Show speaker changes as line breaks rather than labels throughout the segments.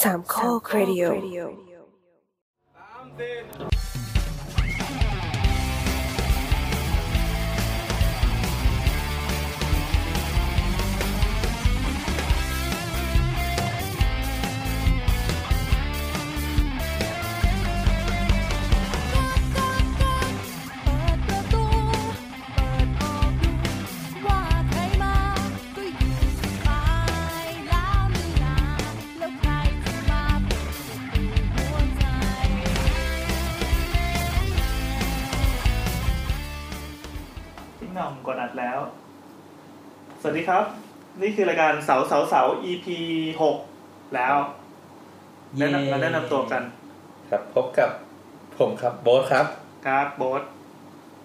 สามข้อครดิโอ
เปิดประตู เปิดออกดูว่าใครมา ก็อยู่สบายแล้วไม่นานแล้วใครจะมาปลุกหัวใจ
พี่หน้องกดอัดแล้ว สวัสดีครับ นี่คือรายการเสาเสาเสา EP หกแล้วแนะนำเราแนะนำตัวกัน
ครับพบกับผมครับโบ๊ท ครับ
ครับโบ๊ท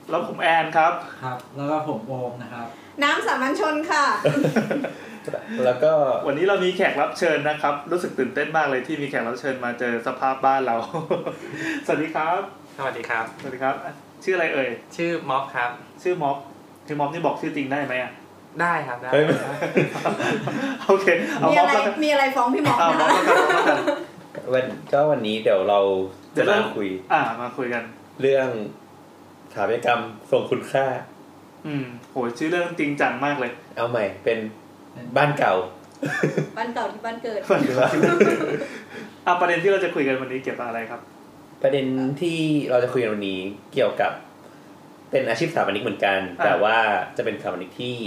แล้วผมแอนครับ
ครับ แล้วก็ผมโอมนะครับ
น้ำสามัญชนค่ะ
แล้วก็
วันนี้เรามีแขกรับเชิญนะครับ รู้สึกตื่นเต้นมากเลยที่มีแขกรับเชิญมาเจอสภาพบ้านเรา สวัสดีครับ
สวัสดีครับ
สวัสดีครับ ชื่ออะไรเอ่ย
ชื่อม็อบครับ
ชื่อม็อบชื่อม็อบนี่บอกชื่อจริงได้ไหม อ่ะ
ได้ครับได้
เฮ้ย
โอเค เอา
มี
ม็อ
อะ
บ
ไร
แล้วกัน
มีอะไรฟ้องพี่หมอก
เอาม็
นะ
อบแล้วกันม็อบแล้วกัน
วันก็วันนี้เดี๋ยวเราจะมาคุย
อ่ามาคุยกัน
เรื่องสถาปัตยกรรมทรงคุณค่า
อืมโหชื่อเรื่องจริงจังมากเลย
เอาใหม่เป็นบ้านเก่า
บ้านเก่าที่บ้านเกิด
สวัสดีครับอ่ะประเด็นที่เราจะคุยกันวันนี้เกี่ยวกับอะไรครับ
ประเด็นที่เราจะคุยกันวันนี้เกี่ยวกับเป็นอาชีพสถาปนิกเหมือนกัน
อ่า
แต่ว่าจะเป็นสถาปนิกที่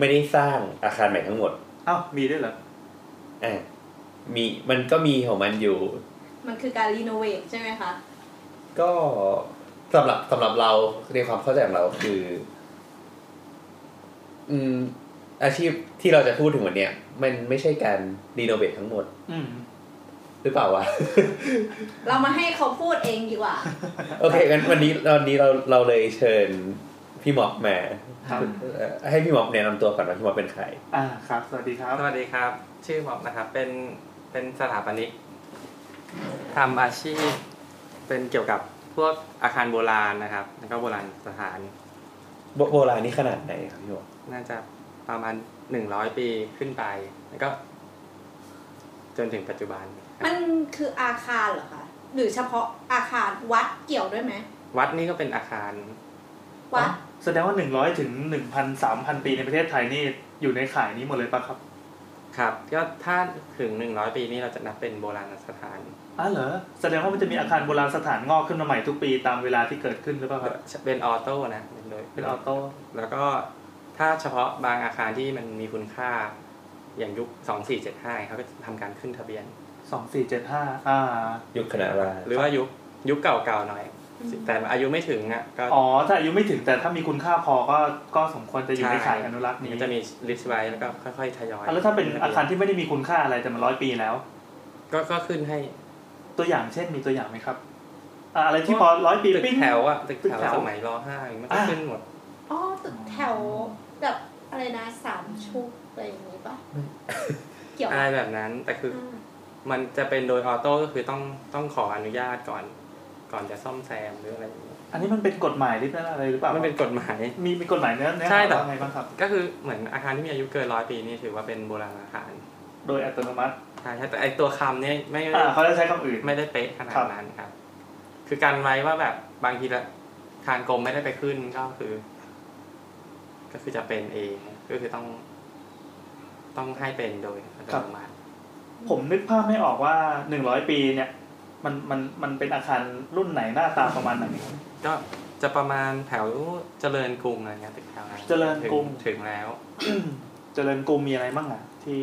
ไม่ได้สร้างอาคารใหม่ทั้งหมด
อ้าวมีด้วยเหรอ
อ่ะมีมันก็มีของมันอยู่
มันคือการรีโนเวทใช่ไหมคะ
ก็สำหรับสำหรับเราในความเข้าใจของเราคือ อืม อาชีพที่เราจะพูดถึงวันเนี้ยมันไม่ใช่การรีโนเวททั้งหมด
อืม
หรือเปล่ าวะ
เรามาให้เขาพูดเองดีกว่า
โอเคงั้นวันนี้วันนี้เราเราเลยเชิญพี่หมอกมา
ครับ
เอ่อให้พี่หมอกแนะนำตัวก่อนว่าพี่หมอกเป็นใคร
อ่าครับ สวัสดีครับ
สวัสดีครับ ชื่อม็อบนะครับ เป็น เป็นสถาปนิกทำอาชีพ เป็นเกี่ยวกับพวกอาคารโบราณนะครับ แล้วก็โบราณสถาน
โบโบราณนี่ขนาดไหนครับพี่หมอก
น่าจะประมาณหนึ่งร้อยปีขึ้นไป แล้วก็ จนถึงปัจจุบันครับ
มันคืออาคารเหรอคะ หรือเฉพาะอาคารวัดเกี่ยวด้วยไหม
วัดนี้ก็เป็นอาคาร
วัด
แสดงว่าหนึ่งร้อยถึงหนึ่งพันสามพันปีในประเทศไทยนี่อยู่ในข่ายนี้หมดเลยปะครับ
ครับ ก็ถ้าถึงหนึ่งร้อยปีนี้เราจะนับเป็นโบราณสถาน
อ้าวเหรอ แสดงว่ามันจะมีอาคารโบราณสถานงอกขึ้นมาใหม่ทุกปีตามเวลาที่เกิดขึ้นหรือเปล่าครับ
เป็นออโต้นะเป็นโดย
เป็นออโต้
แล้วก็ถ้าเฉพาะบางอาคารที่มันมีคุณค่าอย่างยุค 2475เขาก็จะทำการขึ้นทะเบียน
สองสี่เจ็ดห้า อ่า
ยุคคณะราษฎร
หรือว่ายุคยุคเก่าๆหน่อย
อืม
แต่อายุไม่ถึงอ่ะก็
อ๋อ ถ้าอายุไม่ถึงแต่ถ้ามีคุณค่าพอก็ ก็สมควรจะอยู่ในข่ายอนุรักษ์นี้
มันจะมีลิสต์ไว้แล้วก็ค่อยๆทยอย
อ่ะแล้วถ้าเป็นอาคารที่ไม่ได้มีคุณค่าอะไรแต่มันร้อยปีแล้ว
ก็ก็ขึ้นให้
ตัวอย่างเช่นมีตัวอย่างไหมครับ อ่าอะไรที่พอร้อยปี
ตึก
ปิ้ง
แถวอ่ะตึก
ตึก
แถว
แถว
สมัยรห้าอย่างเงี้ยมันก็
อ่ะ
ขึ้นหมด
อ๋อ ตึกแถวแบบอะไรนะสามชุกอะไรอย่างนี้ปะเกี่ยว
อะไรแบบนั้น แต่คืออ
อ่า
มันจะเป็นโดยออโต้ก็คือต้องต้องขออนุญาตก่อน ก่อนจะซ่อมแซมหรืออะไรอย่างเงี้ย
อันนี้มันเป็นกฎหมายหรือเป็นอะไรหรือเปล่า
มันเป็นกฎหมาย
มีมีกฎหมายเนื้อเนื้อ
ใช่
หา
แต่
ว่าไงบ้างครับ
ก็คือเหมือนอาคารที่มีอายุเกินร้อยปีนี่ถือว่าเป็นโบราณอาคาร
โดยอัตโนมัติ
ใช่ใช่แต่ไอตัวคำเนี่ยไม่
อ่าเขาจะใช้คำอื่น
ไม่ได้เป๊ะขนาด
ครับ
นั้นครับ คือการไว้ว่าแบบบางทีละทางกรมไม่ได้ไปขึ้นก็คือ ก็คือจะเป็นเองก็คือต้อง ต้องให้เป็นโดยอัตโนมัติ
ผมนึกภาพไม่ออกว่าหนึ่งร้อยปีเนี่ย มันมันมันเป็นอาคารรุ่นไหนหน้าตาประมาณไหน
ก็จะประมาณแถวเจริญกรุงอะไรเงี้ยตึกแถวนั้น
เจริญกรุง
ถึถึงแล้ว
เจริญกรุงมีอะไรบ้างอ่ะที่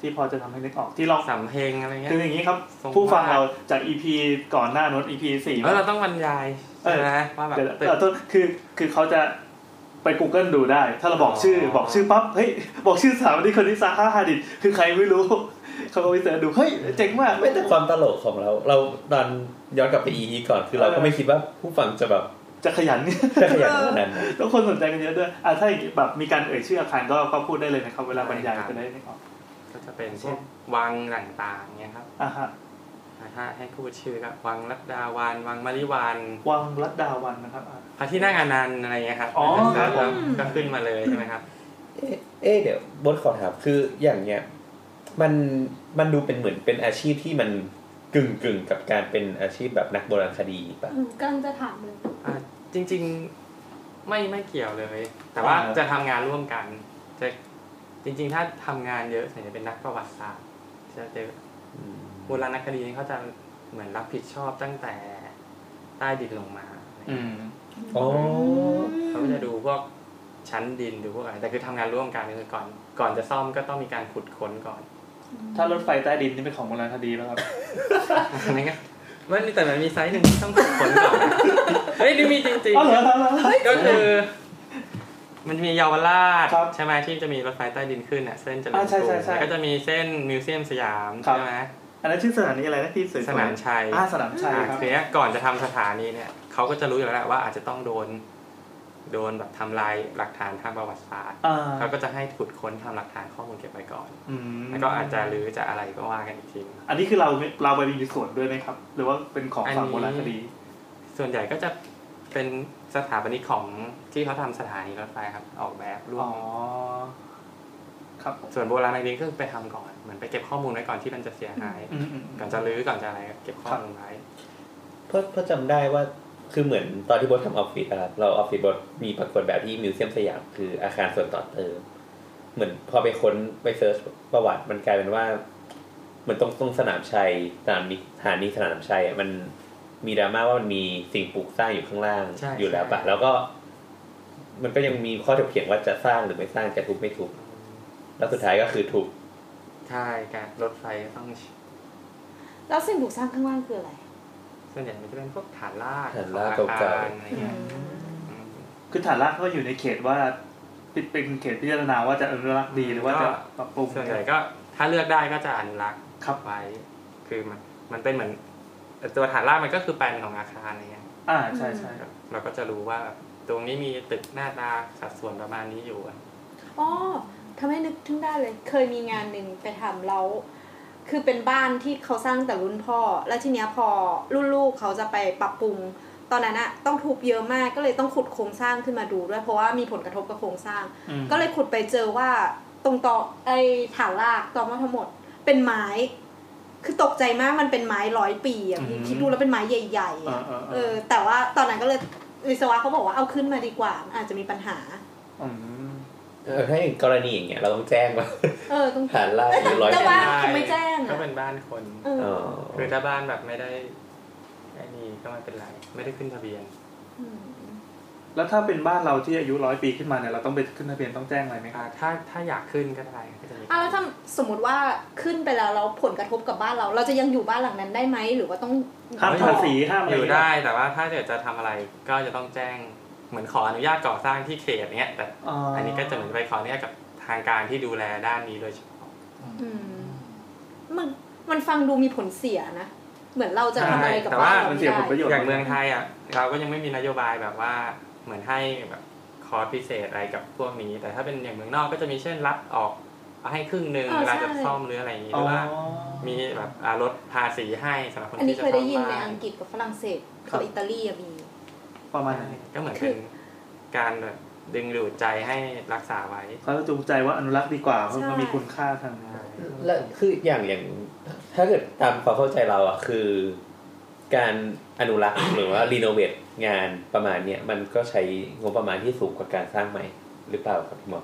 ที่พอจะทำให้นึกออกที่ลอง
สำเพ็งอะไรเงี้ย
คืออย่างนี้ครับ
ทรง
ผู้ฟัง
วาด
เราจากอีพีก่อนหน้านู้นอีพีสี่
แล้วเราต้องบรรยาย
เออ
ใช่ไหมว่าแบบ
เดี๋ยว
ตึก
เอ่อต้นคือคือเขาจะไป Google ดูได้ ถ้าเราบอกชื่อ
อ๋อ
บอกชื่อปั๊บเฮ้ยบอกชื่อสถามนี่คนนี้ซาฮาฮาดิดคือใครไม่รู้ เขาก็ไปเสิร์ชดูเฮ้ยเจ๋งมาก
ไม่แต่ความตลกของเรา เราตอนย้อนกลับไปอีนี้ก่อนคือเราก็ไม่คิดว่าผู้ฟังจะ แบบ
จะขยัน
จะขยันขนาดนั้น
แล้วคนสนใจกันเยอะด้วยอ่ะถ้าอย่างนี้แบบมีการเอ่ยชื่ออาคารก็ก็พูดได้เลยนะครับ เวลาบรรยายจะได้ไม่ออก
ก็จะเป็นพวกวังต่างๆเงี้ยครับ
อ่ะฮะ
ถ้าให้พูดชื่อก็วังรัตดาวันวังมาริวัน
วังรัตดาวันนะครับอ่ะ
พระที่นั่งอนันต์อะไรเงี้ยครับ
อ๋อค
ค
รั
รั
บบ ผม
ก็ขึ้นมาเลยใช่ไหมครับ
เอ๊ะเอ๊ะเดี๋ยวบดขอถามคืออย่างเนี้ย มันมันดูเป็นเหมือนเป็นอาชีพที่มันกึ่งกึ่งๆกับการเป็นอาชีพแบบนักโบราณคดีปะ
อืมกำลังจะถามเลย
อ่ะจริงๆไม่ไม่เกี่ยวเลย แต่ว่า
อ่า
จะทำงานร่วมกัน จะจริง ๆ ถ้าทำงานเยอะส่วนใหญ่เป็นนักประวัติศาสตร์จะเจอโบราณคดีนี่เขาจะเหมือนรับผิดชอบตั้งแต่ใต้ดินลงมาอะไร
อื
เงี้ย
ม
อ๋อ
เขาก็จะดูพวกชั้นดินดูพวกอะไรแต่คือทำงานร่วมกันคือก่อน ก่อนจะซ่อมก็ต้องมีการขุดค้นก่อน
ถ้ารถไฟใต้ดินนี่เป็นของโบราณคดีแล้วครับ
อันนั้นก็มันมีแต่มันมีไซส์หนึ่งที่ต้องขุดค้นก่อน เฮ้ยนี่มีจริง
อ๋อเหรอครับ
ๆ ก็คือ มันมีเยาวราช
ครับ
ใช่ไหมที่จะมีรถไฟใต้ดินขึ้นอ่ะเส้นเจะ
อ่าใช่ใช่ใช่
แล้วก็จะมีเส้นมิวเซียมสยาม
ครับ
ใช่ไหม
อันนั้นชื่อสถานีอะไรนะที่สวยๆ
สนามชัย
อ่าสนามชัย
อ่า
ครับ
ทีเนี้ยก่อนจะทำสถานีเนี่ยเขาก็จะรู้อยู่แล้วแหละว่าอาจจะต้องโดน โดนแบบทำลายหลักฐานทางประวัติศาสตร์
อ่า
เขาก็จะให้ขุดค้นทำหลักฐานข้อมูลเก็บไว้ก่อน
อืม
แล้วก็อาจจะรื้อจะอะไรก็ว่ากันอีกที
อันนี้คือเราไม่เราไปมีส่วนด้วยไหมครับ หรือว่าเป็นของฝั่ง
อันนี้
โบราณคดี
ส่วนใหญ่ก็จะเป็นสถาปนิกของที่เขาทำสถานีรถไฟครับ ออกแบบร่ว
อ๋
ม
อ ครับผม
ส่วนโบราณในนี้ก็ไปทำก่อน เหมือนไปเก็บข้อมูลไว้ก่อนที่มันจะเสียหาย
อืมอืม
ก่อนจะรื้อก่อนจะอะไรเก็บข้อมูลไว้
เพราะเพราะจำได้ว่าคือเหมือนตอนที่บดทำออฟฟิศอะครับเราออฟฟิศบดมีปรากฏแบบที่มิวเซียมสยามคืออาคารส่วนต่อเติม เหมือนพอไปค้นไปเซิร์ชประวัติมันกลายเป็นว่า เหมือนตรงตรงสนามชัยสนามนี้สถานีสนามชัยอะมันมีดราม่าว่ามันมีสิ่งปลูกสร้างอยู่ข้างล่าง
ใช่
อยู่แล้วปะ
ใช่
แล้วก็ มันก็ยังมีข้อถกเถียงว่าจะสร้างหรือไม่สร้างจะทุบไม่ทุบแล้วสุดท้ายก็คือทุบ
ใช่การรถไฟก็ต้อง
แล้วสิ่งปลูกสร้างข้างล่างคืออะไร
ส่วนใหญ่มันจะเป็นพวกฐานราก
ฐานราก
ของอค
เก่าร
อะไรเงี้ยอืม
คือฐานรากก็อยู่ในเขตว่าเป็นเป็นเขตพิจารณาว่าจะอนุรักษ์ดีหรือว่าจะปรับปรุง
ส่วนใหญ่ก็ถ้าเลือกได้ก็จะอนุรักษ์
ครับ
ไว้คือมันมันเป็นเหมือนตัวฐานรากมันก็คือแปลนของอาคารอะไรเงี้ย
อ่าใช่ใช่
ครับเราก็จะรู้ว่าแบบตรงนี้มีตึกหน้าตาสัดส่วนประมาณนี้อยู่อะ
อ๋อทำให้นึกถึงได้เลย เคยมีงานหนึ่งไปทำแล้ว คือเป็นบ้านที่เขาสร้างแต่รุ่นพ่อ แล้วทีเนี้ยพอรุ่นลูกเขาจะไปปรับปรุง ตอนนั้นอะต้องทุบเยอะมากก็เลยต้องขุดโครงสร้างขึ้นมาดูด้วยเพราะว่ามีผลกระทบกับโครงสร้าง
อืม
ก็เลยขุดไปเจอว่าตรงต่อไอ้ฐานรากตอมาทั้งหมด เป็นไม้ คือตกใจมากมันเป็นไม้ร้อยปีอะพี่คิดดูแล้วเป็นไม้ใหญ่ๆ
เอ
อะ
อเออเอ
เอ
อ
อ แต่ว่าตอนนั้นก็เลยวิศวะเขาบอกว่าเอาขึ้นมาดีกว่า อาจจะมีปัญหา
อืม
เออถ้าอย่างกรณีอย่างเงี้ยเราต้องแจ้งว่า
เออต้อง
ฐานรากหรือร้อย
แต่
ปี
ว่า
ด้
เขาไม่แจ้งอะ
ก็เป็นบ้านคน
เออ
อ๋อ
คือถ้าบ้านแบบไม่ได้ไอ้นี่ก็ไม่เป็นไร ไม่ได้ขึ้นทะเบียน
ม
แล้วถ้าเป็นบ้านเราที่อายุร้อยปีขึ้นมาเนี่ยเราต้องไปขึ้นทะเบียนต้องแจ้งอะไรไหมครับ
อ่าถ้าถ้าอยากขึ้นก็ได้ก็จะมี
อ่ะแล้วถ้าสมมติว่าขึ้นไปแล้วแล้วผลกระทบกับบ้านเรา เราจะยังอยู่บ้านหลังนั้นได้ไหมหรือว่าต้อง
ห้ามภาษีห้ามอะไรอ
อ
ย่าง
ยู่
เงี้ย
ได้แต่ว่าถ้าเกิดจะทำอะไรก็จะต้องแจ้งเหมือนขออนุญาตก่อสร้างที่เขตเนี้ยแต่อันนี้ก็จะเหมือนไปขออนุญาตกับทางการที่ดูแลด้านนี้โดยเฉพาะ
อืมมันมันฟังดูมีผลเสียนะเหมือนเราจะทำอะไรกับ
ใช่แต่
บ้า
ว่า
นเรา
มัน
ไม่
เสียผลประ
ได้
โยชน์
อย่างเมืองไทยอ่ะเราก็ยังไม่มีนโยบายแบบว่าเหมือนให้แบบคอร์สพิเศษอะไรกับพวกนี้ แต่ถ้าเป็นอย่างเมืองนอกก็จะมีเช่นรัฐออกเอาให้ครึ่งหนึ่งเวลาจะซ่อมหรืออะไรอย่างนี้หรือว่ามีแบบอ่าลดภาษีให้สำหรับคน
อันนี้
ที่จะ
เค
ซ่อย ม
ได้ยินใน
บ้าน
อังกฤษกับฝรั่งเศสกับอิตาลีอะมี
ประมาณนั้น
ก็เหมือนเป็นการแบบดึงดูดใจให้รักษาไว้
เขาจะจูงใจว่าอนุรักษ์ดีกว่าเพราะ
ใช่
มันมีคุณค่าทาง
แล้วคืออย่างอย่างถ้าเกิดตามความเข้าใจเราอะคือ การอนุรักษ์ หรือว่ารีโนเวทงานประมาณเนี้ยมันก็ใช้งบประมาณที่สูงกว่าการสร้างใหม่ หรือเปล่าครับพี่หมอ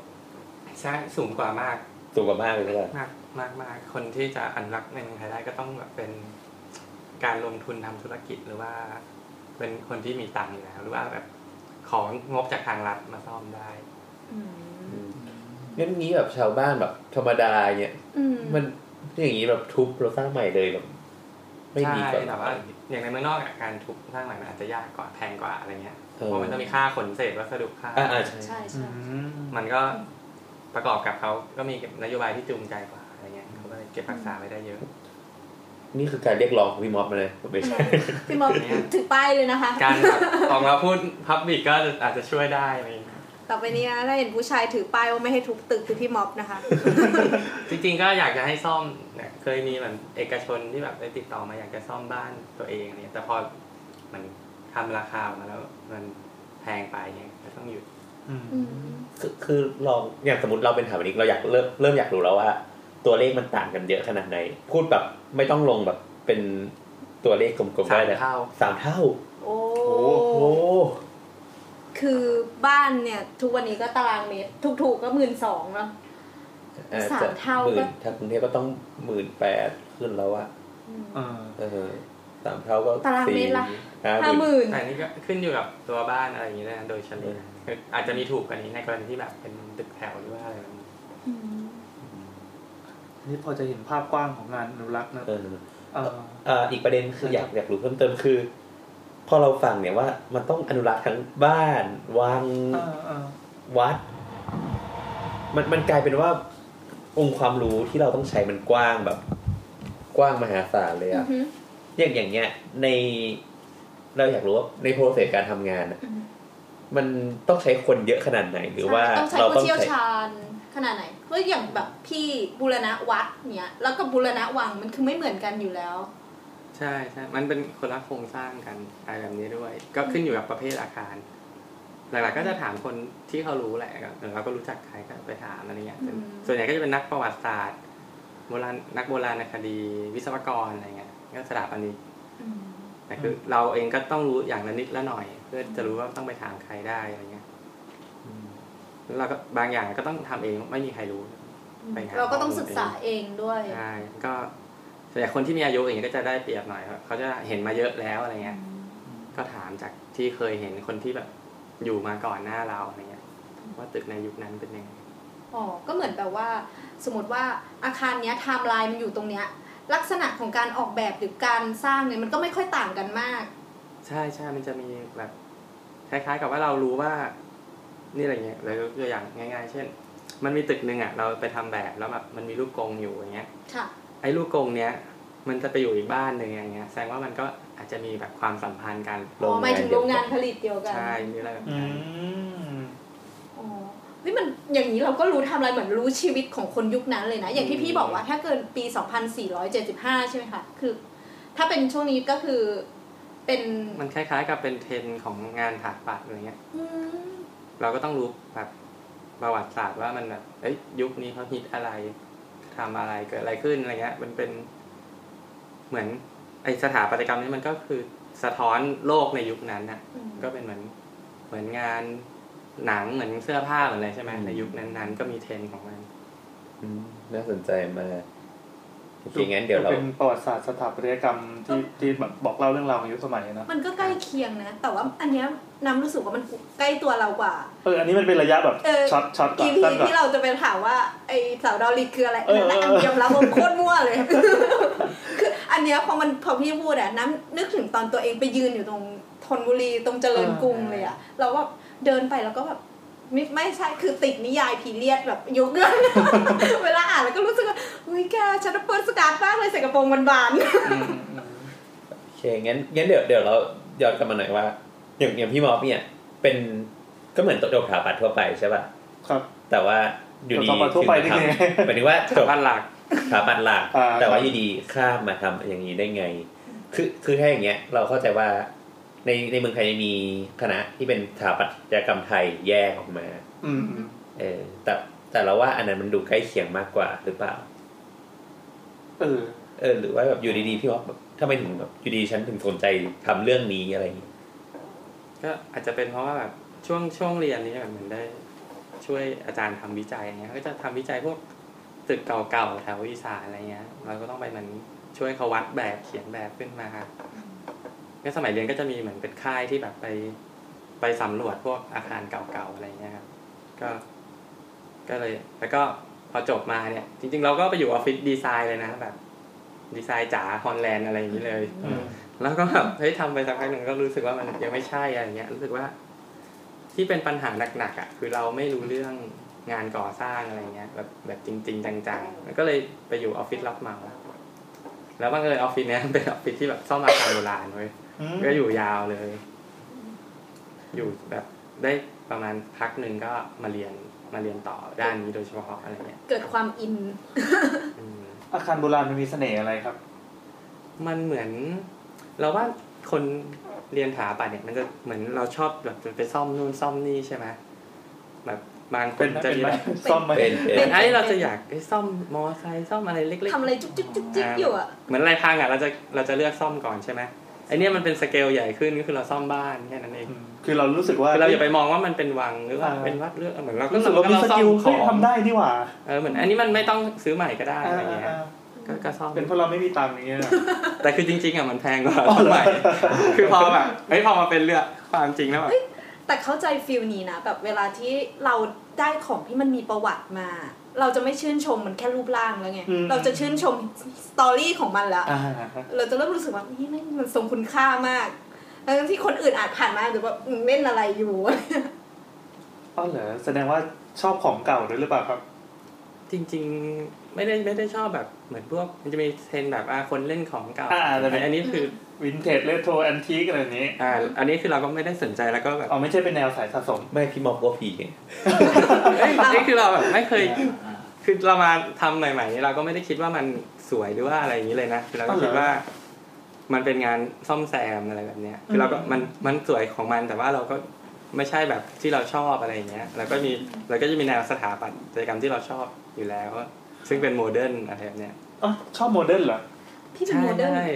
ใช่สูงกว่ามาก
สูงกว่ามากเลยใช่ไหม
มากมากมากคนที่จะอนุรักษ์ในเมืองไทยได้ก็ต้องแบบเป็นการลงทุนทำธุรกิจหรือว่า เป็นคนที่มีตังค์อยู่แล้วหรือว่าแบบของงบจากทางรัฐมาซ่อมได้
อืม
งั้นงี้แบบชาวบ้านแบบธรรมดาเนี่ย
อืม
มันอย่างนี้แบบทุบเราสร้างใหม่เลยแบบไม่ดีกว่า
ใช่แต่ว่าอย่างในเมืองนอกอะการทุบสร้างใหม่มันอาจจะยากกว่าแพงกว่าอะไรเงี้ย
เออ
เพราะมันต้องมีค่าขนเศษวัสดุค่า
อ่าใช่
ใช่
อื
ใช่
ม
มันก็ประกอบกับเขาก็มีนโยบายที่จูงใจกว่าอะไรเงี้ยเขาก็เลยเก็บรักษาไว้ได้เยอะ
นี่คือการเรียกร้องของพี่ม็อบมาเลยไม่ใช่
พี่มอบ
เนี่ย
ถือป้ายเลยนะคะ
การแบบออกมาพูดพับบิกก็อาจจะช่วยได้อะไรเงี้ย
ต่อไปนี้นะถ้าเห็นผู้ชายถือป้ายว่าไม่ให้ทุบตึกคือพี่ม็อบนะคะ
จริงๆก็อยากจะให้ซ่อมเนี่ยเคยมีเหมือนเอกชนที่แบบไปติดต่อมาอยากจะซ่อมบ้านตัวเองอะไรเนี่ยแต่พอมันทำราคาออกมาแล้วมันแพงไปเงี้ยก็ต้องหยุด
อืม
คือคือลองอย่างสมมติเราเป็นสถาปนิกเราอยากเริ่มเริ่มอยากรู้แล้วว่า ตัวเลขมันต่างกันเยอะขนาดไหน พูดแบบไม่ต้องลงแบบเป็นตัวเลขกลมๆได้เลย
สามเท่า
สามเท่า
โอ้
โอ้โห
คือบ้านเนี่ย ทุกวันนี้ก็ตารางเมตรถูกๆก็หมื่นสองเนาะ
อ่
สาม
จะ
เท่า
หมื่
ก็
นถ้ากรุงเทพก็ต้องหมื่นแปดขึ้นแล้วอะ
เออ
เออสามเท่าก็
ตารางเมตรละ
ห้า
ห้า
ห
ห
มื่
มื่
น
น
แต่นี่ก็ขึ้นอยู่กับตัวบ้านอะไรอย่างเงี้ยนะโดยเฉลี่ยคืออาจจะมีถูกกว่านี้ในกรณีที่แบบเป็นตึกแถวหรือว่าอะไรแบบนี้
นี่พอจะเห็นภาพกว้างของงานอนุรักษ์นะ
เออ
เออ
อ่าอีกประเด็นคืออยากอยากรู้เพิ่มเติมคือ พอเราฟังเนี่ยว่ามันต้องอนุรักษ์ทั้งบ้านวัง
เออเออ
วัด มันมันกลายเป็นว่า องค์ความรู้ที่เราต้องใช้มันกว้างแบบ กว้างมหาศาลเลย
อือ
อะ
ฮึ
อย่างอย่างเงี้ย ใน เราอยากรู้ว่าในโปรเซสการทำงานอะมันต้องใช้คนเยอะขนาดไหนหรือว่า
ใช่ต้องใช้
เรา
ผู้
ต้อง
เชี่ยว
ใช้
ชาญขนาดไหน เพราะอย่างแบบพี่บูรณะวัดเนี่ย แล้วก็บูรณะวังมันคือไม่เหมือนกันอยู่แล้ว
ใช่ใช่มันเป็นคนละโครงสร้างกันอะไรแบบนี้ด้วย ก็ขึ้นอยู่กับประเภทอาคาร หลักๆก็จะถามคนที่เขารู้แหละก็เออเราก็รู้จักใครก็ไปถามอะไรเงี้ย
อืม
ส่วนใหญ่ก็จะเป็นนักประวัติศาสตร์โบราณนักโบราณคดี วิศวกรอะไรเงี้ยก็สถาปนิก
อืม
แต่คือเราเองก็ต้องรู้อย่างละนิดละหน่อย เพื่อจะรู้ว่าต้องไปถามใครได้อะไรเงี้ยแล้วเราก็บางอย่างก็ต้องทำเองไม่มีใครรู้ ไปหา
เราก็ต้อง
ข้อมูล
ศึกษาเองด้วย
ใช่ก็ส่วนใหญ่คนที่มีอายุอย่างเงี้ยก็จะได้เปรียบหน่อยครับเขาจะเห็นมาเยอะแล้วอะไรเงี้ย ก็ถามจากที่เคยเห็นคนที่แบบอยู่มาก่อนหน้าเราอะไรเงี้ยว่าตึกในยุคนั้นเป็นยังไง
อ๋อ ก็เหมือนแบบว่า สมมติว่าอาคารเนี้ยไทม์ไลน์มันอยู่ตรงเนี้ย ลักษณะของการออกแบบหรือการสร้างเนี่ยมันก็ไม่ค่อยต่างกันมาก
ใช่ใช่มันจะมีแบบคล้ายๆ กับว่าเรารู้ว่า นี่อะไรเงี้ยเลยยกตัวอย่างง่าย ๆ เช่น มันมีตึกหนึ่งอ่ะเราไปทำแบบแล้วแบบมันมีลูกกรงอยู่อย่างเงี้ย
ค่ะ
ไอ้ลูกกรงเนี้ยมันจะไปอยู่อีกบ้านหนึ่งอย่างเงี้ยแสดงว่ามันก็อาจจะมีแบบความสัมพันธ์กัน
โร
อ๋อง
งาน
หมายถึงโรงงานผลิตเดียวกัน
ใช่มีอะไรแบบ
อื
นั้น
ม
อ๋อนี่มันอย่างนี้เราก็รู้ไทำอะไรเหมือนรู้ชีวิตของคนยุคนั้นเลยนะ อย่างที่พี่บอกว่าถ้าเกินปี 2475 ใช่ไหมคะ คือ ถ้าเป็นช่วงนี้ก็คือเป็น
มันคล้าย ๆ กับเป็นเทรนด์ของงานถาปัดอะไรเงี้ย
อืม
เราก็ต้องรู้แบบประวัติศาสตร์ว่ามันแบบเอ้ยยุคนี้เขาฮิตอะไรทำอะไรเกิดอะไรขึ้นอะไรเงี้ย มันเป็น เหมือน ไอสถาปัตยกรรมนี้มันก็คือสะท้อนโลกในยุคนั้นน่ะ
อืม
ก็เป็นเหมือนเหมือนงานหนังเหมือนเสื้อผ้าเหมือนอะไรใช่ไหม
อืม
ในยุคนั้นๆก็มีเทรนด์ของมัน
อืมน่าสนใจมากโอเคงั้นเดี๋ยวเรา
เป็นประวัติศาสตร์สถาปัตยกรรมที่ที่แบบบอกเล่าเรื่องราวของยุคสมัยเนอะ
มันก็ใกล้เคียงนะ แต่ว่าอันเนี้ยน้ำรู้สึกว่ามันใกล้ตัวเรากว่า
เอออันนี้มันเป็นระยะแบบ
เออ
ช็อตช็อตก่อ
อี
น
พี
สั้นก่อน
ที่เราจะไปถามว่าไอเสาดอลลิกคืออะไร
เออ
นั่นน่ะ
เอ
อั
อ
นเดียวรับ ผมโคตรมั่วเลย คืออันเนี้ยพอมันพอพี่พูดอะน้ำนึกถึงตอนตัวเองไปยืนอยู่ตรงธนบุรีตรงเจริญกรุงเลยอะเราก็เดินไปแล้วก็แบบไม่ไม่ใช่คือติดนิยายพีเรียดแบบยุคนั้น เวลาอ่านแล้วก็ รู้สึกว่าอุ้ยแกฉันเปิดสการ์ดมากเลยใส่กระโปรงบาน
อืมอืม
โอเคงั้นงั้นเดี๋ยวเดี๋ยวเราย้อนกลับมาหน่อยว่า อย่างอย่างพี่มอบเนี่ย เป็นก็เหมือนจบสถาปัตย์ทั่วไปใช่ป่ะ
ครับ
แต่ว่าอยู่ดี
จบสถาปัตย์ทั่วไป
ถึงมา
ได้ไง
ทำหมายถึงว่าจบ
บ้านหลัก
สถาปัตย์หลัก
อ่า
แต่ว่าอยู่ดีข้ามมาทำอย่างนี้ได้ไง คือคือถ้าอย่างเงี้ย เราเข้าใจว่าในในเมืองไทยมีคณะที่เป็นสถาปัตยกรรมไทยแยกออกมา
อืมอืม
เออแต่แต่เราว่าอันนั้นมันดูใกล้เคียงมากกว่าหรือเปล่า
เออ
เออหรือว่าแบบอยู่ดีๆพี่มอบแบบทำไมถึงแบบอยู่ดีฉันถึงสนใจทำเรื่องนี้อะไรอย่างเงี้ย
ก็อาจจะเป็นเพราะว่าแบบช่วงช่วงเรียนนี้แบบเหมือนได้ ช่วยอาจารย์ทำวิจัยอย่างเงี้ยก็จะทำวิจัยพวกตึกเก่าๆแถวอีสานอะไรเงี้ย เราก็ต้องไปเหมือนช่วยเขาวัดแบบเขียนแบบขึ้นมาก็สมัยเรียนก็จะมีเหมือนเป็นค่ายที่แบบไปไปสำรวจพวกอาคารเก่าๆอะไรเงี้ยครับก็ก็เลยแล้วก็พอจบมาเนี่ย จริง ๆ เราก็ไปอยู่ออฟฟิศดีไซน์เลยนะแบบดีไซน์จ๋าฮอลแลนด์อะไรอย่างนี้เลย
อืม
แล้วก็แบบ เฮ้ยทำไปสักพักหนึ่งก็รู้สึกว่ามันยังไม่ใช่อะไรเงี้ยรู้สึกว่า ที่เป็นปัญหาหนักๆอ่ะคือเราไม่รู้เรื่องงานก่อสร้างอะไรเงี้ยแบบแบบจริง ๆ จังๆแล้วก็เลยไปอยู่ออฟฟิศรับเหมาแล้วบังเอิญออฟฟิศเนี้ยเป็นออฟฟิศที่แบบซ่อมอาคารโบราณเว้ย
อืม
ก็อยู่ยาวเลย อยู่แบบได้ประมาณพักหนึ่งก็มาเรียนมาเรียนต่อด้านนี้โดยเฉพาะอะไรเงี้ย
ๆ เกิดความอิน
อืม
อาคารโบราณมันมีเสน่ห์อะไรครับ
มันเหมือน เราว่าคนเรียนถาปัดเนี่ย มันจะเหมือนเราชอบแบบไปซ่อมนู่นซ่อมนี่ใช่ไหมแบบ บางค
เป็น
นจะ
เป็น
มี
ไหม
แบบ
ซ่อมไหม
เป็น
เป็
เป็น น
ไอ้เราจะอยากไอ้ซ่อมมอไซค์ซ่อมอะไรเล็กๆ
ทำอะไรจุ๊กจิ๊กจุ๊กจิ๊กอยู่อ่ะ
เหมือนอะไรพังอ่ะเราจะเราจะเลือกซ่อมก่อนใช่ไหมไอ้เนี่ยมันเป็นสเกลใหญ่ขึ้นก็คือเราซ่อมบ้านแค่นั้นเอง
อืมคือเรารู้สึกว่า
คือเราอย่าไปมองว่ามันเป็นวังหรือว่า
อ่า
เป็นวัดเลือกเหมือนเราก็
รู้สึกว่ามีสกิล
ข
เฮ้ย
อง
ทำได้นี่หว่า
เออเหมือนอันนี้มันไม่ต้องซื้อใหม่ก็ได้
อ่า
อะไรเงี้ย
อ่า
ก็ก็ซ่อม
เป็นเพราะเราไม่มีตังค์อย่างเงี้ยนะ
แต่คือจริงๆอ่ะมันแพงกว่าสมัยคือพอแบบเฮ้ยพอมาเป็นเรื่องความจริงแล้วแบบ
แต่เข้าใจฟิลนี้นะแบบเวลาที่เราได้ของที่มันมีประวัติมา เราจะไม่ชื่นชมมันแค่รูปร่างแล้วไง
อืม
เราจะชื่นชมสตอรี่ของมันแล้ว
อ่า
เราจะเริ่มรู้สึกว่านี่แม่งมันทรงคุณค่ามากทั้งที่คนอื่นอาจผ่านมาหรือว่าเล่นอะไรอยู่
อ๋อเหรอแสดงว่าชอบของเก่าด้วยหรือเปล่าครับ
จริง ๆ ไม่ได้ไม่ได้ชอบแบบเหมือนพวกมันจะมีเทรนด์แบบอ่ะคนเล่นของเก่า
อ่าแต่เป็น
อันนี้คือ
วินเทจเรโทรแอนทีกอะไรอย่างนี้
อ่าอันนี้คือเราก็ไม่ได้สนใจแล้วก็แบบ
เอาไม่ใช่เป็นแนวสายสะสม
ไม่พี่มอบก็ผีไง
เอ้ยนี่คือเราแบบไม่เคยคือเรามาทำใหม่ๆนี่เราก็ไม่ได้คิดว่ามันสวยหรือว่าอะไรอย่างนี้เลยนะคือเราก็คิดว่า มันเป็นงานซ่อมแซมอะไรแบบเนี้ยคือเราก็มันมันสวยของมันแต่ว่าเราก็ไม่ใช่แบบที่เราชอบอะไรอย่างเงี้ยเราก็มีเราก็จะมีแนวสถาปัตยกรรมที่เราชอบอยู่แล้ว ซึ่งเป็นโมเดิร์นอะไรแบบเนี้ย
อ๋อชอบโมเดิร์นเหรอ
พี่เป็นโมเดิร์น
ใช่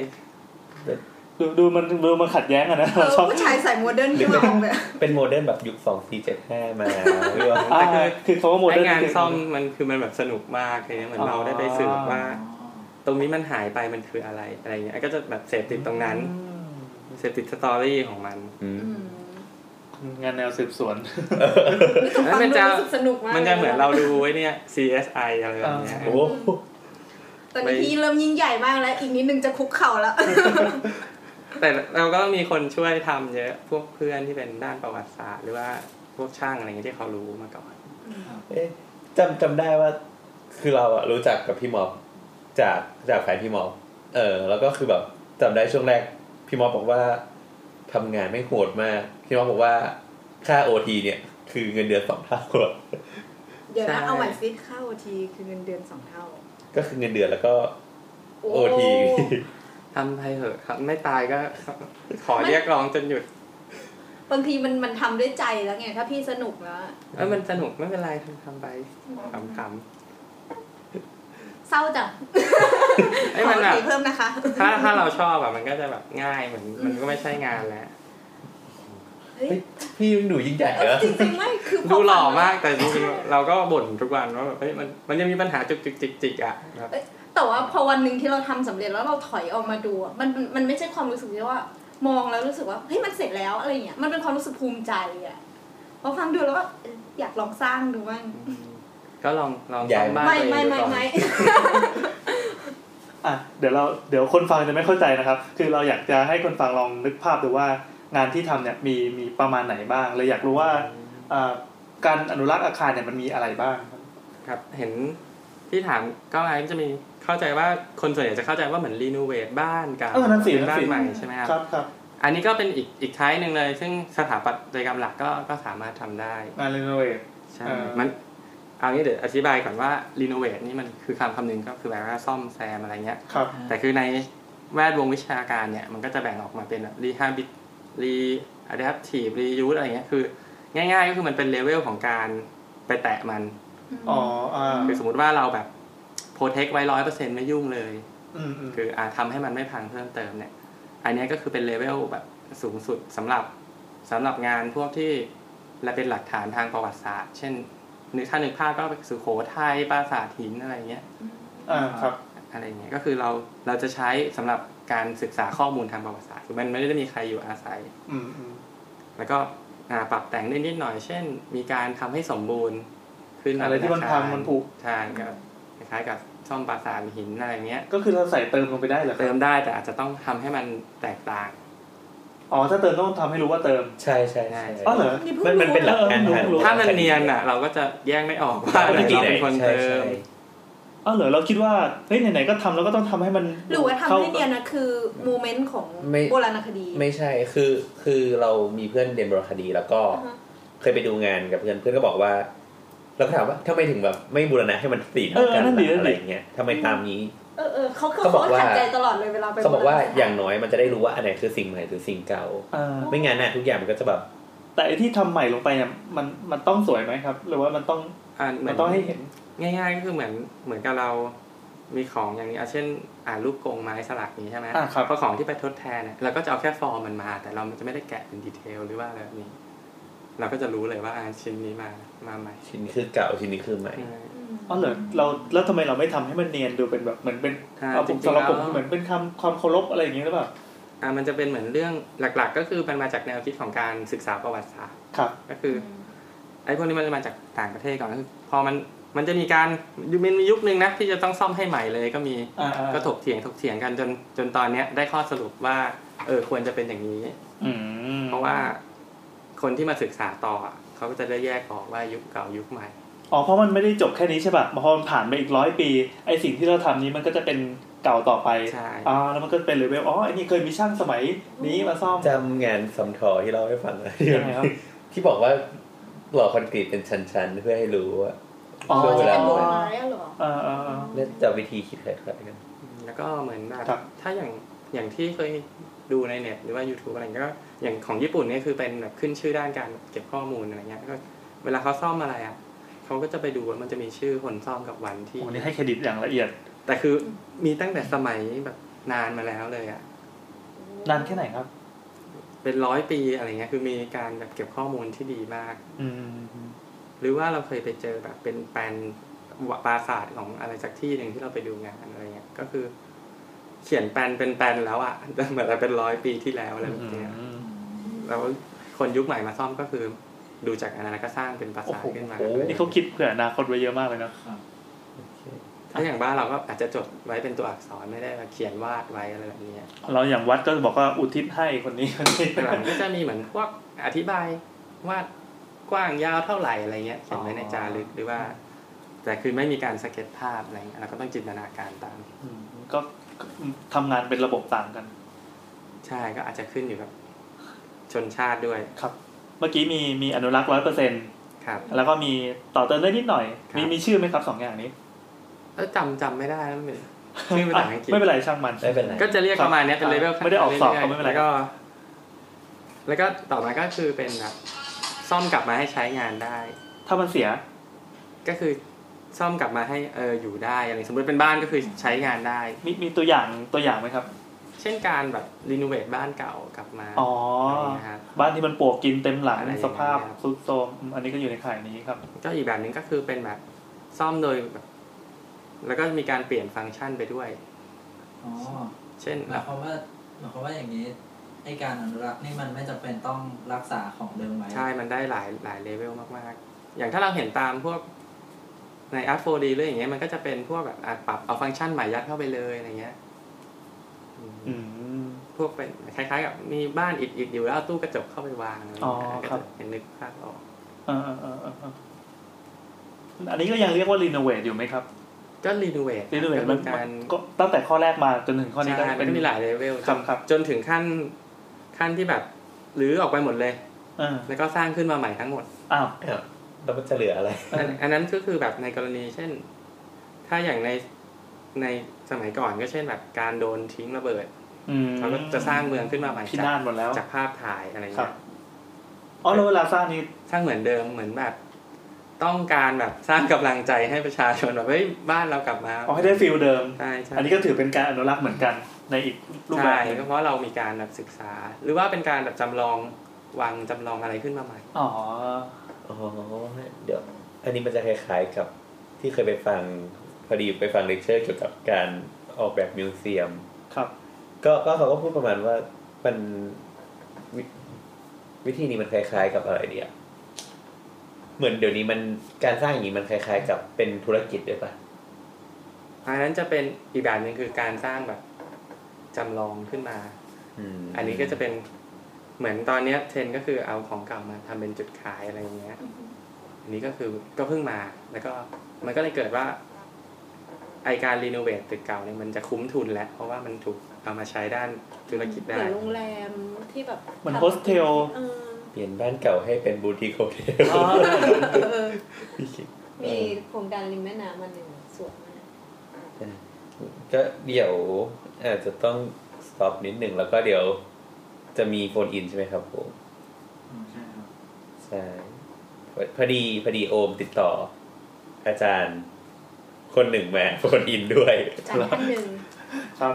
ดูดูมันดูมันขัดแย้งอะนะ
เออ
ชอบ
ผู้ชายใส่โมเดิร์นที่มาอ อกแบบ
เป็นโมเดิร์นแบบยุคสองสี่เจ็ดห้า มาหรือว่า
อ่าคือเขาว่าโม
ไอ
เดิร์น
งาน
คือ
ซ่อมมันคือมันแบบสนุกมากเลยนะเหมือนเราได้ไปสืบว่า ตรงนี้มันหายไปมันคืออะไรอะไรอย่างเงี้ยก็จะแบบเสพติดตรงนั้นเสพติดสตอรี่ของมัน
อืม
งานแนวสืบสวน
ฟัง
มั
ดู
นจะ
รู้สึกสนุกมาก
มันจะเหมือนเราดูไว้เนี่ย CSI อะไรแบบเนี้ย
โอ้โห
ตอนนี้พี่เริ่มยิ่งใหญ่มากแล้ว อีกนิดนึงจะคุกเข่าแล้ว
แต่เราก็ต้องมีคนช่วยทำเยอะพวกเพื่อนที่เป็นด้านประวัติศาสตร์ หรือว่าพวกช่างอะไรเงี้ยที่เขารู้มาก่อน
เอ๊ะจำจำได้ว่าคือเราอะรู้จักกับพี่มอบจากจากแฟนพี่มอบเออ แล้วก็คือแบบจำได้ช่วงแรก พี่มอบบอกว่าทำงานไม่โหดมาก พี่มอบบอกว่าค่าโอทีเนี่ย คือเงินเดือนสองเท่าอะ
เดี๋ยว
ใช่
นะเอาใหม่ซิค่าโอทีคือเงินเดือนสองเท่า
ก็คือเงินเดือนแล้วก็โอที
ทำไปเถอะครับ ไม่ตายก็ ขอเรียกร้องจนหยุด
บางทีมันมันทำด้วยใจแล้วไง ถ้าพี่สนุกแล้ว
เอ้ยมันสนุกไม่เป็นไรทำทำไปขำ
เศร้าจัง
ๆไอ้ย
ขอ
มันแบบ
ทีเพิ่มนะคะ
ถ้าถ้าเราชอบอะมันก็จะแบบง่ายเหมือนมันก็ไม่ใช่งานแล้ว
เฮ้ย
เฮ้ย พี่ยังหนูยิ่งใหญ่
เอ
เหร
อ
อ
จริงๆไม่คือพ
ดูหล่อ
ฟัง
มากแต่จริงๆเราก็บ่นทุกวันว่าแบบเฮ้ยมันมันยังมีปัญหาจุกจิกจิกจิกอะครับ
แต่ว่าพอวันหนึ่งที่เราทำสำเร็จแล้วเราถอยออกมาดูอะมันมันมันไม่ใช่ความรู้สึกที่ว่ามองแล้วรู้สึกว่าเฮ้ยมันเสร็จแล้วอะไรอย่างเงี้ยมันเป็นความรู้สึกภูมิใจอะพอฟังดูแล้วก็เอ้ยอยากลองสร้างดูบ้าง
ก็ลองลองซ่อมบ้าน
ไม่
ตัวเอ
ไม่
งดู
ไม่
ก่อน
ไม่
อ่ะเดี๋ยวเราเดี๋ยวคนฟังจะไม่เข้าใจนะครับ คือเราอยากจะให้คนฟังลองนึกภาพดูว่างานที่ทำเนี่ยมีมีประมาณไหนบ้างเลยอยากรู้ว่าเอ่อการอนุรักษ์อาคารเนี่ยมันมีอะไรบ้างครับ
ครับเห็นที่ถามก็อะไรจะมีเข้าใจว่าคนส่วนใหญ่จะเข้าใจว่าเหมือนรีโนเวทบ้านเกับ
เออนั่นสิ
เป็น
นั่
บ้าน
สิ
ใหม่ใช่ไหมครับ
ครับครับ
อันนี้ก็เป็นอีกอีกไท้ายหนึ่งเลย ซึ่งสถาปัตยกรรมหลักก็ก็สามารถทำได้
งานรีโนเวท
ใช่
เออ
มันเอางี้เดี๋ยวอธิบายก่อนว่ารีโนเวทนี่มันคือคำคำหนึ่งก็คือแบบว่าซ่อมแซมอะไรเงี้ย
ครับ
แต่คือในแวดวงวิชาการเนี่ย มันก็จะแบ่งออกมาเป็นรีฮาบิรีอะดัพทีฟรียูสอะไรเงี้ยคือ ง่ายๆก็คือมันเป็นเลเวลของการไปแตะมัน
อ๋ออ่า
คือสมมติว่าเราแบบโปรเทคไว้ร้อยเปอร์เซ็นต์ไม่ยุ่งเลย
อืมอืม
คืออาทำให้มันไม่พังเพิ่มเติมเนี่ย อันเนี้ยก็คือเป็นเลเวลแบบสูงสุดสำหรับสำหรับงานพวกที่และเป็นหลักฐานทางประวัติศาสตร์ เช่นนึกถ้านึกภาพก็สุโขทัยปราสาทหินอะไรเงี้ย
อ่าครับ
อะไรเงี้ยก็คือเราเราจะใช้สำหรับการศึกษาข้อมูลทางประวัติศาสตร์คือมันไม่ได้มีใครอยู่อาศัย
อืมอืม
แล้วก็อ่าปรับแต่งนิดๆหน่อยๆเช่น มีการทำให้สมบูรณ์ขึ้น
อะไรที่มันพังมันผุ
ใช่ครับคล้ายๆกับซ่อมปราสาทหินอะไรเงี้ย
ก็คือเราใส่เติมลงไปได้เหรอค
เติ
รับ
มได้แต่อาจจะต้องทำให้มันแตกต่าง
อ๋อถ้าเติมต้องทำให้รู้ว่าเติม
ใช่ใช่ใช่
อ๋อเหรอ
นี่เพิ่ง
มันมันเป็นหลักการทาง
ถ้ามันเนียนอ่ะ เราก็จะแยกไม่อ อกว่า
ว่า
ไหน
เป็น
เราเป็นคนเติ
ใช่
ม
ใช่
อ๋อเหรอเราคิดว่าเฮ้ยไหนๆก็ทำแล้วก็ต้องทำให้มัน
หรือว่าทำให้เนียนนะคือโมเมนต์ของ
ไม่
โบราณคดี
ไม่ใช่คือคือเรามีเพื่อนเรียนบรคดี แล้วก็
อ่าฮะ
เคยไปดูงานกับเพื่อนเพื่อนก็บอกว่าเราก็ถามว่าทำไมถึงแบบไม่บูรณะให้มันสีเท่ากันอะไรอย่างเงี้ยทำไมตามนี้
เออเออเขาก็
เขา
เขา
บอกว่า
ขัดใจตลอดเลยเวลาไป
เขาบอกว่า
โรณสถน
อย่างน้อยมันจะได้รู้ว่าอันไหนคือสิ่งใหม่หรือสิ่งเก่า
เออ
ไม่งั้นน่ะทุกอย่างมันก็จะแบบ
แต่ไอ้ที่ทำใหม่ลงไปเนี่ยมันมันต้องสวยไหมครับ หรือว่ามันต้อง
อ่าเหมื
มั
อน น
ต้องให้เห็น
ง่ายๆก็คือเหมือนเหมือนกับเรามีของอย่างนี้อ่ะเช่น อ่ารูปกรงไม้สลักนี้ใช่ไหม
อ่าครับ
เพราะของที่ไปทดแทนเนี่ยเราก็จะเอาแค่ฟอร์มมันมา แต่เราจะไม่ได้แกะเป็นดีเทลหรือว่าอะไรแบบนี้ เราก็จะรู้เลยว่าอ่าชิ้นนี้มามาใหม่
ชิ้นนี้คือเก่าชิ้นนี้คือใหม่
อืม
อ๋อเหรอเราแล้วทำไมเราไม่ทำให้มันเนียนดูเป็นแบบเหมือนเป็น
อ่า
เอาผม
จริงๆ
สำหรับผม
แล้ว
เหมือนเป็นคำความเคารพอะไรอย่างเงี้ยหรือเปล่า
อ่ามันจะเป็นเหมือนเรื่องหลัก ๆ ก็คือมันมาจากแนวคิดของการศึกษาประวัติศาสตร์
ครับ
ก็คืออไอ้พวกนี้มันจะมาจากต่างประเทศก่อนก็คือพอมันมันจะมีการมันมียุคนึงนะที่จะต้องซ่อมให้ใหม่เลยก็มี
อ่าอ่า
ก็ถกเถียงถกเถียงกันจนจนตอนเนี้ยได้ข้อสรุปว่าเออควรจะเป็นอย่างนี้
อืม
เพราะว่าคนที่มาศึกษาต่ออ่ะเขาก็จะได้แยกออกว่ายุคเก่ายุคใหม่
อ๋อเพราะมันไม่ได้จบแค่นี้ใช่ป่ะพอมันผ่านไปอีกร้อยปีไอสิ่งที่เราทำนี้มันก็จะเป็นเก่าต่อไป
ใช่
อ่าแล้วมันก็เป็นเลเวลอ๋อไอนี่เคยมีช่างสมัยนี้มาซ่อม
จำงานสำทอที่เราให้ฟังนะที่
ยังไงครับ
ที่บอกว่าหล่อคอนกรีตเป็นชั้นๆ เพื่อให้รู้ว่า
อ๋อ
ช่วงเวลา
เป็นโบไม้อะเหรอ
อ่าอ่าอ่า
และจะวิธีคิดคล้ายๆกัน
แล้วก็เหมือนแบ
ครับ
บถ้าอย่างอย่างที่เคยดูในเน็ตหรือว่า YouTube อะไรเงี้ยก็อย่างของญี่ปุ่นเนี่ยคือเป็นแบบขึ้นชื่อด้านการเก็บข้อมูลอะไรเงี้ยก็เวลาเขาซ่อมอะไรอ่ะเขาก็จะไปดูว่ามันจะมีชื่อคนซ่อมกับวันที่
โอ้นี่ให้เครดิตอย่างละเอียด
แต่คือมีตั้งแต่สมัยแบบนานมาแล้วเลยอ่ะ
นานแค่ไหนครับ
เป็นร้อยปีอะไรเงี้ยคือมีการแบบเก็บข้อมูลที่ดีมาก
อืม
หรือว่าเราเคยไปเจอแบบเป็นแปลนปราสาทของอะไรสักที่หนึ่งที่เราไปดูงานอะไรเงี้ยก็คือ เขียนแปลนเป็นแปลนแล้วอะ แต่เหมือนเราเป็นร้อยปีที่แล้วอะไรแบบเนี้ยแล้วคนยุคใหม่มาซ่อมก็คือ ดูจากอันนั้นก็สร้างเป็นปราสาท
โอ้โห
ขึ้นมา
โอ้โห
นี่เขาคิดเผื่ออนาคตไว้เยอะมากเลยเนอะ
ถ้าอย่างบ้านเราก็อาจจะจดไว้เป็นตัวอักษรไม่ได้มาเขียนวาดไว้อะไรแบบเนี้ย
เราอย่างวัดก็บอกว่าอุทิศให้คนนี้คนนี้
หลังก็จะมีเหมือนพวกอธิบายวาดกว้างยาวเท่าไหร่อะไรเงี้ยเขียนไว้ในจารึกหรือว่า แต่คือไม่มีการสเก็ตภาพอะไรเงี้ยเราก็ต้องจินตนาการตาม
อืมก็ทำงานเป็นระบบต่างกัน
ใช่ก็อาจจะขึ้นอยู่กับชนชาติด้วย
ครับ เมื่อกี้มีมีอนุรักษ์ร้อยเปอร์เซ็น
ครับ
แล้วก็มีต่อเติมได้นิดหน่อย
ครับ
มีมีชื่อไหมครับสองอย่างนี้
แล้วจำจำไม่ได้แล้วมั นเป็นชื่อภาษาอังกฤษ
ไม่เป็นไรช่างมัน
ไม่เป็นไร
ก็จะเรียกประมาณเนี้ยเป็นเลเวล
ครับไม่ได้ออกสอบก็ไม่เป็นไร
แล้วก็ แล้วก็ต่อมาก็คือเป็นแบบซ่อมกลับมาให้ใช้งานได้
ถ้ามันเสีย
ก็คือซ่อมกลับมาให้เอออยู่ได้อะไรสมมติเป็นบ้านก็คือใช้งานได้
มีมีตัวอย่างตัวอย่างไหมครับ
เช่นการแบบรีโนเวทบ้านเก่ากลับมา
อ๋อ
อะไรอย่างเงี้ยครับ
บ้านที่มันปลวกกินเต็มหลัง
อะไรอย่างเงี้ย
สภาพทรุดโทรมอืมอันนี้ก็อยู่ในข่ายนี้ครับ
ก็อีกแบบหนึ่งก็คือเป็นแบบซ่อมโดยแบบแล้วก็มีการเปลี่ยนฟังก์ชันไปด้วย
อ๋อ
เช่น
หมายความว่าหมายความว่าอย่างนี้ไอการอนุรักษ์นี่มันไม่จำเป็นต้องรักษาของเดิมไว้
ใช่ มันได้หลายหลายเลเวลมากๆ อย่างถ้าเราเห็นตามพวกใน Art 4D หรืออย่างเงี้ยมันก็จะเป็นพวกแบบอ่ะปรับเอาฟังก์ชันใหม่ยัดเข้าไปเลยอะไรเงี้ยอืม
อืม
พวกเป็นคล้ายๆกับมีบ้านอิดๆอยู่แล้วเอาตู้กระจกเข้าไปวางอะไรเงี้
อ๋อย
ก็
ครับ
จะเห็นนึกภาพออก
เออเออเออเออเอออันนี้ก็ยังเรียกว่ารีโนเวทอยู่ไหมครับ
ก็รีโนเวท
รีโนเวท
ก็
มั
เป็น นการ
ก็ตั้งแต่ข้อแรกมาจนถึงข้อนี้ก็
ใช่มั
เป็น น
ก็มีหลายเลเวล
ครับครับ
จนถึงขั้นขั้นที่แบบหรือออกไปหมดเลย
เออ
แล้วก็สร้างขึ้นมาใหม่ทั้งหมด
อ้าว
อ้าวแล้วมันจะเหลืออะไร
อันอันนั้นก็คือแบบในกรณีเช่น ถ้าอย่างในในสมัยก่อนก็เช่นแบบการโดนทิ้งระเบิด
อืม
เขาก็จะสร้างเมืองขึ้นมาใหม่
พิ
จา
นาศ
ก
หมดแล้ว
จากภาพถ่ายอะไร
ครั
เงี้
บ
ย
อ๋อแล้วเวลาสร้างนี่
สร้างเหมือนเดิมเหมือนแบบ ต้องการแบบสร้างกำลังใจให้ประชาชนแบบเฮ้ยบ้านเรากลับมา
เอาให้ได้ฟิลเดิม
ใช่ใช่
อันนี้ก็ถือเป็นการอนุรักษ์เหมือนกันในอีกรูปแบบ
ใช่
หนึง
ก็เพราะเรามีการแบบศึกษา หรือว่าเป็นการแบบจำลองวางจำลองอะไรขึ้นมาใหม่
อ๋อ
อ๋อ เดี๋ยว อันนี้มันจะคล้ายๆกับที่เคยไปฟัง พอดีไปฟังเลคเชอร์เกี่ยวกับการออกแบบมิวเซียม
ครับ
ก็ก็เขาก็พูดประมาณว่ามันววิธีนี้มันคล้าย ๆ กับอะไรเดียวเหมือนเดี๋ยวนี้มันการสร้างอย่างนี้มันคล้าย ๆ กับเป็นธุรกิจด้วยปะ
อันนั้นจะเป็นอีกแบบหนึ่งคือการสร้างแบบจำลองขึ้นมา
ม
อันนี้ก็จะเป็นเหมือนตอนเนี้ยเทรนด์ก็คือเอาของเก่ามาทำเป็นจุดขายอะไรอย่างเงี้ย อันนี้ก็คือก็เพิ่งมาแล้วก็มันก็เลยเกิดว่าไอการรีโนเวทตึกเก่าเนี่ยมันจะคุ้มทุนแล้ว เพราะว่ามันถูกเอามาใช้ด้านธุรกิจได้
เหมือนโรงแรมที่แบบ
เหมือนโฮสเทล
เออ
เปลี่ยนบ้านเก่าให้เป็นบูติคโฮเทล
อ๋อ
เออ
พี่คิด
มีโครงการริมแม่น้ำมันหนึ่งสวยมาก
ก็เดี๋ยวอาจจะต้องสต็อปนิดหนึ่งแล้วก็เดี๋ยว จะมีโฟนอินใช่ไหมครับผม
อืมใช่ครับ
ใช่พอดีพอดีโอมติดต่อ อาจารย์ คนหนึ่งมา โฟนอินด้วย
จากท่านหนึ่ง
ครับ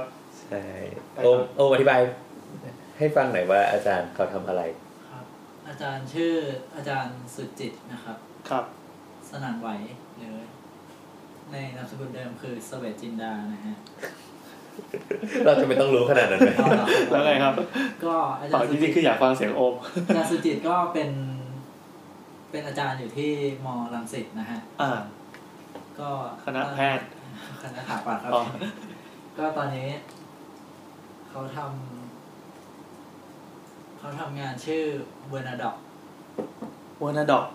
ใช่โอมโอมอธิบาย ให้ฟังหน่อยว่าอาจารย์เขาทำอะไร
ครับ อาจารย์ชื่ออาจารย์สุจิตนะครับ
ครับ
สนานไหวหรือในนามสกุลเดิมคือสเวตจินดานะฮะ
เราจะไม่ต้องรู้ขนาดนั้น ไหม
ก็
แล้วไงครับ
ก็อาจา
ต่อ
รย์สุ
ที่
จิ
นี่
ต
คืออยากฟังเสียงโอม
อาจารย์สุจิตก็เป็น เป็นอาจารย์อยู่ที่มรังสิตนะฮะ
อ่า
ก็
คณะแพทย์
คณะสถาปัตย์ครับ
อ๋อ
ก็ตอนนี้ เขาทำเขาทำงานชื่อเวอร์นาดอก
วานาดอก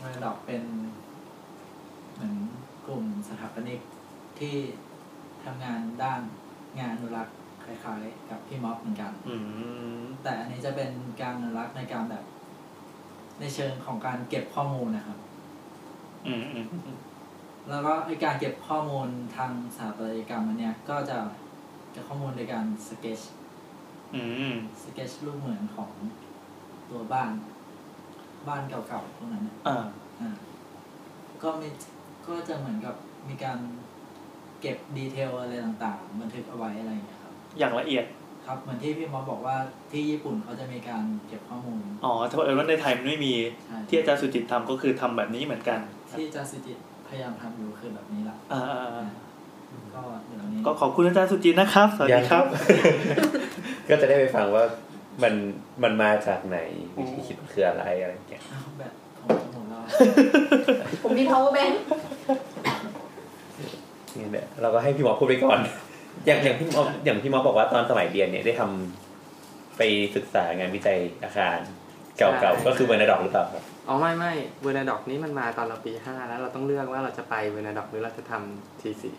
เวอร์นาดอกเป็น เหมือนกลุ่มสถาปนิกที่ทำงานด้านงานอนุรักษ์คล้ายๆ กับพี่ม็อบเหมือนกัน
อืม
แต่อันนี้จะเป็นการอนุรักษ์ในการแบบ ในเชิงของการเก็บข้อมูลนะครับ
อืมอืม
แล้วก็ไอการเก็บข้อมูลทางสถาปัตยกรรมอันเนี้ยก็จะเก็บข้อมูลโดยการสเกจ
อืม
สเกจรูปเหมือนของตัวบ้าน บ้านเก่าๆพวกนั้นน่ะ
อ่า
อ่าก็มีก็จะเหมือนกับมีการเก็บดีเทลอะไรต่างๆ บันทึกเอาไว้อะไรอย่างเงี้ยครับ
อย่างละเอียด
ครับเหมือนที่พี่มอสบอกว่าที่ญี่ปุ่นเขาจะมีการเก็บข้อมูล
อ๋อถ้าเออว่าในไทยมันไม่มี
ใช่
ที่อาจารย์สุจิตทำก็คือทำแบบนี้เหมือนกัน
ที่อาจารย์สิจิตพยายามทำอยู่คือแบบนี้แหละ
อ่าอ่าอ่า
ก็เดี๋ยวนี้
ก็ขอบคุณอาจารย์สุจิตนะครับ สวัสดีครับ
ก็จะได้ไปฟังว่ามันมันมาจากไหนวิธีคิดมันคืออะไรอะไรอย่างเงี้ย
อ้าวแบบของจมูกเรา
ผมมี power bank
นี่แหละเราก็ให้พี่หมอพูดไปก่อน อย่างอย่างพี่หมออย่างพี่หมอบอกว่าตอนสมัยเรียนเนี่ยได้ทำไปศึกษางานวิจัยอาคารเก่าๆก็คือเวอร์นาดอกหรือเปล่าครับ
อ๋อไม่ไม่เวอร์นาดอกนี้มันมาตอนเราปีห้าแล้วเราต้องเลือกว่าเราจะไปเวอร์นาดอกหรือเราจะทำทีสี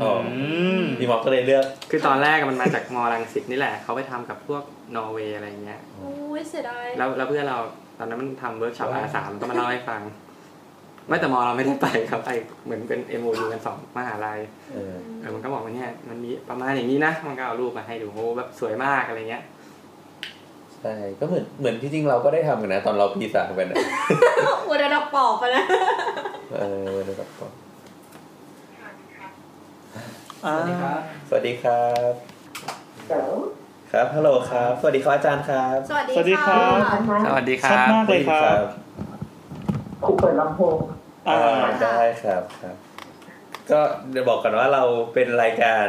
อ๋อ
อืม
พี่หมอก็เลยเลือก
คือตอนแรกอะมันมาจากมอรังสิตนี่แหละ เขาไปทำกับพวกนอร์เวย์อะไรเงี้ย
โอ้ยเสียดาย
แล้วแล้วเพื่อนเราตอนนั้นมันทำเวิร์กช็อปอาสามนก็มาเล่าให้ฟัง ไม่แต่มอเราไม่ได้ไปครับไปเหมือนเป็น m o u กันสองมหาลัย
เออ
เออมันก็บอกว่าเนี่ยมันมีประมาณอย่างนี้นะ มันก็เอารูปมาให้ดูโอ้แบบสวยมากอะไรเงี้ย
ใช่ก็เหมือนเหมือนที่จริงเราก็ได้ทำกันนะ ตอนเราพีสามกันนะ
อวดระดับปอบไปนะ
เออเวอร์นาดอกก่อน
สวัสดีครับ
สวัสดีครับ ครับฮัลโหลครับ สวัสดีครับอาจารย์ครับ
สวัสดี
สวัสดีครั
ค่ะ
บ
สวัสดีค
ชัด
รับ
มากเลยครับ
ครูเปิดลำโพง
อ่า
อ่าได้ครับครับ ก็เดี๋ยวบอกก่อนว่าเราเป็นรายการ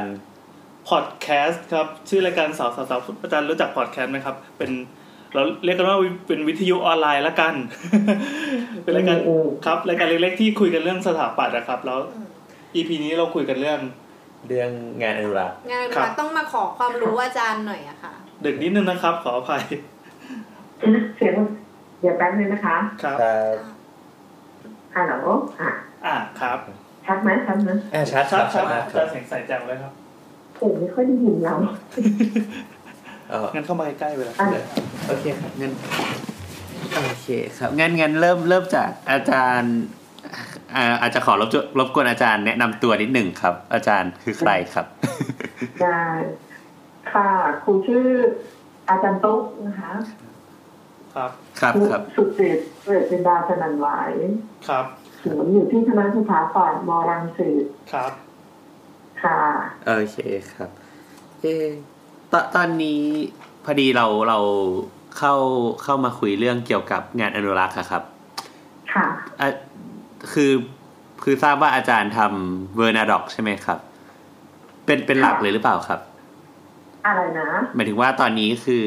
พอดแคสต์ครับ ชื่อรายการสาวสาวสาวอาจารย์รู้จักพอดแคสต์ไหมครับ เป็นเราเรียกกันว่าเป็นวิทยุออนไลน์ละกัน เป็นรายการครับรายการเล็กๆที่คุยกันเรื่องสถาปัตย์นะครับ แล้ว EP นี้เราคุยกันเรื่อง
เรื่องงานอนุรักษ์
งาน
ครั
รับ กต้องมาขอความรู้อาจารย์หน่อยอะค่ะ
ดึกนิดนึงนะครับ ขออภัย
เสียงเดี๋ยวแป๊บนึงนะคะ
ครับ
ครับ
ฮัลโหลอ่ะ
อ่าครับ
ชัดไหมชัดไหม
อ่าชัดค
ชั
รั
ด
บ
ชัดอาม
ชัดากครั
จาร
บ
ย์เสียงใสแจังเลย ครับ
ผมไม่ค่อยได้ยินเรา
อ๋อ
งั้นเข้ามาใกล้ๆเวลา
อ่ะ
โอเคครับงั้นโอเคครับงั้นงั้นเริ่มเริ่มจากอาจารย์อ่าอาจจะขอรบจรบกวนอาจารย์แนะนำตัวนิดหนึ่งครับ อาจารย์คือใครครับ
ได้ค่ะครูชื่ออาจารย์ตุ๊กนะคะ
ครับ
ครับ
ครู
ครับ
สุจิตเวชจินดาชนันไหวาย
ครับ
ศูนย์อยู่ที่คณะสถาปัตย์มรังสิต
ครับ
ค่ะ
โอเคครับเออตอนตอนนี้พอดีเราเราเข้าเข้ามาคุยเรื่องเกี่ยวกับงานอนุรักษ์อะครับ
ค่ะ
อ่ะคือคือทราบว่าอาจารย์ทำเวอร์นาดอกใช่ไหมครับ เป็นเป็นหลักเลยหรือเปล่าครับ
อะไรนะ
หมายถึงว่าตอนนี้คือ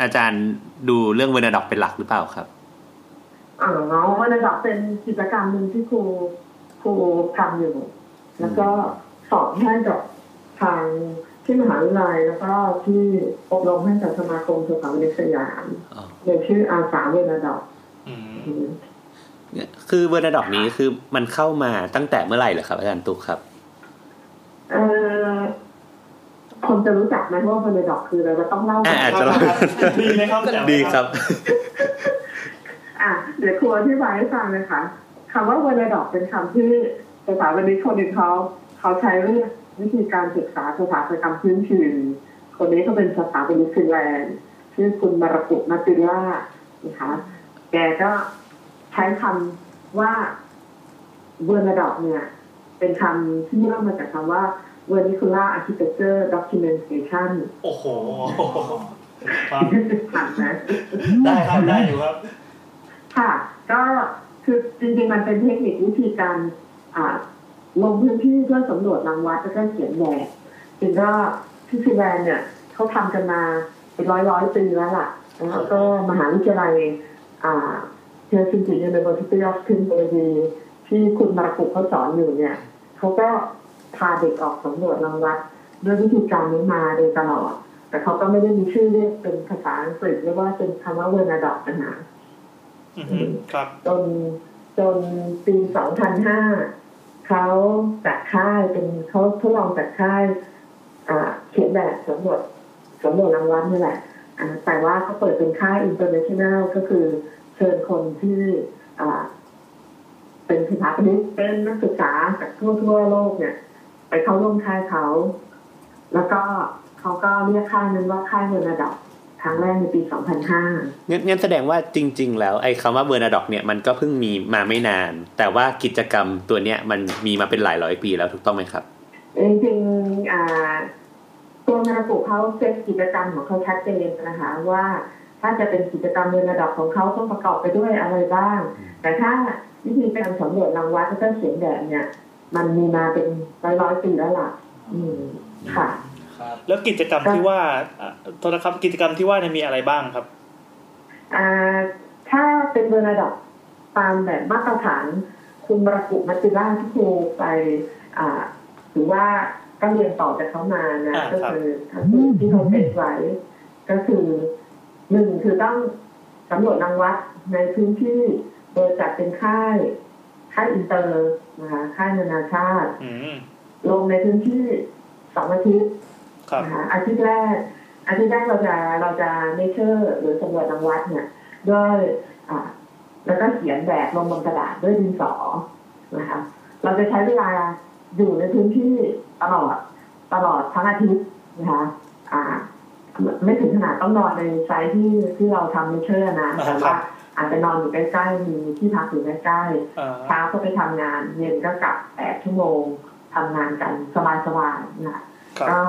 อาจารย์ดูเรื่องเวอร์นาดอกเป็นหลักหรือเปล่าครับ
อ๋อวันระดับเป็นกิจกรรมหนึ่งที่ครูครูทำอยู่ แล้วก็สอนให้กับทางที่มหาวิทยาลัยแล้วก็ที่อบรมให้กับสมาคมสถาบันสยาม
อ๋อ
ในชื่ออาสาเวลาดอก
อืม
อืม
คือเวอร์นาดอกนี้คือมันเข้ามาตั้งแต่เมื่อไหร่เหรอครับ อาจารย์ตุ๊กครับ
เอ่อคนจะรู้จักไหมว่าเบอร์เนดอกคืออะไรเราต้องเล่าก่อน
อ่า จจะลอง
ดีไหมครับแจ๋วไหม
ดีครับ
อ่ะเดี๋ยวครูอธิบายให้ฟังนะคะคำว่าเบอร์เนดอกเป็นคำที่สถาปนิกคนหนึ่งเขาเขาใช้เรื่องวิธีการศึกษาสถาปัตยกรรมพื้นถิ่นคนนี้เขาเป็นสถาปนิกฟินแลนด์ชื่อคุณมารุกุมาติล่านะคะ แกก็ใช้คำว่าเวอร์นาดอกเนี่ย เป็นคำที่เริ่มมาจากคำว่า vernacular architecture documentation
โอ้โหครับ
ผ่านนะ
ได้ครับได้อยู่ครับ
ค่ะก็คือจริงๆมันเป็นเทคนิควิธีการอ่าลงพื้นที่เพื่อสำรวจรังวัดแล้วก็เขียนแบบจริงก็ที่ฟินแลนด์เนี่ยเขาทำกันมาเป็นร้อยร้อยๆปีแล้วล่ะแล้วก็มหาวิทยาลัยอ่าเทอร์ซินจิเนอร์เบอร์ซิตี้ออฟเทคโนโลยีที่คุณมากุกเขาสอนอยู่เนี่ยเขาก็พาเด็กออกสำรวจรังวัดด้วยวิธีการนี้มาโดยตลอด แต่เขาก็ไม่ได้มีชื่อเรียกเป็นภาษาอังกฤษเรียกว่าเป็นคำว่าเวอร์นาดอกนะคะ
อือหือครับ
จนจนปี 2005 เขาจัดค่ายเป็นเขาทดลองจัดค่ายอ่าเขียนแบบสำรวจสำรวจรางวัลนี่แหละอ่าแต่ว่าเขาเปิดเป็นค่าย international ก็คือเชิญคนที่อ่าเป็นสถาปนิกเป็นนักศึกษาจากทั่วทั่วโลกเนี่ย ไปเข้าร่วมค่ายเขา แล้วก็เขาก็เรียกค่ายนั้นว่าค่ายเงินระดับครั้งแรกในปี 2005
งั้นงั้นแสดงว่าจริง ๆ แล้วไอ้คำว่าเบอร์นาดอกเนี่ยมันก็เพิ่งมีมาไม่นาน แต่ว่ากิจกรรมตัวเนี้ยมันมีมาเป็นหลายร้อยปีแล้วถูกต้องไหมครับ
จริงๆอ่าตัวมรดกเขาเซตกิจกรรมของเขาชัดเจนนะคะว่า ถ้าจะเป็นกิจกรรมในระดับของเขาต้องประกอบไปด้วยอะไรบ้าง แต่ถ้าวิธีการสำรวจรางวัลแล้วก็เสียงแดดเนี่ย มันมีมาเป็นร้อยร้อยๆปีแล้วล่ะ อืมค่ะ
ครับ
แล้วกิจกรรมที่ว่าอ่ะโทษนะครับกิจกรรมที่ว่าเนี่ยมีอะไรบ้างครับ
อ่าถ้าเป็นเบอร์ระดับตามแบบมาตรฐาน คุณบรากุมัจจิล่าที่ครูไปอ่าถือว่าก็เรียนต่อจากเขามานะ
อ่าครับ
ก็คือทั้งหมดที่เขาเป็นไว้ก็คือหนึ่งคือต้องสำรวจรังวัดในพื้นที่โดยจัดเป็นค่ายค่ายอินเตอร์นะคะค่ายนานาชาติ
อืม
ลงในพื้นที่สองอาทิตย์
ครับ
นะคะอาทิตย์แรกอาทิตย์แรกเราจะเราจะเนเชอร์หรือสำรวจรังวัดเนี่ยด้วยอ่าแล้วก็เขียนแบบลงบนกระดาษด้วยดินสอนะคะเราจะใช้เวลาอยู่ในพื้นที่ตลอดตลอดทั้งอาทิตย์นะคะอ่าไม่ถึงขนาดต้องนอนในไซต์ที่ที่เราทำเนเชอร์นะ
อ่าค
แต่
รับ
ว่าอาจจะนอนอยู่ใกล้ๆมีที่พักอยู่ใกล้ๆ
อ่า
เช้าก็ไปทำงาน เย็นก็กลับแปดชั่วโมงทำงานกันสบายๆนะคะ
ครับ
ก็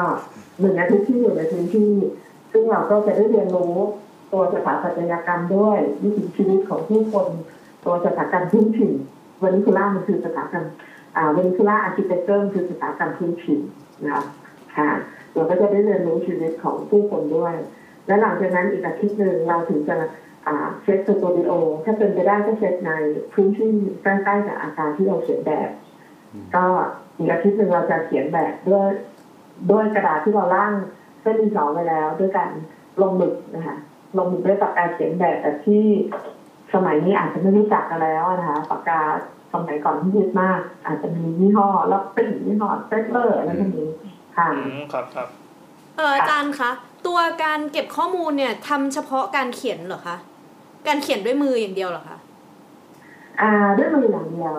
หนึ่งอาทิตย์ที่อยู่ในพื้นที่ ซึ่งเราก็จะได้เรียนรู้ตัวสถาปัตยกรรมด้วยวิถีชีวิตของผู้คน ตัวสถาปัตยกรรมพื้นถิ่นเวนิคุล่ามันคือสถาปัตยกรรมอ่าเวนิคุล่าอาร์คิเทคเจอร์คือสถาปัตยกรรมพื้นถิ่นนะคะค่ะ เราก็จะได้เรียนรู้ชีวิตของผู้คนด้วย และหลังจากนั้นอีกอาทิตย์หนึ่งเราถึงจะ อ่าเช็คสตูดิโอถ้าเป็นไปได้ก็เช็คในพื้นที่ใกล้ๆกับอาการที่เราเขียนแบบ ก็อีกอาทิตย์หนึ่งเราจะเขียนแบบด้วยด้วยกระดาษที่เราล่างเส้นดินสอไว้แล้ว ด้วยการลงหมึกนะคะลงหมึกด้วยปากกาเขียนแบบแต่ที่สมัยนี้อาจจะไม่รู้จักกันแล้วนะคะปากกาสมัยก่อนที่ฮิตมาก อาจจะมียี่ห้อล็อบปิ้งยี่ห้อเซตเลอร์อะไรพวกนี้ค่ะ
อืมครับครับ
เอออาจารย์คะตัวการเก็บข้อมูลเนี่ยทำเฉพาะการเขียนเหรอคะการเขียนด้วยมืออย่างเดียวเหรอคะ
อ่าด้วยมืออย่างเดียว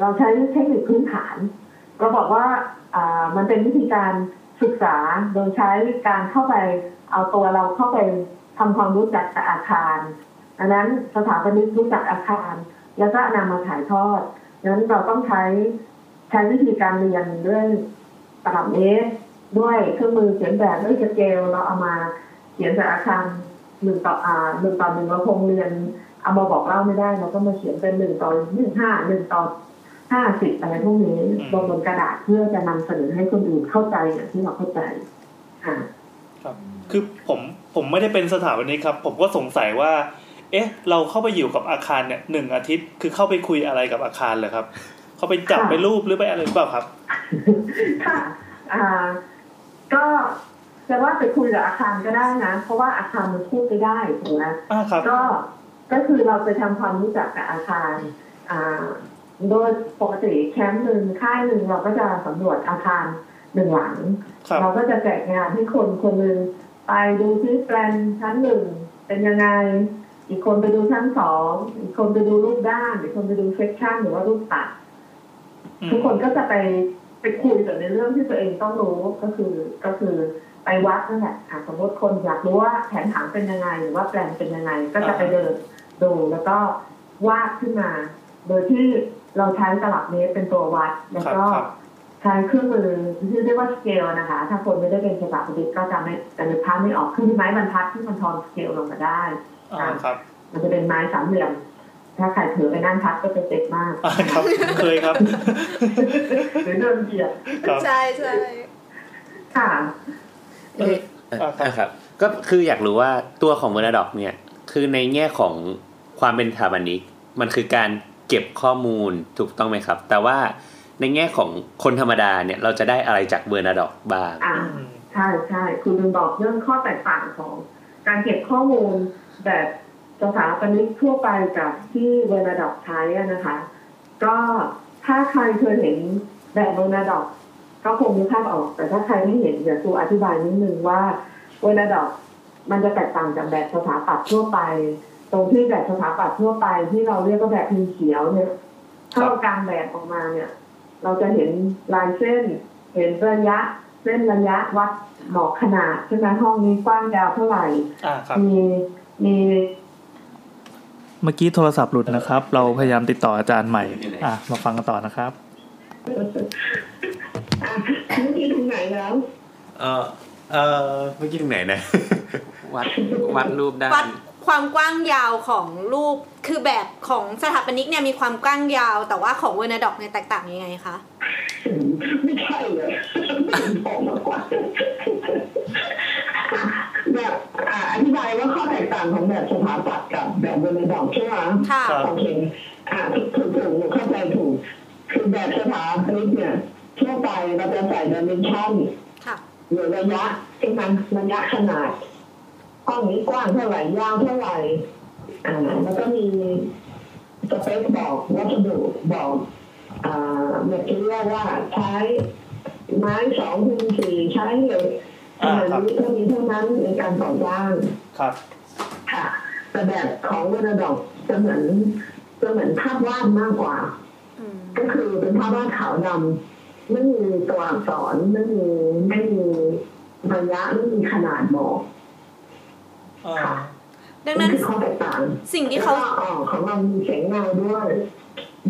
เราใช้เทคนิคพื้นฐาน เราบอกว่าอ่ามันเป็นวิธีการศึกษาโดยใช้การเข้าไปเอาตัวเราเข้าไปทำความรู้จักกับอาคารอันนั้นสถาปนิกรู้จักอาคาร แล้วก็นำมาถ่ายทอดนั้นเราต้องใช้ใช้วิธีการเรียนด้วยตลับเมตรด้วยเครื่องมือเขียนแบบด้วยสเกลเราเอามาเขียนจากอาคารหนึ่งต่ออ่าหนึ่งต่อหนึ่งเราคงเรียน เอามาบอกเล่าไม่ได้เราก็มาเขียนเป็นหนึ่งต่อหนึ่งห้าหนึ่งต่อห้าสิบอะไรพวกนี้ลงบนกระดาษเพื่อจะนำเสนอให้คนอื่นเข้าใจอย่างที่เราเข้าใจค่ะ
ครับ คือผมผมไม่ได้เป็นสถาปนิกครับ ผมก็สงสัยว่า เอ๊ะ เราเข้าไปอยู่กับอาคารเนี่ยหนึ่งอาทิตย์คือเข้าไปคุยอะไรกับอาคารเหรอครับ เข้าไปจับ
ค่ะ
ไปรูปหรือไปอะไรหรือเปล่าครับ
ค่ะอ่าก็จะว่าไปคุยกับอาคารก็ได้นะ เพราะว่าอาคารมันพูดไม่ได้ถูกไหม
อ่าครับ
ก็ก็คือเราไปทำความรู้จักกับอาคารอ่าโดยปกติแคมป์หนึ่งค่ายหนึ่งเราก็จะสำรวจอาคารหนึ่งหลัง
ครับ
เราก็จะแจกงานให้คนคนหนึ่งไปดูที่แปลนชั้นหนึ่งเป็นยังไง อีกคนไปดูชั้นสองอีกคนไปดูรูปด้านอีกคนไปดูเซกชันหรือว่ารูปตัด
อืม
ทุกคนก็จะไปไปคุยแต่ในเรื่องที่ตัวเองต้องรู้ก็คือก็คือไปวัดนั่นแหละอ่ะสมมติคนอยากรู้ว่าแผนผังเป็นยังไง หรือว่าแปลนเป็นยังไง ก็จะไปเดิน ดูแล้วก็วาดขึ้นมา โดยที่เราใช้ตลับเมตรเป็นตัววัด แล้วก็
ครับ
ใช้เครื่องมือที่เรียกว่าสเกลนะคะ ถ้าคนไม่ได้เป็นภาษาอังกฤษก็จะไม่จะนึกภาพไม่ออกคือมีไม้บรรทัดที่มันทอนสเกลลงมาได้
อ่าครับ
มันจะเป็นไม้สามเหลี่ยม ถ้าใครถือไปนั่งทัดก็จะเจ็บมาก
อ่าครับเคยครับ
หรือโดนเหยียบ
ครับ
ใช่ใช่
ค่ะ
เอย
เอ่ออ่ะครับ
อ่ะครับ ก็คืออยากรู้ว่าตัวของเมอร์ดอกเนี่ย คือในแง่ของความเป็นสถาบันนี้มันคือการเก็บข้อมูลถูกต้องไหมครับ แต่ว่าในแง่ของคนธรรมดาเนี่ยเราจะได้อะไรจากเบอร์นาดอกบ้าง
อ่า
อืม
ใช่ใช่คุณลุงบอกเรื่องข้อแตกต่างของการเก็บข้อมูลแบบสถาปนิกทั่วไปกับที่เวลาดอกใช้อะนะคะ ก็ถ้าใครเคยเห็นแบบเวลาดอก ก็คงนึกภาพออก แต่ถ้าใครไม่เห็นเดี๋ยวครูอธิบายนิดนึงว่าเวลาดอกมันจะแตกต่างจากแบบสถาปัตย์ทั่วไป ตรงที่แบบสถาปัตย์ทั่วไปที่เราเรียกว่าแบบพิมพ์เขียวเนี่ยถ้าเรากางแบบออกมาเนี่ย เราจะเห็นลายเส้น เห็นระยะ เส้นระยะวัดหมอกขนาดใช่ไหมห้องนี้กว้างยาวเท่าไหร่
อ่าครับ
มีมี
เมื่อกี้โทรศัพท์หลุดนะครับ เราพยายามติดต่ออาจารย์ใหม่ อ่ะ มาฟังกันต่อนะครับ
อ่ะนี่ที่ตรงไหนแล้ว
เออเออเมื่อกี้ตรงไหนนะ
วัดวัดรูปได้
วัดความกว้างยาวของรูปคือแบบของสถาปนิกเนี่ยมีความกว้างยาว แต่ว่าของเวอร์นาดอกเนี่ยแตกต่างยังไงคะ
ไม่ใช่เลยบอกมากกว่า แบบอ่ะอธิบายว่าข้อแตกต่างของแบบสถาปัตย์กับแบบบริบทใช่ไหม
ค่ะ
ครับ
โอเคอ่าถูกถูกถูกหนูเข้าใจถูก คือแบบสถาปนิกเนี่ยทั่วไปเราจะใส่ดิเมนชัน
ค่ะ
หรือระยะที่มันระยะขนาดห้องนี้กว้างเท่าไหร่ยาวเท่าไหร่อ่าแล้วก็มีสเปคบอกวัสดุบอกอ่าเมทีเรียว่าใช้ไม้สองคูณสี่ใช้เหล็กขนาดนี้เท่านี้เท่านั้นในการก่อสร้าง
ครับ
ค่ะแต่แบบของเวลาดอกจะเหมือนจะเหมือนภาพวาดมากกว่า
อืม
ก็คือเป็นภาพวาดขาวดำไม่มีตัวอักษรไม่มีไม่มีระยะไม่มีขนาดบอก
อ่า
ดัง
นี่
นั้น
คือข้อแตกต่าง
สิ่งที่
แล้ว
เขา
ก็ออกของเรามีแสงเงาด้วย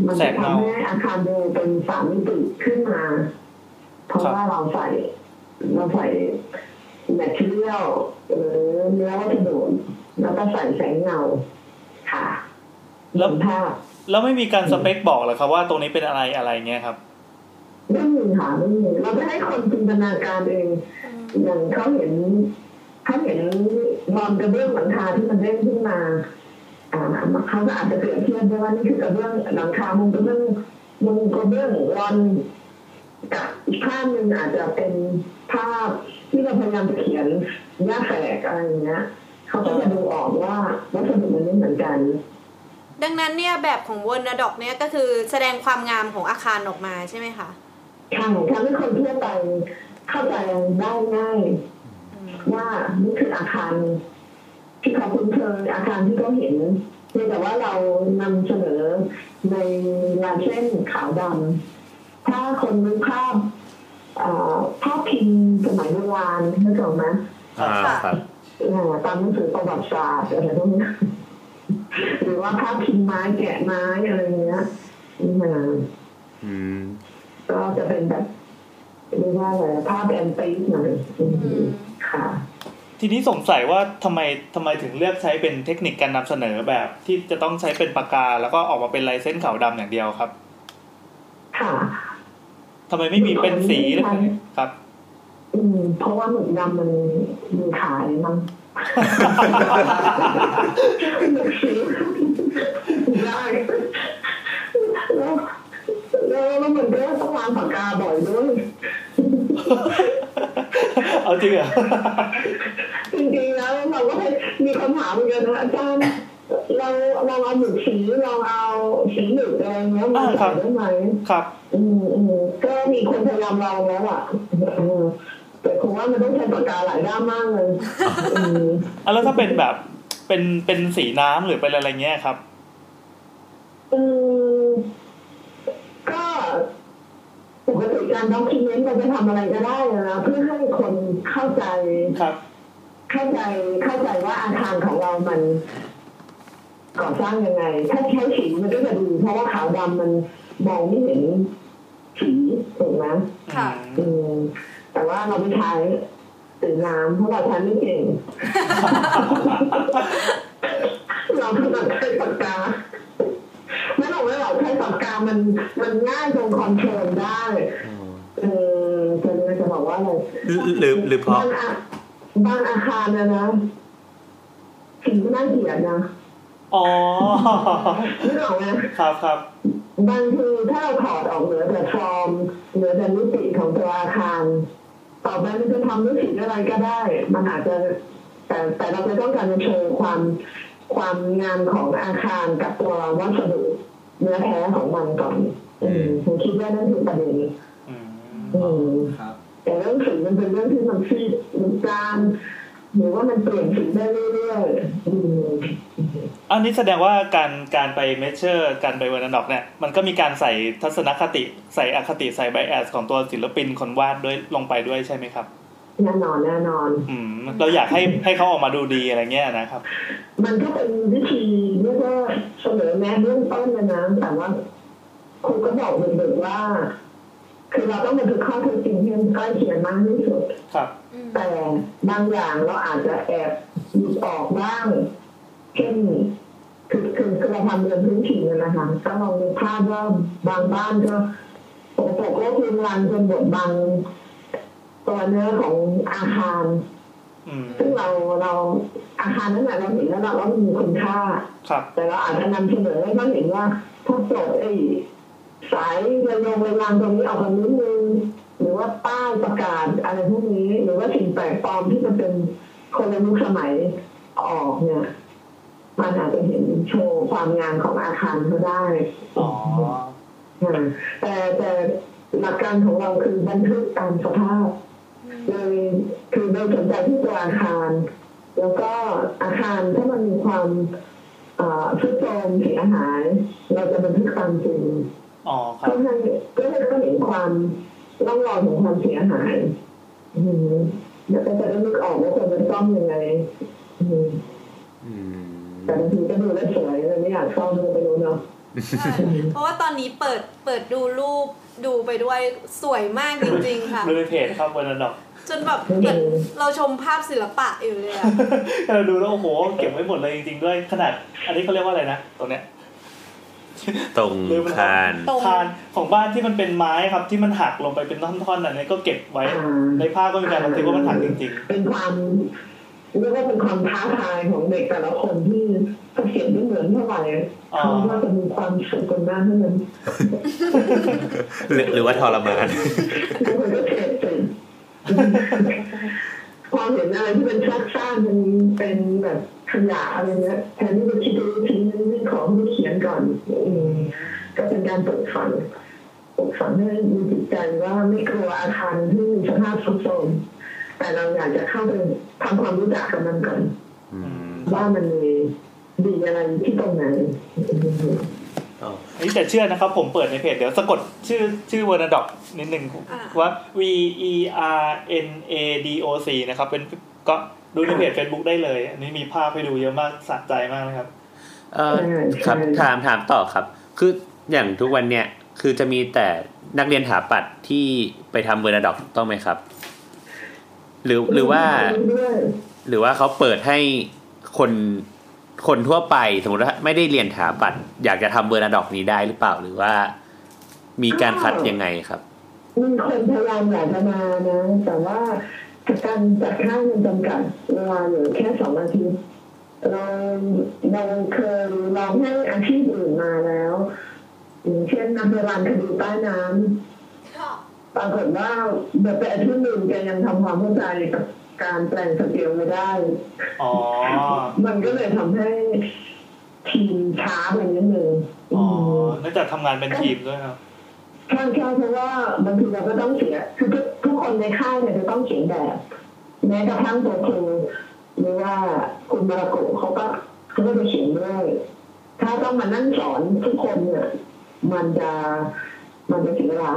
มัน
แส
จะ
งเงา
ทำให้อาคารดูเป็นสามมิติขึ้นมาเพราะว่าเราใส่เราใส่แมทเทียลหรือเนื้อวัสดุแล้วก็ใส่แสงเงาค่ะ
แล้ว
ภาพ
แล้วไม่มีการสเปคบอกเหรอครับว่าตรงนี้เป็นอะไรอะไรเงี้ยครับ
ไม่มีค่ะไม่มีเราจะให้คนจินตนาการเอง
อืม
อย่างเขาเห็นเขาเห็นนอนกระเบื้องหลังคาที่มันเด้งขึ้นมา อ่าเขาก็อาจจะเปรียบเทียบได้ว่านี่คือกระเบื้องหลังคามุงกระเบื้องมุงกระเบื้องรอนกับอีกภาพหนึ่งอาจจะเป็นภาพที่เราพยายามจะเขียนหน้าแฝกอะไรอย่างเงี้ยเขาก็จะดูออกว่าวัสดุมันไม่เหมือนกัน
ดังนั้นเนี่ยแบบของเวอร์นาดอกเนี่ยก็คือแสดงความงามของอาคารออกมาใช่ไหมคะ
ค่ะทำให้คนทั่วไปเข้าใจได้ง่าย
อืม
ว่านี่คืออาคาร ที่เขาคุ้นเคยอาคารที่เขาเห็นเพียงแต่ว่าเรานำเสนอในลายเส้นขาวดำถ้าคนนึกภาพเอ่อภาพพิมพ์สมัยโบราณนึกออกไหม
อ่าครับ
เอ่อตามหนังสือประวัติศาสตร์อะไรพวกนี้หรือว่าภาพพิมพ์ไม้แกะไม้อะไรเงี้ยอืม
อืม
ก็จะเป็นแบบเรียกว่าอะไรอะภาพแอนตี้หน่อยอืมค่ะ
ทีนี้สงสัยว่าทำไมทำไมถึงเลือกใช้เป็นเทคนิคการนำเสนอแบบที่จะต้องใช้เป็นปากกา แล้วก็ออกมาเป็นลายเส้นขาวดำอย่างเดียวครับ
ค่ะ
ทำไมไม่มีเป็นสีหรือเปล่าครับ
อืมเพราะว่าหมึกดำมันมีขายมั้งหมึกสีได้แล้วแล้วแล้วมันก็ต้องวางปากกาบ่อยด้วย
เอาจริงเหรอ
จริงๆแล้วเราก็มีคำถามเหมือนกันนะอาจารย์เราเราเอาหมึกสีเราเอาสีหมึกอะไรเงี้ยมา
อ่าครั
ใส่
บ
ได้ไหม
ครับ
อืมอืมก็มีคนพยายามลองแล้วอ่ะเออแต่คงว่ามันต้องใช้ปากกาหลายด้ามมากเลยอืม
อ่ะแล้วถ้าเป็นแบบเป็นเป็นสีน้ำหรือเป็นอะไรเงี้ยครับ
อืมก็ปกติการด็อกิเมนต์เราจะทำอะไรก็ได้นะเพื่อให้คนเข้าใจ
ครับ
เข้าใจเข้าใจว่าอาคารของเรามัน ก่อสร้างยังไง ถ้าใช้สีมันก็จะดีเพราะว่าขาวดำมันมองไม่เห็นสีถูกไหม
ค่ะ
อืมแต่ว่าเราไปใช้สีน้ำเพราะเราใช้ไม่เก่ง เราถนัดใช้ปากกาไม่หรอกไม่หรอกใช้ปากกามันมันง่ายตรงคอนโทรลได้เออจะเลยจะบอกว่าอะไร
หรือหรือหรือเพราะ
บางอาบางอาคารนะนะสีมันน่าเกลียดนะ
อ๋อ
นึกออกไหม
ครับครับ
บางทีถ้าเราถอดออกเหลือแต่ฟอร์มเหลือแต่มิติของตัวอาคาร ต่อไปมันจะทำด้วยสีอะไรก็ได้ มันอาจจะ แต่แต่เราจะต้องการจะโชว์ความความงามของอาคารกับตัววัสดุเนื้อแท้ของมันก่อน อืมผมคิดว่านั่นคือประเด็น
อืม
อืม
ครับ
แต่เรื่องสีมันเป็นเรื่องที่มันซีดมันจางหรือว่ามันเปลี่ยนสีได้เรื่อยๆอืม
อันนี้แสดงว่าการการไปเมเชอร์การไปวันดอกเนี่ยมันก็มีการใส่ทัศนคติใส่อคติใส่ไบแอสของตัวศิลปินคนวาดด้วยลงไปด้วยใช่ไหมครับ
แน่นอนแน่นอน
อืม เราอยากให้ให้เขาออกมาดูดีอะไรเงี้ยนะครับ
มันก็เป็นวิธีเรียกว่าเสนอแนะเบื้องต้นเลยนะแต่ว่าครูก็บอกเด็กๆว่า คือเราต้องบันทึกข้อเท็จจริงที่มันใกล้เคียงมากที่สุด
ครับ
อืม
แต่บางอย่างเราอาจจะแอบหยิบออกบ้างเช่นคือคือคือเราทำเรือนพื้นถิ่นนะนะคะก็ลองนึกภาพว่าบางบ้านก็ปกปรกโลกลุงรังจนบดบังตัวเนื้อของอาคาร
อืม
ซึ่งเราเราอาคารนั้นแหละเราเห็นแล้วเราว่ามันมีคุณค่า
ครับ
แต่เราอาจจะนำเสนอให้เขาเห็นว่าถ้าปลดไอ้สายระยงระยางตรงนี้ออกมานิดนึงหรือว่าป้ายประกาศอะไรพวกนี้ หรือว่าสิ่งแปลกปลอมที่มันเป็นคนในยุคสมัยออกเนี่ยมันอาจจะเห็นโชว์ความงามของอาคารเขาได้
อ๋อ
นะแต่แต่หลักการของเราคือบันทึกตามสภาพ เลยคือเราสนใจที่ตัวอาคาร แล้วก็อาคารถ้ามันมีความเอ่อทุดโทรมเสียหาย เราจะบันทึกความจริง
อ๋อครั
ก็
บ
ให้ก็ให้เขาเห็นความร่องรอยของความเสียหาย อืมแล้วก็จะได้นึกออกว่าควรจะซ่อมยังไงอืม
อืม
แต่บางทีก็ดูแล้วสวยเลยไม่อยากซ่อมเลยไม่รู้เนาะ
ใช่เพราะว่าตอนนี้เปิดเปิดดูรูปดูไปด้วยสวยมากจริงๆค่ะ
ดูในเพจครับวันดอก
จนแบบเหมือนเราชมภาพศิลปะอยู่เลยอะ
เราดูแล้วโอ้โหเก็บไว้หมดเลยจริงๆด้วยขนาด อันนี้เขาเรียกว่าอะไรนะตรงเนี้ย
ตรงคาน
ตรง
คานของบ้านที่มันเป็นไม้ครับที่มันหักลงไปเป็นท่อนๆอันนี้ก็เก็บไว้
อืม
ในภาพก็มีการบันทึกว่ามันหักจริง
เป็นความเรียกว่าเป็นความท้าทายของเด็กแต่ละคนที่เขาเขียนไม่เหมือนเท่าไหร่
อ๋อ
เขาก็จะมีความสุขกันมากเท่านั้น
หรือหรือว่าทรมาน
ทุกคนก็เสพติด พอเห็นอะไรที่เป็นซากซ่านเป็นเป็นแบบขยะอะไรเนี้ยแทนที่จะคิดดูทีนึงนี่ของที่เขียนก่อน อืมก็เป็นการปลูกฝังปลูกฝังให้มีจิตใจว่าไม่กลัวอาคารที่มีสภาพทรุดโทรมแต่เราอยากจะเข้าไปทำความรู้จักกับมันก่อน
อืม
ว่ามันมีดีอะไรที่ตรงไหนอืม
อ๋อ
ๆนี่แต่เชื่อนะครับผมเปิดในเพจเดี๋ยวสะกดชื่อชื่อวอร์ดอกนิดนึง
อ่า
ว่า V E R N A D O C นะครับเป็นก็ดูในเพจ Facebook ได้เลย อันนี้มีภาพให้ดูเยอะมากสะใจมากนะครับ
เอ่อ
ใช่
ครับ
ใช่
ถามถามต่อครับ คืออย่างทุกวันเนี่ยคือจะมีแต่นักเรียนถาปัดที่ไปทำเวอร์นาดอกถูกต้องไหมครับ หรือหรือว่า
ด้วย
หรือว่าเขาเปิดให้คนคนทั่วไปสมมติว่าไม่ได้เรียนถาปัด อยากจะทำเวอร์นาดอกนี้ได้หรือเปล่าหรือว่า มีการคัดยังไงครับ
มีคนพยายามอยากจะมานะ แต่ว่าการจัดค่ายมันจำกัดเวลาอยู่แค่สองอาทิตย์เราเราเคยลองให้อาชีพอื่นมาแล้วอย่างเช่นนักโบราณคดีใต้น้
ค่ะ
ำปรากฏว่าเดี๋ยวไปอาชีพอื่นแกยังทำความเข้าใจกับการแปลงสเกลไม่ได้
อ๋อ
มันก็เลยทำให้ทีมช้าไปนิดนึง
อ๋อ
ม
เนื่องจากทำงานเป็นทีมด้วยครับ
ใช่ใช่เพราะว่าบางทีเราก็ต้องเสียคือทุกทุกคนในค่ายเนี่ยจะต้องเขียนแบบ แม้กระทั่งตัวครูหรือว่าคุณมาโกะเขาก็เขาก็จะเขียนด้วยถ้าต้องมานั่งสอนทุกคนเนี่ยมันจะมันจะเสียเวลา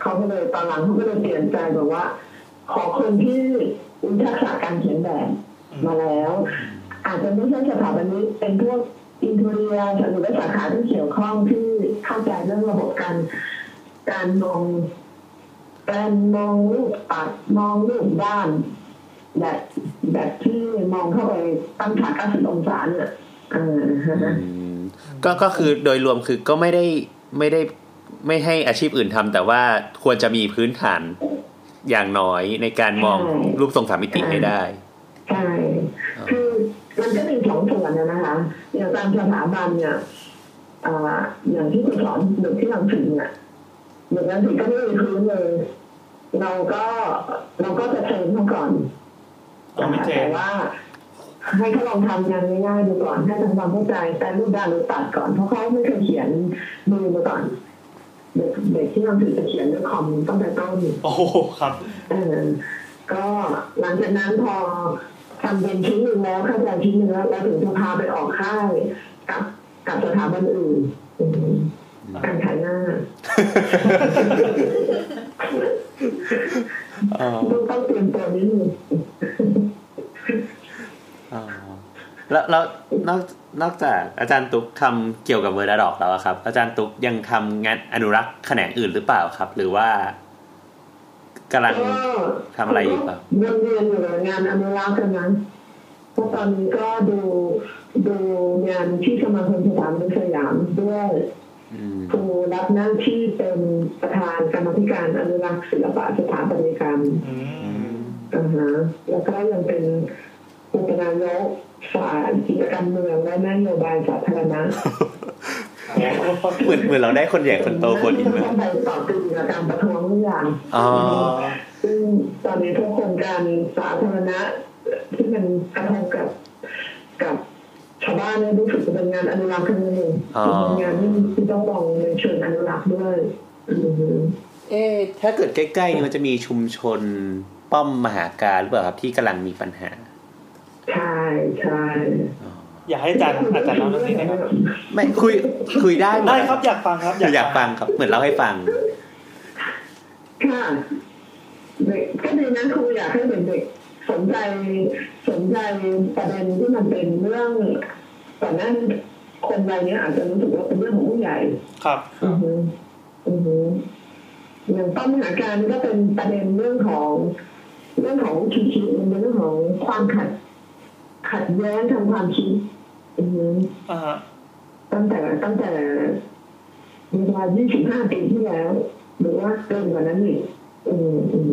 เขาก็เลยตอนหลังเขาก็เลยเปลี่ยนใจแบบว่า ขอคนที่มีทักษะการเขียนแบบมาแล้ว อาจจะไม่ใช่สถาปนิกเป็นพวก อินเดียหรือว่าสาขาที่เกี่ยวข้องที่เข้าใจเรื่องระบบการ การมองการมองรูปปัดมองรูปด้าน แบบแบบที่มองเข้าไปตั้งฉาก90องศาเนี่ยเออฮะ
ก็ก็คือโดยรวมคือก็ไม่ได้ไม่ได้ไม่ให้อาชีพอื่นทำแต่ว่าควรจะมีพื้นฐานอย่างน้อยในการมอง
ใช่
รูปทรงสามมิติให้ได้
ใช่คือมันก็มีสองส่วนนะนะคะอย่างตามสถาบันเนี่ยเอ่ออย่างที่คุณสอนเด็กที่ลังสิตเนี่ยเด็กลังสิตก็ไม่มีพื้นเลย เราก็เราก็จะเทรนเขาก่อน
ก็ไม่เทรน
แต่ว่า ให้เขาลองทำงานง่ายๆดูก่อนให้ทำความเข้าใจแต่รูปด้านรูปตัดก่อนเพราะเขาไม่เคยเขียนมือมาก่อนเด็กเด็กที่ลังสิตจะเขียนด้วยคอมตั้งแต่ต้น
โอ้โหครับ
เออก็หลังจากนั้นพอทำเป็นชิ้นหนึ่งแล้วเข้าใจชิ้นหนึ่งแล้วเราถึงจะพาไปออกค่ายกับกับสถาบันอื่นอืมการขายหน้า
อ๋อ
ต้องต้องเตรียมตัวนิดนึง
อ๋อ
แล้วแล้วนอกนอกจากอาจารย์ตุ๊กทำเกี่ยวกับเวอร์ดาดอกแล้วอะครับ อาจารย์ตุ๊กยังทำงานอนุรักษ์แขนงอื่นหรือเปล่าครับ หรือว่ากำลัง
ก็
ทำอะไรอยู่ครับ
วนเรียนอยู่กับงานอนุรักษ์กันนะเพราะตอนนี้ก็ดูดูงานที่สมาคมสถาบันสยามด้วย
อืม
ครูรับหน้าที่เป็นประธานกรรมธิการอนุรักษ์ศิลปะสถาปัตยกรรม
อืม
อ่าฮะแล้วก็ยังเป็นอุปนายกฝ่ายกิจกรรมเมืองและนโยบายสาธารณะ
เหมือนเหมือนเราได้คนใหญ่คนโตคนอิน
เมื
มา
องไปต่อติดกับการประท้วงทุกอย่าง
อ๋อ
ซึ่งตอนนี้ทุกโครงการสาธารณะที่มันกระทบกับกับชาวบ้านเนี่ยรู้สึกจะเป็นงานอนุรักษ์ขึ้นมาเลยเป็นงานที่ที่ต้องมองในเชิงอนุรักษ์ด้วยอือฮึ
เอ๊ะถ้าเกิดใกล้ๆนี่มันจะมีชุมชนป้อมมหาการหรือเปล่าครับที่กำลังมีปัญหา
ใช่ใช่
อยากให้อาจารย์อาจารย์เล่าเรื่องนี้หนะครับ
ไม่คุยคุยได้หม
ได้ครับอยากฟังครับ
อยากฟังครับ เหมือนเล่าให้ฟัง
ค่ะเด็กก็ดีนะครูอยากให้เด็กๆ สนใจสนใจประเด็นที่มันเป็นเรื่องก่อนหน้านี้คนวัยเนี้ยอาจจะรู้สึกว่าเป็นเรื่องของผู้ใหญ่
ครับ
อือฮึอือฮึอย่างปัญหาการก็เป็นประเด็นเรื่องของ เรื่องของวิธีคิดมันเป็นเรื่องของความขัด ขัดแย้งทางความคิดอือฮึ
อ่าฮะ
ตั้งแต่ตั้งแต่เวลา25 ปีที่แล้ว หรือว่าเกินกว่านั้นอีกอืออือ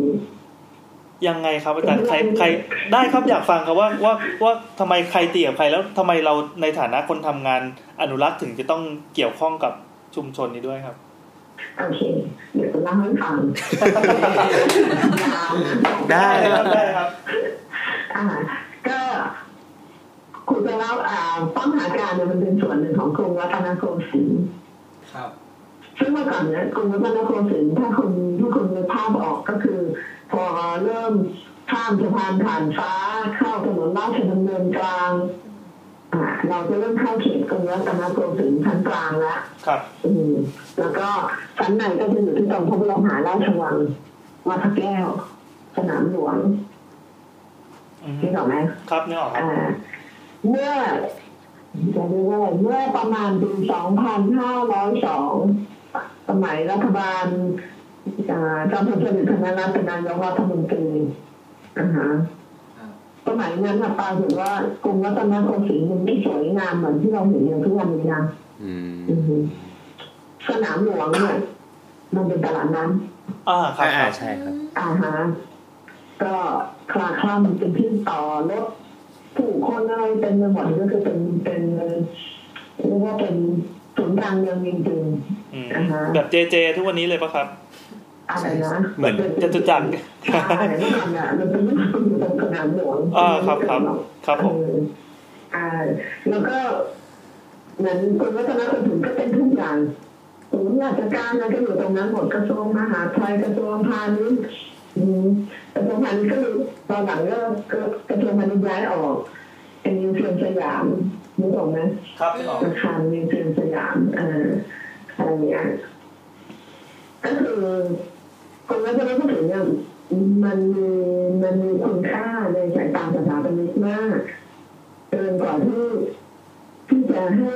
ยังไงครับอาจารย์ใครใครได้ครับอยากฟังครับว่าว่าว่าทำไมใครเตี่ยใครแล้วทำไมเราในฐานะคนทำงานอนุรักษ์ถึงจะต้องเกี่ยวข้องกับชุมชนนี้ด้วยครับ
โอเค เดี๋ยวจะเล่าให้ฟัง ยาวนะ
ได้
ครับได้ครับ
อ่าก็คุณจะเล่าอ่าป้อมหาการเนี่ยมันเป็นส่วนหนึ่งของกรุงรัตนโกสินทร์
ครับ
ซึ่งเมื่อก่อนเนี่ยกรุงรัตนโกสินทร์ถ้าคุณถ้าคุณนึกภาพออกก็คือ พอเริ่มข้ามสะพานผ่านฟ้าเข้าถนนราชดำเนินกลาง อ่า เราจะเริ่มเข้าเขตกรุงรัตนโกสินทร์ชั้นกลางแล้ว
ครับ
อืมแล้วก็ชั้นในก็จะอยู่ที่ตรงพระบรมมหาราชวังวัดพระแก้ว สนามหลวง
อืม
นี่ถูกไหม
ครับนี่ออกครับ
อ่าเมื่อจะเรียกว่าอะไรเมื่อประมาณปี 2502 สมัยรัฐบาลอ่าจอมพลสฤษดิ์ธนรัตน์เป็นนายกรัฐมนตรีนะฮะ
ครับ
สมัยนั้นน่ะปรากฏว่ากรุงรัตนโกสินทร์มันไม่สวยงามเหมือนที่เราเห็นอย่างทุกวันนี้นะ
อืม
อือฮึสนามหลวงเนี่ยมันเป็นตลาดน้ำ
อ่าครับค
อ่า
รับ
ใช่ครับ
อาฮะก็คลาคล่ำเป็นที่ต่อรถผู้คนอะไรเป็นไปหมดก็คือเป็นเป็นเรียกว่าเป็นศูนย์กลางเมืองจริง
อืม
อ่าฮะ
แบบเจเจ ทุกวันนี้เลยปะครับ
ๆอะไรนะ
เหมือน
จตุจักร
ใช่เมื่อก่อนอ่ะมันเป็นเรื่องอยู่ตรงสนามหลวง
อ่าครับครับครับผม
เอออ่าแล้วก็เหมือนคนวัฒนธรรมถึงก็เป็นทุกอย่างศูนย์ราชการอะไรก็อยู่ตรงนั้นหมดกระทรวงมหาดไทยกระทรวงพาณิชย์อืมกระทรวงพาณิชย์ก็คือตอนหลังก็ก็กระทรวงพาณิชย์ย้ายออกเป็นมิวเซียมสยามนึกออกไหม
ครับนี่ออก
อาคารมิวเซียมสยามเอ่ออะไรเงี้ยก็คือกรมวัฒนธรรมถึงเนี่ยมันมีมันมีคุณค่าในสายตาสถาปนิกมากเกินกว่าที่ที่จะ จะให้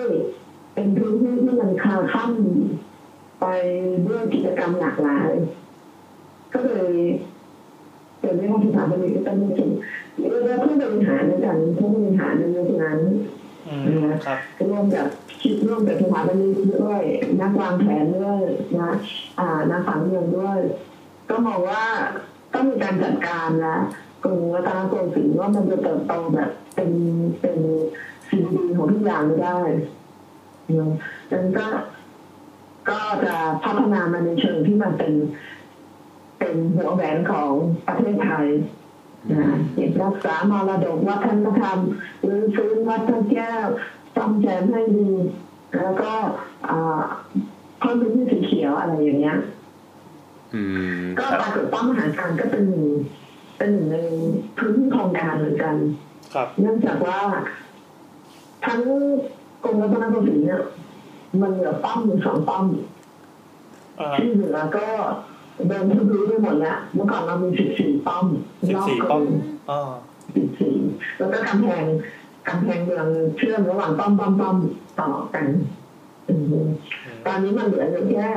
เป็นพื้นที่ที่มันคลาคล่ำไปด้วยกิจกรรมหลากหลาย ก็เลยเกิดเรื่องภาษาบาลีก็ต้องมีถึงเรียกว่าผู้บริหารด้วยกันผู้บริหารในเรื่องนั้น
อืมครับ
ร่วมกับคิดร่วมกับสถาบันนิติด้วยนักวางแผนด้วยนะอ่านักฝังเมืองด้วย ก็มองว่าต้องมีการจัดการและกรุงรัตนโกสินทร์ว่ามันจะเติบโตแบบเป็นเป็นสิ่งดีของทุกอย่างไม่ได้นะดังนั้นก็ก็จะพัฒนามาในเชิงที่มันเป็น เป็นหัวแหวนของประเทศไทย นะเก็บรักษามรดกวัฒนธรรมหรือฟื้นวัดพระแก้วซ่อมแซมให้ดี แล้วก็อ่าเพิ่มพื้นที่สีเขียวอะไรอย่างเงี้ย
อืม
ก็
ครับ
ปรากฏว่ามหาการก็เป็นหนึ่งเป็นหนึ่งในพื้นที่โครงการเหมือนกัน
ครับ
เนื่องจากว่า ทั้งกรมรัตนโกสินทร์เนี่ยมันเหลือป้อมอยู่สองป้อม
เอ่อ
ที่เหลือก็เดินทุบรู้ไปหมดแล้วเมื่อก่อนเรามีสิบสี่ป้อมรบ
14
กร
ป้อม
ม
อ๋อ
สิบสี่แล้วก็กำแพงกำแพงเมืองเชื่อมระหว่างป้อมป้อมป้อมต่อกันอืมตอนนี้มันเหลืออยู่แค่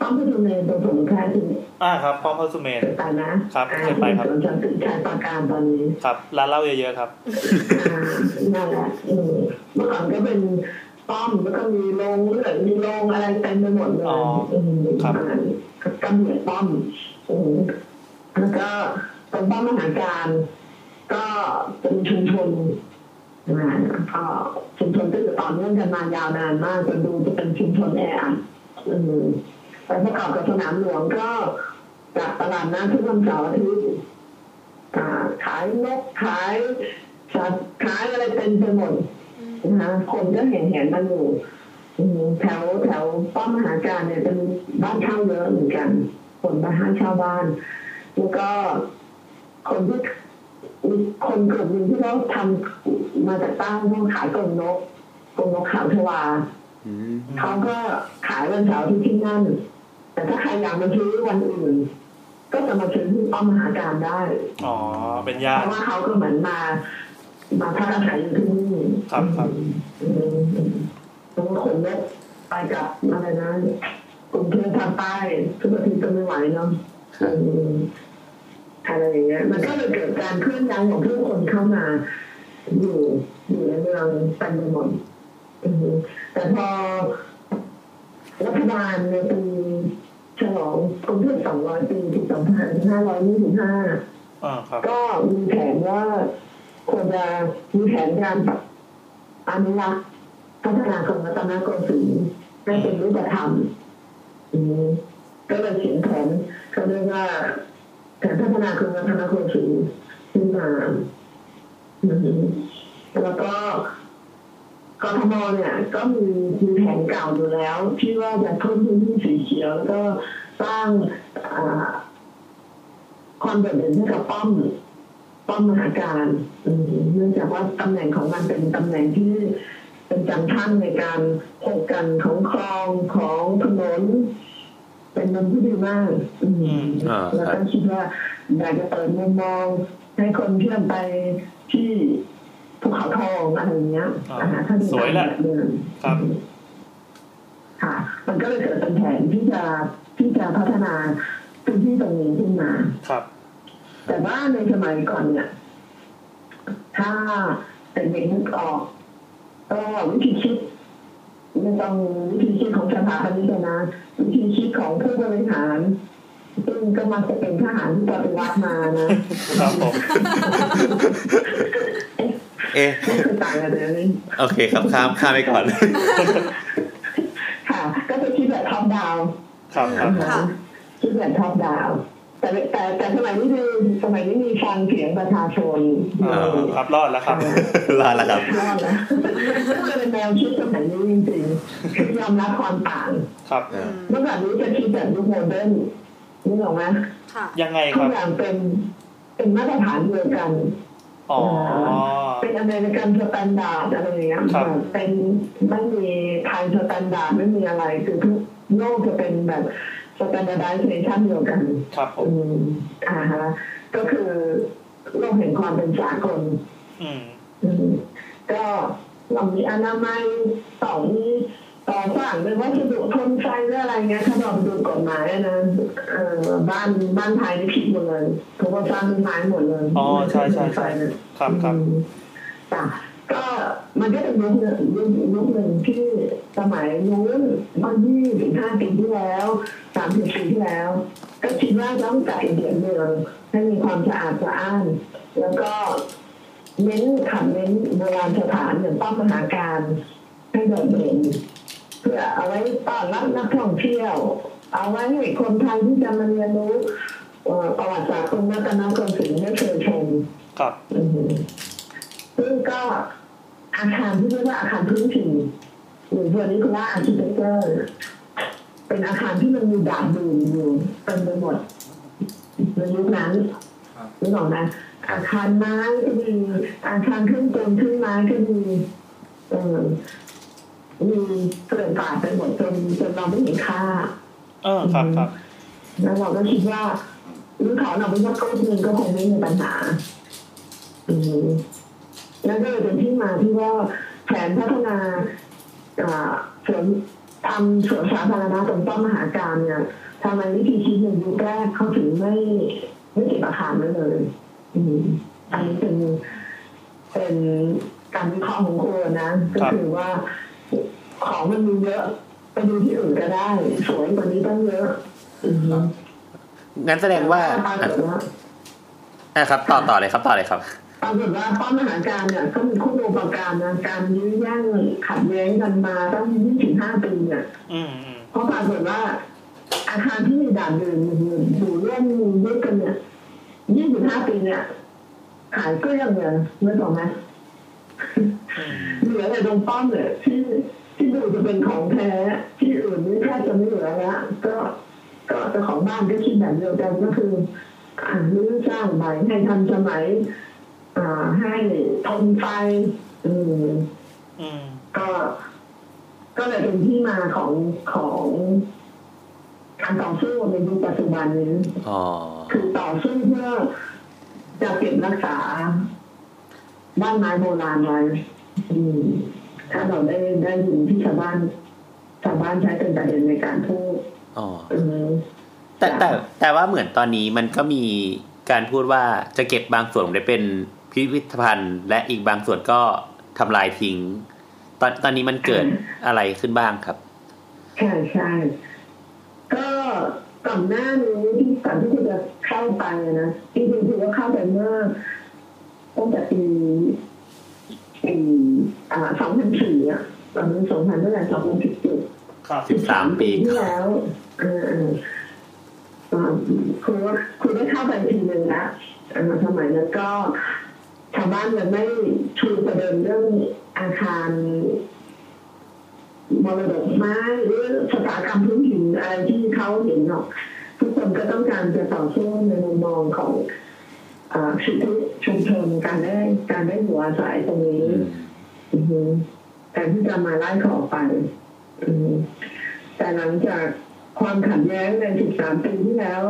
ป้อมพิทูเนนตรงสงขลาที่
อ่าครับป้อมพระสุเมน
เกิดไปนะครับ อ่า
เคยไปครับ
ที่สวนจันทร์ชายปราการตอนนี้
ครับร้านเหล้าเยอะๆครับ
อ่านั่นแหละอืมเมื่อก่อนก็เป็นป้อมแล้วก็มีโรงเลื่อนมีโรงอะไรเต็มไปหมดเลย
อ๋อ
ม
ครับ
ประมาณนี้ก็กำเหนือป้อมอืมแล้วก็ตรงป้อมมหาการ ก็เป็นชุมชนอ่าก็ชุมชนก็จะต่อเนื่องกันมายาวนานมากจนดูจะเป็นชุมชนแออัดอืมแต่ประกอบกับสนามหลวงก็จากตลาดน้ำทุกวันเสาร์อาทิตย์อ่าขายนกขายสัตว์ขายอะไรเต็มไปหมดนะคะคนก็เห็นเห็นๆมาอยู่อืมแถวแถวป้อมมหาการเนี่ยจะมีบ้านเช่าเยอะเหมือนกัน คนมาห้าเช่าบ้าน แล้วก็คนที่ มีคนกลุ่มหนึ่งที่เขาทำมาจากใต้ห้องขายกรงนกกรงนกขาวชวา
อืม
เขาก็ขายวันเสาร์ที่ที่นั่น แต่ถ้าใครอยากมาซื้อวันอื่น ก็จะมาซื้อที่ป้อมมหาการได้
อ๋อ เป็น
เพ
ญาติ
ราะว่าเขาก็เหมือนมา มาพักอาศัยอยู่ที่นี่
ครับครับ
อืมต้องขนนกไปกับอะไรนะกลุ่มเพื่อนทางใต้ทุกอาทิตย์ก็ไม่ไหวเนาะ
ครับ
อืมอะไรอย่างเงี้ย มันก็เลยเกิดการเคลื่อนย้ายของผู้คนเข้ามา อยู่อยู่ในเมืองเต็มไปหมดอืมแต่พอรัฐบาลในปีฉลองกรุงเทพสองร้อยปีที่สองพันห้าร้อยยี่สิบห้า
อ่าครับ
ก็มีแผนว่าควรจะมีแผนการแบบอนุรักษ์พัฒนากรมรัตนโกสินทร์ให้เป็นรูปธรรมอืมก็เลยเขียนแผนเขาเรียกว่าแผนพัฒนากรมรัตนโกสินทร์ขึ้นมาอืมแล้วก็กทมเนี่ยก็มีมีแผนเก่าอยู่แล้ว ที่ว่าจะเพิ่มพื้นที่สีเขียวแล้วก็สร้างอ่า ความโดดเด่นให้กับป้อม ป้อมมหาการอืมเนื่องจากว่าตำแหน่งของมันเป็นตำแหน่งที่เป็นจังท่านในการโคกันของคลองของถนน เป็นมันที่ดีมากอืม
อืม
อ่า
แล้ว
ครับ
ก็คิดว่าอยากจะเปิดมุมมองให้คนเชื่อมไปที่ภูเขาทองอะไรอย่างเงี้ย
อ่า
อ่าถ้ามี
สวยแหละ
แบบเดิม
ครับ
ค่ะ มันก็เลยเกิดเป็นแผนที่จะที่จะพัฒนาพื้นที่ตรงนี้ขึ้นมา
ครับ
แต่ว่าในสมัยก่อนเนี่ย ถ้าเด็กๆนึกออก ก็วิธีคิดไม่ต้องวิธีคิดของสถาปนิกนะวิธีคิดของผู้บริหาร ซึ่งก็มักจะเป็นทหารที่ปฏิวัติมานะครับ
ผม
เอ๊ะ
ไม่เคยต่างกันเลย
โอเคครับข้ามข้ามไปก่อน
ค่ะ ก็จะคิดแบบท็อปดาว
ครับครับ
ค่ะ
คิดแบบท็อปดาว แต่แต่แต่สมัยนี้คือสมัยนี้มีฟังเสียงประชาช น
อ่าครับรอดแล้วครับ
รอดแล้วครับ
รอดแล้วก็เลยเป็นแนวคิดสมัยนี้จริงๆคือยอมรับความต่าง
ครับ
เมื่อก่อนนี้จะคิดแบบยุคโมเดิร์นนึกออกไหม
ค่ะ
ยังไงค
ทุ
รั
ก
บ
อย่างเป็นเป็นมาตรฐานเดียวกัน
อ๋อ
เป็นอเมริกันสแตนดาร์ดอะไรอย่างเงี้ย
ครับ
เป็นไม่มีไทยสแตนดาร์ดไม่มีอะไร คือทุกโลกจะเป็นแบบสแตนดาร์ดเซชันเดียวกัน
ครับผม
อืมอ่าฮะก็คือโลกแห่งความเป็นสากล
อืม
อืมก็ หลังมีอนามัยสองต่อสั่งเป็นวัสดุทนไฟหรืออะไรเงี้ยถ้าเราดูกฎหมายอะนะเอ่อบ้านบ้านไทยนี่ผิดหมดเลยเพราะว่าสร้างไม้หมดเลย
อ๋อใช่ใช่ใช่
เลย
ครับครับ
อืมจ้ะก็มันก็เป็นยุคหนึ่งยุคยุคหนึ่งที่สมัยนู้นตอนยี่สิบห้าปีที่แล้วสามสิบปีที่แล้ว ก็คิดว่าต้องจัดระเบียบเมืองให้มีความสะอาดสะอ้าน แล้วก็เน้นขับเน้นโบราณสถานอย่างป้อมมหาการให้โดดเด่นเพื่อเอาไว้ต้อนรับนักท่องเที่ยว เอาไว้ให้คนไทยที่จะมาเรียนรู้เอ่อประวัติศาสตร์กรุงรัตนโกสินทร์ได้เคยชม
ครับ
อืมซึ่งก็อาคารที่เรียกว่าอาคารพื้นถิ่นหรือเวอร์นิคูล่าอาร์คิเทคเจอร์เป็นอาคารที่มันมีด่านดูนอยู่เต็มไปหมดในยุคนั้น
ครับ
นึกออกไหมอาคารไม้ก็มีอาคารเครื่องกลเครื่องไม้ก็มีเออมีเกลื่อนกลาดไปหมดจนจนเราไม่เห็นค่า
เออครับครับ
แล้วเราก็คิดว่าหรือเขาเราไปยัดก้อนเงินก็คงไม่มีปัญหา อืมแล้วก็เลยเป็นที่มาที่ว่าแผนพัฒนาอ่าสวนทำสวนสาธารณะตรงป้อมมหาการเนี่ยทำไมวิธีคิดในยุคแรกเขาถึงไม่ไม่เก็บอาคารไว้เลย อืมอันนี้เป็นเป็นการวิเคราะห์ของครูนะ ก็คือว่า ของมันมีเยอะไปดูที่อื่นก็ได้สวยกว่านี้ตั้งเยอะ อืม
งั้นแสดงว่า
ปราก
อ่ะ
ฏว่า
อ่ะครับ ต่อต่อเลยครับต่อเลยครับ
ปรากฏว่าป้อมมหาการเนี่ยก็มีคู่ดูประการนะการยื้อแย่งขัดแย้งกันมาตั้งยี่สิบห้าปีเนี่ย
อืมอืม
เพราะปรากฏว่า อาคารที่มีด่านเดินอยู่ร่วมยึดกันเนี่ยยี่สิบห้าปีเนี่ยขายเกลี้ยงเลยไม่ถูกไหมเหลือแต่ตรงป้อมเนี่ยที่ที่ดูจะเป็นของแท้ที่อื่นนี่แทบจะไม่เหลือแล้วก็ก็เจ้าของบ้านก็คิดแบบเดียวกันก็คือ อ่ารื้อสร้างใหม่ให้ทันสมัย อ่าให้ทนไฟอืม
อืม
ก็ ก็เลยเป็นที่มาของของการต่อสู้ในยุคปัจจุบันนี้
อ๋อ
คือต่อสู้เพื่อจะเก็บรักษา บ้านไม้โบราณไว้อืมถ้าเราได้ได้ยินที่ชาวบ้านชาวบ้านใช้เป็นประเด็นในการพูด
อ๋อ
อืม
แต่แต่
จ้ะ
แต่ว่าเหมือนตอนนี้มันก็มีการพูดว่าจะเก็บบางส่วนได้เป็นพิพิธภัณฑ์ และอีกบางส่วนก็ทำลายทิ้ง ตอนตอนนี้มันเกิดอะไรขึ้นบ้างครับ
ใช่ใช่ก็ก่อนหน้านี้ที่ก่อนที่คุณจะเข้าไปนะจริงๆคือว่าเข้าไปเมื่อตั้งแต่ปีปีอ่าสองพันสี่อ่ะตอนนั้นสองพันเท่าไหร่สองพันสิบเจ็ด
ครับ
13ปี
ที่
ก่อน
แล้วเออเออเออคุณว่าคุณได้เข้าไปทีหนึ่งละเออสมัยนั้นก็ชาวบ้านยังไม่ชูประเด็นเรื่องอาคารมรดกไม้หรือสถากรรมพื้นถิ่นอะไรที่เขาเห็นหรอก ทุกคนก็ต้องการจะต่อสู้ในมุมมองของเอ่อสิทธิชุมชนการได้การได้อยู่อาศัยตรงนี้
อืม
อือฮึแต่ที่จะมาไล่เขาออกไป อืมแต่หลังจากความขัดแย้งใน 13 ปีที่แล้ว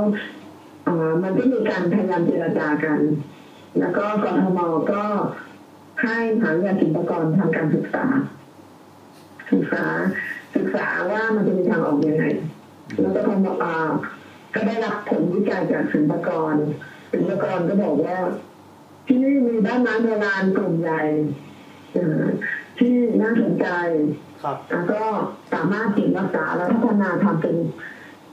อ่ามันก็มีการพยายามเจรจากัน แล้วก็กทมก็ให้หางานศิลปากรทางการศึกษา ศึกษาศึกษาว่ามันจะมีทางออกยังไง แล้วก็ทำอ่าก็ได้รับผลวิจัยจากศิลปากรศิลปากรก็บอกว่า ที่นี่มีบ้านไม้โบราณกลุ่มใหญ่ เอ่อที่น่าสนใจ
ครับ
แล้วก็สามารถเก็บรักษาและพัฒนาทำเป็น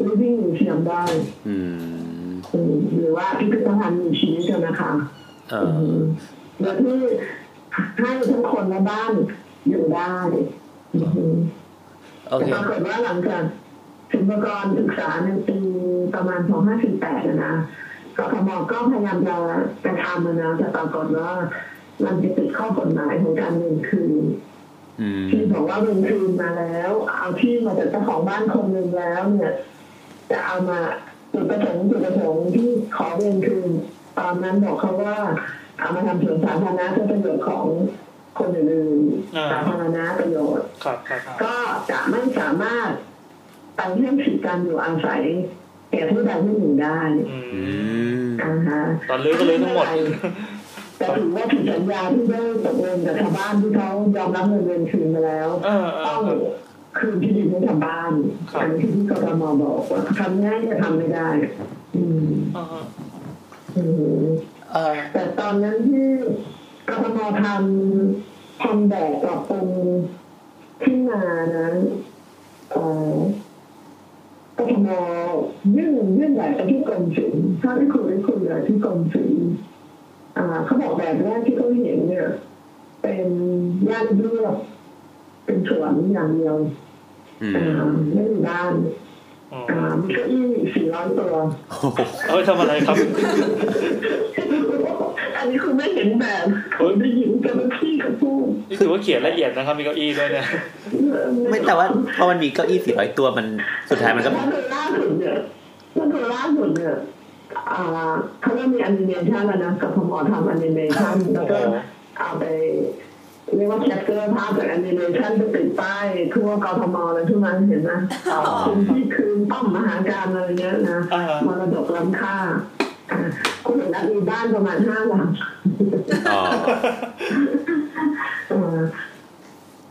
living museum ได้
อืม
อืมหรือว่าพิพิธภัณฑ์มีชีวิตอะนะคะ
เออ
มโดยที่ให้ทั้งคนและบ้านอยู่ได้อืม
โอเค
แต่ปรากฏว่าหลังจากศิลปากรศึกษาในปีประมาณ 2548อะนะกทมก็พยายามจะจะทำอะนะแต่ปรากฏว่ามันจะติดข้อกฎหมายของการเงินคืน
อืม
ที่บอกว่าเวนคืนมาแล้ว เอาที่มาจากเจ้าของบ้านคนหนึ่งแล้วเนี่ย จะเอามาจุดประสงค์จุดประสงค์ที่ขอเวนคืนตอนนั้นบอกเขาว่า เอามาทำสวนสาธารณะเพื่อประโยชน์ของคนอื่น
อ่า
ๆสาธารณะประโยชน์
ครับครับ
ก็จะไม่สามารถไปเรื่องสิทธิการอยู่อาศัยแก่ผู้ใดผู้หนึ่งได้
อื
อื
ม
ม
อ่าฮะ
ตอนลื้อก็ลื้อทั้งหมด
แต่ถือว่าผิดสัญญาที่ได้ตกลงกับชาวบ้านที่เขายอมรับเงินเดือนคืนมาแล้ว
เออเอ
ต้อง
อ
คืนที่ดินให้ชาวบ้าน
ครับ
อันี้ที่กรมบอกว่าทำง่ายจะทำไม่ได้ อืม
เออเออ
อืม
เออ
แต่ตอนนั้นที่กรมทำทำแบบปรับปรุงขึ้นมานั้นเอ่อกรมยื่นยื่นแบบไปที่กรมศิลป์ถ้าที่คุยได้คุยเลยที่กรมศิลป์อ่าเขาบอกแบบแรกที่เขาเห็นเนี่ย เป็นย่านเลือกเป็นสวนอย่างเดียว
อืม
อ่าไม่อยู่บ้าน
เออ
อ่ามีเก้าอี้สี่ร้อยตัว
โอ้โห
เอาไปทำอะไรครับ
อันนี้คือไม่เห็นแบบผมได้ยินแต่มันพี่เขาพูด
นี่ถือว่าเขียนละเอียดนะครับ มีเก้าอี้ด้วยเนี่ย
ไม่แต่ว่าพอมันมีเก้าอี้สี่ร้อยตัวมันสุดท้ายมันก็
ถ้าคือล่าสุดเนี่ยถ้าคือล่าสุดเนี่ยอ่าเขาก็มีแอนิเมชันแล้วนะกับพมอทำแอนิเมชันแล้วก็เอาไปเรียกว่าแคปเจอร์ภาพจากแอนิเมชันไปติดป้ายทั่วกทมเลยทุกนั้นเห็นไหมคุณที่คืนป้อมมหาการอะไรเงี้ยนะ
อ่าม
รดกล้ำค่าอ่ะคุณสมรักมีบ้านประมาณห้าหลัง
อ๋อ
เออ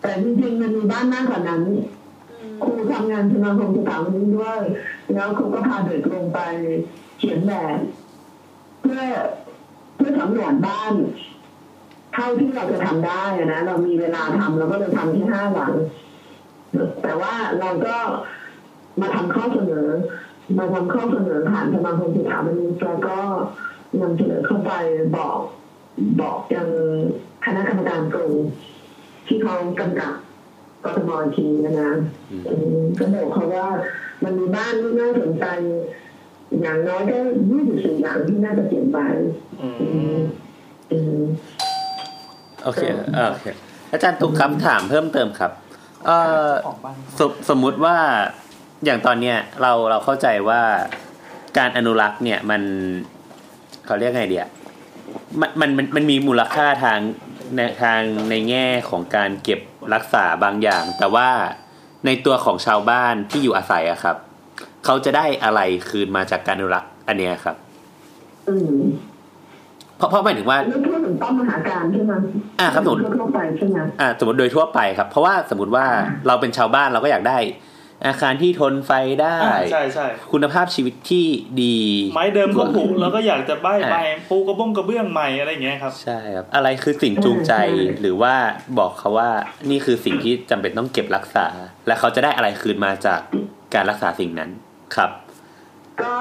แต่จริงๆมันมีบ้านมากกว่านั้น
อืม
ครูทำงานสมาคมสถาบันนี้ด้วย แล้วครูก็พาเด็กลงไปเขียนแบบ เพื่อเพื่อสำรวจบ้าน เท่าที่เราจะทำได้อะนะ เรามีเวลาทำเราก็จะทำที่ห้าหลัง แต่ว่าเราก็มาทำข้อเสนอ มาทำข้อเสนอผ่านสมาคมสถาบันนี้แล้วก็นำเสนอเข้าไปบอกบอกยังคณะกรรมการกลุ่มที่เขากำกับกทมอีกทีนะนะ อืมก็บอกเขาว่ามันมีบ้านที่น่าสนใจ อย่างน้อยก็ยี่สิบสี่หลังที่น่าจะเก็บไว้
อืม
อืม
โอเคโอเค อาจารย์ตุ๊กครับถามเพิ่มเติมครับ เอ่อ
ของบ้าน
สมสมมุติว่าอย่างตอนเนี้ยเราเราเข้าใจว่าการอนุรักษ์เนี่ยมันเขาเรียกไงเดียมันมันมันมันมีมูลค่าทางในทางในแง่ของการเก็บรักษาบางอย่าง แต่ว่าในตัวของชาวบ้านที่อยู่อาศัยอะครับ เขาจะได้อะไรคืนมาจากการอนุรักษ์อันเนี้ยครับ
อืม
เพราะเพราะหมายถึงว่า
แล้วพูดถึงป้อมมหาการใช่ไหม
อ่าครับผม
ทั่วๆไปใช่ไหม
อ่าสมมติโดยทั่วไปครับ เพราะว่าสมมติว่าเราเป็นชาวบ้านเราก็อยากได้ อาคารที่ทนไฟได้
อ่าใช่ใช่
คุณภาพชีวิตที่ดี
ไม้เดิมก็ผุแล้วก็อยากจะใบ้
า
ไปปูกระบ้งกระเบื้องใหม่อะไรอย่างเงี้ยครับ
ใช่ครับ อะไรคือสิ่งจูงใจหรือว่าบอกเขาว่านี่คือสิ่งที่จำเป็นต้องเก็บรักษา และเขาจะได้อะไรคืนมาจากการรักษาสิ่งนั้นครับ
ก็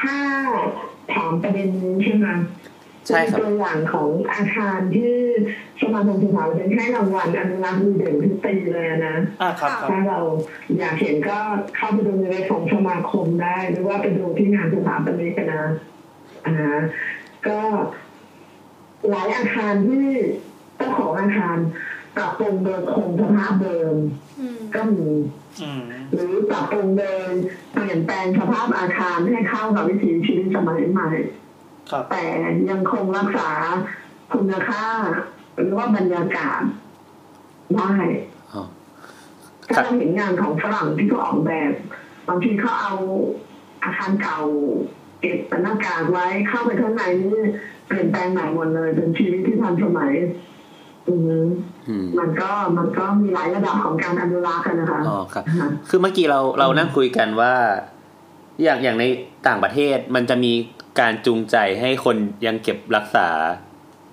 ถ้าถามประเด็นนี้ใช่ไหม
ใช่ครับ
เป็นตัวอย่างของอาคารที่สมาคมสถาบันให้รางวัลอนุรักษ์ดีเด่นทุกปีเลยนะ
อ่าครับครับ
ถ้าเราอยากเห็นก็เข้าไปดูในเว็บของสมาคมได้ หรือว่าไปดูที่งานสถาปนิกนะอ่าก็หลายอาคารที่เจ้าของอาคารปรับปรุงโดยคงสภาพเดิม
อืม
ก็มี
อืม
หรือปรับปรุงโดยเปลี่ยนแปลงสภาพอาคารให้เข้ากับวิถีชีวิตสมัยใหม่
ครับ
แต่ยังคงรักษาคุณค่า หรือว่าบรรยากาศได้
อ๋อ
ถ้าเราเห็นงานของฝรั่งที่เขาออกแบบ บางทีเขาเอาอาคารเก่า เก็บเป็นหน้ากากไว้เข้าไปข้างในนี่เปลี่ยนแปลงใหม่หมดเลย เป็นชีวิตที่ทันสมัย อืม
อืม
มันก็มันก็มีหลายระดับของการอนุรักษ์กันนะคะ
อ๋อครับ
ค่ะ
คือเมื่อกี้เราเรานั่งคุยกันว่า อย่างอย่างในต่างประเทศมันจะมีการจูงใจให้คนยังเก็บรักษา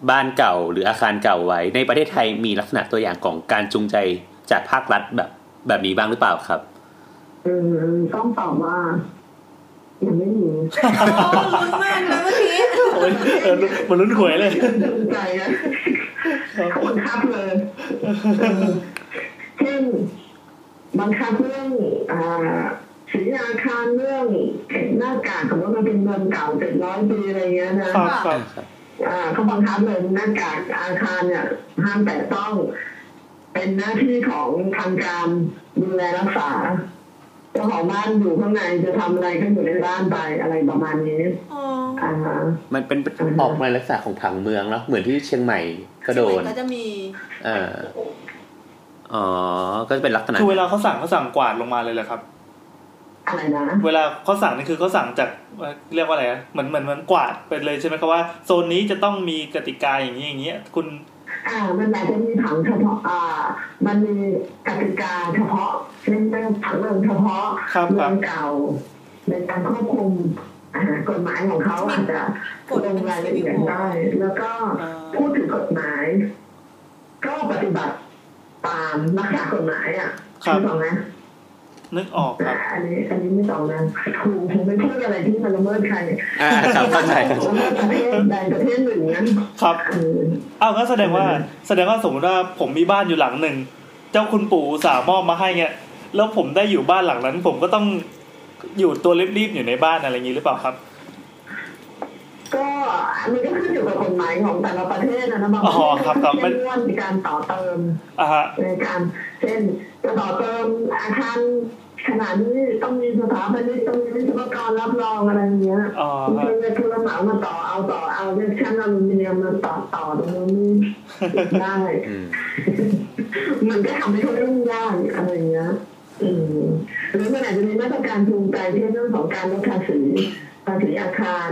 บ้านเก่าหรืออาคารเก่าไว้ ในประเทศไทยมีลักษณะตัวอย่างของการจูงใจจากภาครัฐแบบแบบนี้บ้างหรือเปล่าครับ
อืมต้องตอบว่ายังไม่มี
ลุ้นมากเลยเมื่อกี้
โอ้ยเออมันลุ้นหวยเลย
ดึงใจอะคนคับเลยเออเช่นบังคับเรื่องอ่าสีอาคารเรื่องหน้ากากสมมติมันเป็นเมืองเก่าเจ็ดร้อยปีอะไรเงี้ยนะครับ
ครับ
อ่าเขาบังคับเลยหน้ากากอาคารเนี่ยห้ามแตะต้อง เป็นหน้าที่ของทางการดูแลรักษาเจ้าของบ้านอยู่ข้างในจะทำอะไรก็อยู่ในบ้านไปอะไรประมาณนี้
อ๋อ
อ่าฮะ
มันเป็น
อืม
ออกมาลักษณะของผังเมืองแล้วเหมือนที่เชียงใหม่ก็โดน
ก็จะมี
อ่าอ๋อก็จะเป็นลักษณะ
คือเวลาเขาสั่งเขาสั่งกวาดลงมาเลยแหละครับ
อะไรนะ
เวลาเขาสั่งนี่คือเขาสั่งจากเอ่อเรียกว่าอะไรอะเหมือนเหมือนเหมันกวาดไปเลยใช่ไหมครับว่าโซนนี้จะต้องมีกติกาอย่างนี้อย่างนี้คุณ
อ่ามันอาจจะมีผังเฉพาะอ่า มันมีกติกาเฉพาะเช่นเรื่องผังเมืองเฉพาะ
ครับค
เมื
รับ
องเก่าในการควบคุมอ่ากฎหมายของเขาอาจจะลงรายละเอียดได้แล้วก็พูดถึงกฎหมาย ก็ปฏิบัติตามรักษากฎหมายอ่ะ
ครับ
สองนะ
นึกออกครับ
อันนี้ อันนี้ไม่สองนะครูคงไม่พูดอะไรที่มันละเมิดใคร
อ่าครับเข้าใจครับ
ละเมิดประเทศใดประเทศหนึ่งนั้น
ครับ
เออ
อ้าวก็แสดงว่าแสดงว่าสมมติว่าผมมีบ้านอยู่หลังหนึ่ง เจ้าคุณปู่อุตสาห์มอบมาให้เนี่ยแล้วผมได้อยู่บ้านหลังนั้น ผมก็ต้องอยู่ตัวรีบๆอยู่ในบ้านอะไรอย่างนี้หรือเปล่าครับ
ก็อันนี้ก็ขึ้นอยู่กับกฎหมายของแต่ละประเทศนะนะบาง
อ๋อครับครับมั
เป็น นวนในการต่อเติม
อ่าฮะ
ในการเช่นจะต่อเติมอาคารขนาดนี้ต้องมีสถาปนิกต้องมีวิศวกรรับรองอะไรอย่างเงี้ย
อ๋อ
มี
ฮะ
เงินทุนเหมามาต่อเอาต่อเอาเรื่องช่างอลูมิเนียมมาต่อต่อตรงนู้นนี่ได้
อืม
มันก็ทำให้เขารุ่งยากอะไรอย่างเงี้ยอืมแล้วมันอาจจะมีมาตรการจูงใจเช่นเรื่องของการลดภาษีภาษีอาคาร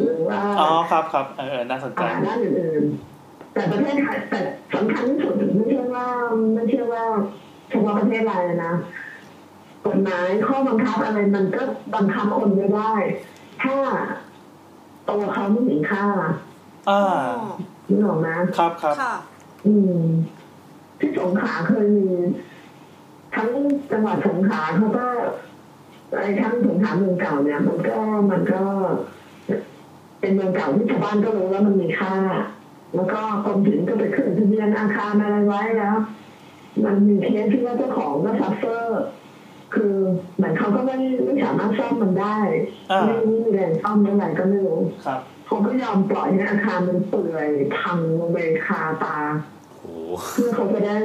หรือว่า
อ๋อครับครับเออเออน่าสนใจ
อ่าด้านอื่นๆแต่ประเทศไทยแต่สำคัญที่สุดไม่ใช่ว่าไม่ใช่ว่าเฉพาะประเทศไทยนะกฎหมายข้อบังคับอะไรมันก็บังคับคนไม่ได้ ถ้าตัวเขาไม่เห็นค่า
อ่า
นึกออกไหม
ครับครับ
ค่ะ
อืม ที่สงขลาเคยมีทั้งจังหวัดสงขลาเขาก็ไอ้ทั้งสงขลาเมืองเก่าเนี่ย มันก็มันก็ เป็นเมืองเก่าที่ชาวบ้านก็รู้แล้วมันมีค่า แล้วก็กรมศิลป์ก็ไปขึ้นทะเบียนอาคารอะไรไว้แล้ว มันมีเคสที่ว่าเจ้าของก็ซัฟเฟอร์ คือเหมือนเขาก็ไม่ไม่สามารถซ่อมมันได้
อ่า
ไม่มีแรงซ่อมเท่าไหร่ก็ไม่รู้
ครับ
เขาก็ยอมปล่อยให้อาคารมันเปื่อยพังลงไปคาตา
โอ้
เพื่อเขาจะได้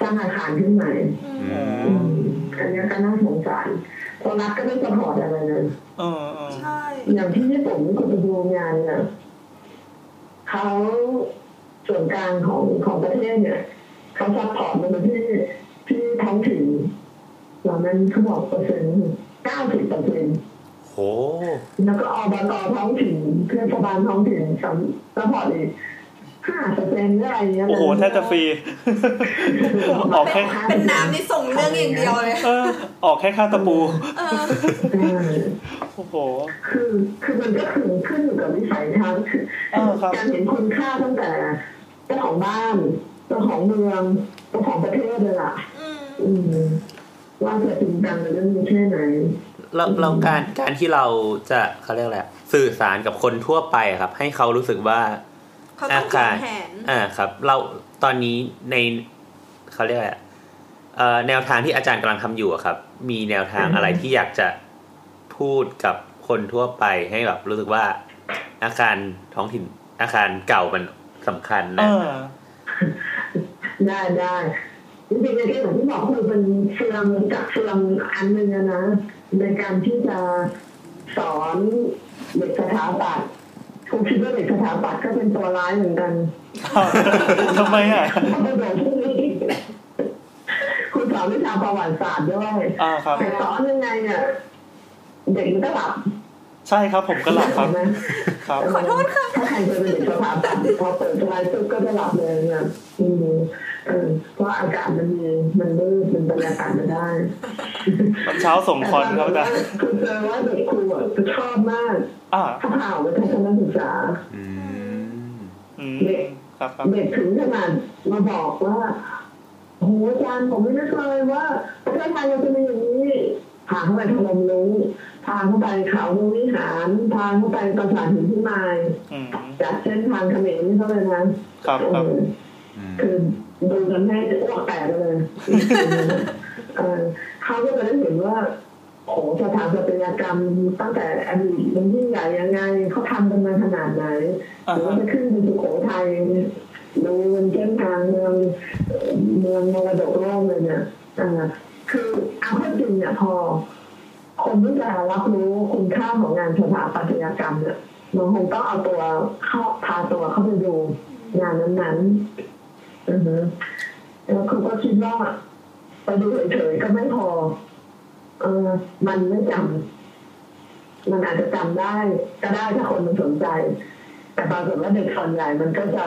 สร้างอาคารขึ้นใหม่
อืม
อืมอันนี้ก็น่าสงสารคนรัฐก็ไม่สปอร์ตอะไรเลย
เออเออ
ใช่
อย่างที่ญี่ปุ่นคุณไปดูงานเนี่ยเขาส่วนกลางของของประเทศเนี่ยเขาซัพพอร์ตมันที่ที่ท้องถิ่นเหล่านั้นเขาบอกเปอร์เซ็นต์เก้าสิบเปอร์เซ็นต์
โห
แล้วก็อบตท้องถิ่นเทศบาลท้องถิ่นสำซัพพอร์ตอีกห้าเปอร์เซ็นต์อะไรอย่างเงี้ยนะ
โอ้โหแทบจะฟรี ออกแค่
เป็นน้ำนี่ส่งเรื่องอย่างเดียวเลย
เออออกแค่ค่าตะปู
เออ
โอ้โห
คือคือมันก็คือขึ้นอยู่กับวิสัยทัศน์คือ
เออครับ
การเห็นคุณค่าตั้งแต่เจ้าของบ้านเจ้าของเมืองเจ้าของประเทศเลยล่ะ
อืม
อืมว่าจะจริงจังในเรื่องนี้แค่ไหน
เราเราการการที่เราจะเขาเรียกอะไรอะสื่อสารกับคนทั่วไปอะครับ ให้เขารู้สึกว่า
เขาต้องวางแผน
อ่าครับ เราตอนนี้ในเขาเรียกอะไรอะเอ่อแนวทางที่อาจารย์กำลังทำอยู่อะครับ มีแนวทาง
อืม
อะไรที่อยากจะพูดกับคนทั่วไปให้แบบรู้สึกว่าอาคารท้องถิ่นอาคารเก่ามันสำคัญ
เอ
นะ
อ
ได้ได้จริงๆในที่ผมที่บอกคือเป็นเฟืองจากเฟืองอันหนึ่งอะนะ ในการที่จะสอนเด็กสถาปัตย์ผมคิดว่าเด็กสถาปัตย์ก็เป็นตัวร้ายเหมือนกัน
ทำไมอ่ะ
คุณสอนวิชาประวัติศาสตร์ด้วย
อ่าครับ
แต่สอนยังไงอ่ะเด็กมันก็หลับ
ใช่ครับผมก็หลับครับ
ใช่ไหม
ครับ
ขอโทษค่ะ
ถ้าใครเป็นเด็กสถาปัตย์พอเปิดสไลด์ปุ๊บก็จะหลับเลยเนี่ยอืมเออเพราะอากาศมันมีมันมืดมันบรรยากาศมันได้
เช้าส่งคอนครับอาจารย์
คือเจอว่าเด็กครูอ่ะจะชอบมาก
อ่า
ข่าวข่าววิทยาศึกษา
อืม
อืมครับครับ
เด็กถึงขนาดมาบอกว่าโหอาจารย์ผมไม่นึกเลยว่าประเทศไทยเราจะมีอย่างนี้พาเข้าไปพนมรุ้งพาเข้าไปเขาลูวิหารพาเข้าไปปราสาทหินพิมาย
อืม
จากเส้นทางเขมรนี่เข้าไปนะครับ
ครับ
เออ
อืม
คือดูกันให้อ้วกแตกเลย เออเขาก็จะได้เห็นว่าโอ้โหสถาปัตยกรรมตั้งแต่อดีตมันยิ่งใหญ่ยังไงเขาทำกันมาขนาดไหน ห
อ่า
รือว่า
ฮะ
จะขึ้นเป็นสุโขทัยดูเป็นเส้นทางเมืองเมืองมรดกโลกเลยเนี่ยอ่าคือเอาเข้าจริงเนี่ยพอ คนที่จะรับรู้คุณค่าของงานสถาปัตยกรรมเนี่ยมันคงต้องเอาตัวเข้าพาตัวเข้าไปดูงานนั้นๆอือฮึแล้วครูก็คิดว่าไปดูเฉยๆก็ไม่พอ เออมันไม่จำมันอาจจะจำได้ก็ได้ถ้าคนมันสนใจ แต่ปรากฏว่าเด็กส่วนใหญ่มันก็จะ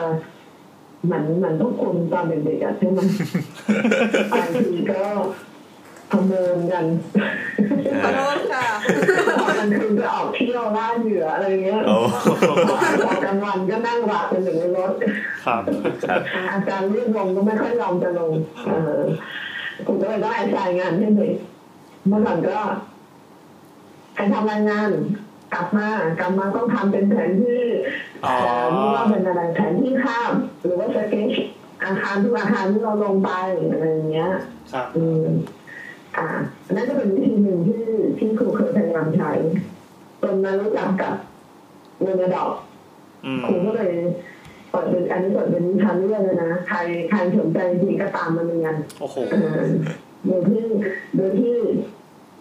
เหมือนเหมือนพวกคุณตอนเด็กๆอะใช่ไหม บางทีก็ขโมยกัน
ขอโทษค่ะ
ตอนกลางคืนก็ออกเที่ยวล่าเหยื่ออะไรเงี้ย
โอ้
ตอนกลางวันก็นั่งหลับเป็นหนึ่งในรถ
ครับ
ครับ
อาจารย์เรียกลงก็ไม่ค่อยยอมจะลงเออคุณก็เลยต้องอาจารย์งานให้หน่อยเมื่อก่อนก็ไปทำรายงาน กลับมากลับมาต้องทำเป็นแผนที่
อ๋อ
เอ่อไม่ว่าเป็นอะไรแผนที่ภาพหรือว่าสเก็ตช์อาคารทุกอาคารที่เราลงไปอะไรอย่างเงี้ย
ครับ
อืมอ่านั่นก็เป็นวิธีหนึ่งที่ที่ครูเคยพยายามใช้จนมารู้จักกับเงินดอก
อืม
ครูก็เลยเปิดเป็นอันนี้เปิดเป็นนิทานเรื่องเลยนะใครใครสนใจจริงก็ตามมาเรียน
โอ้โห
เออโดยที่โดยที่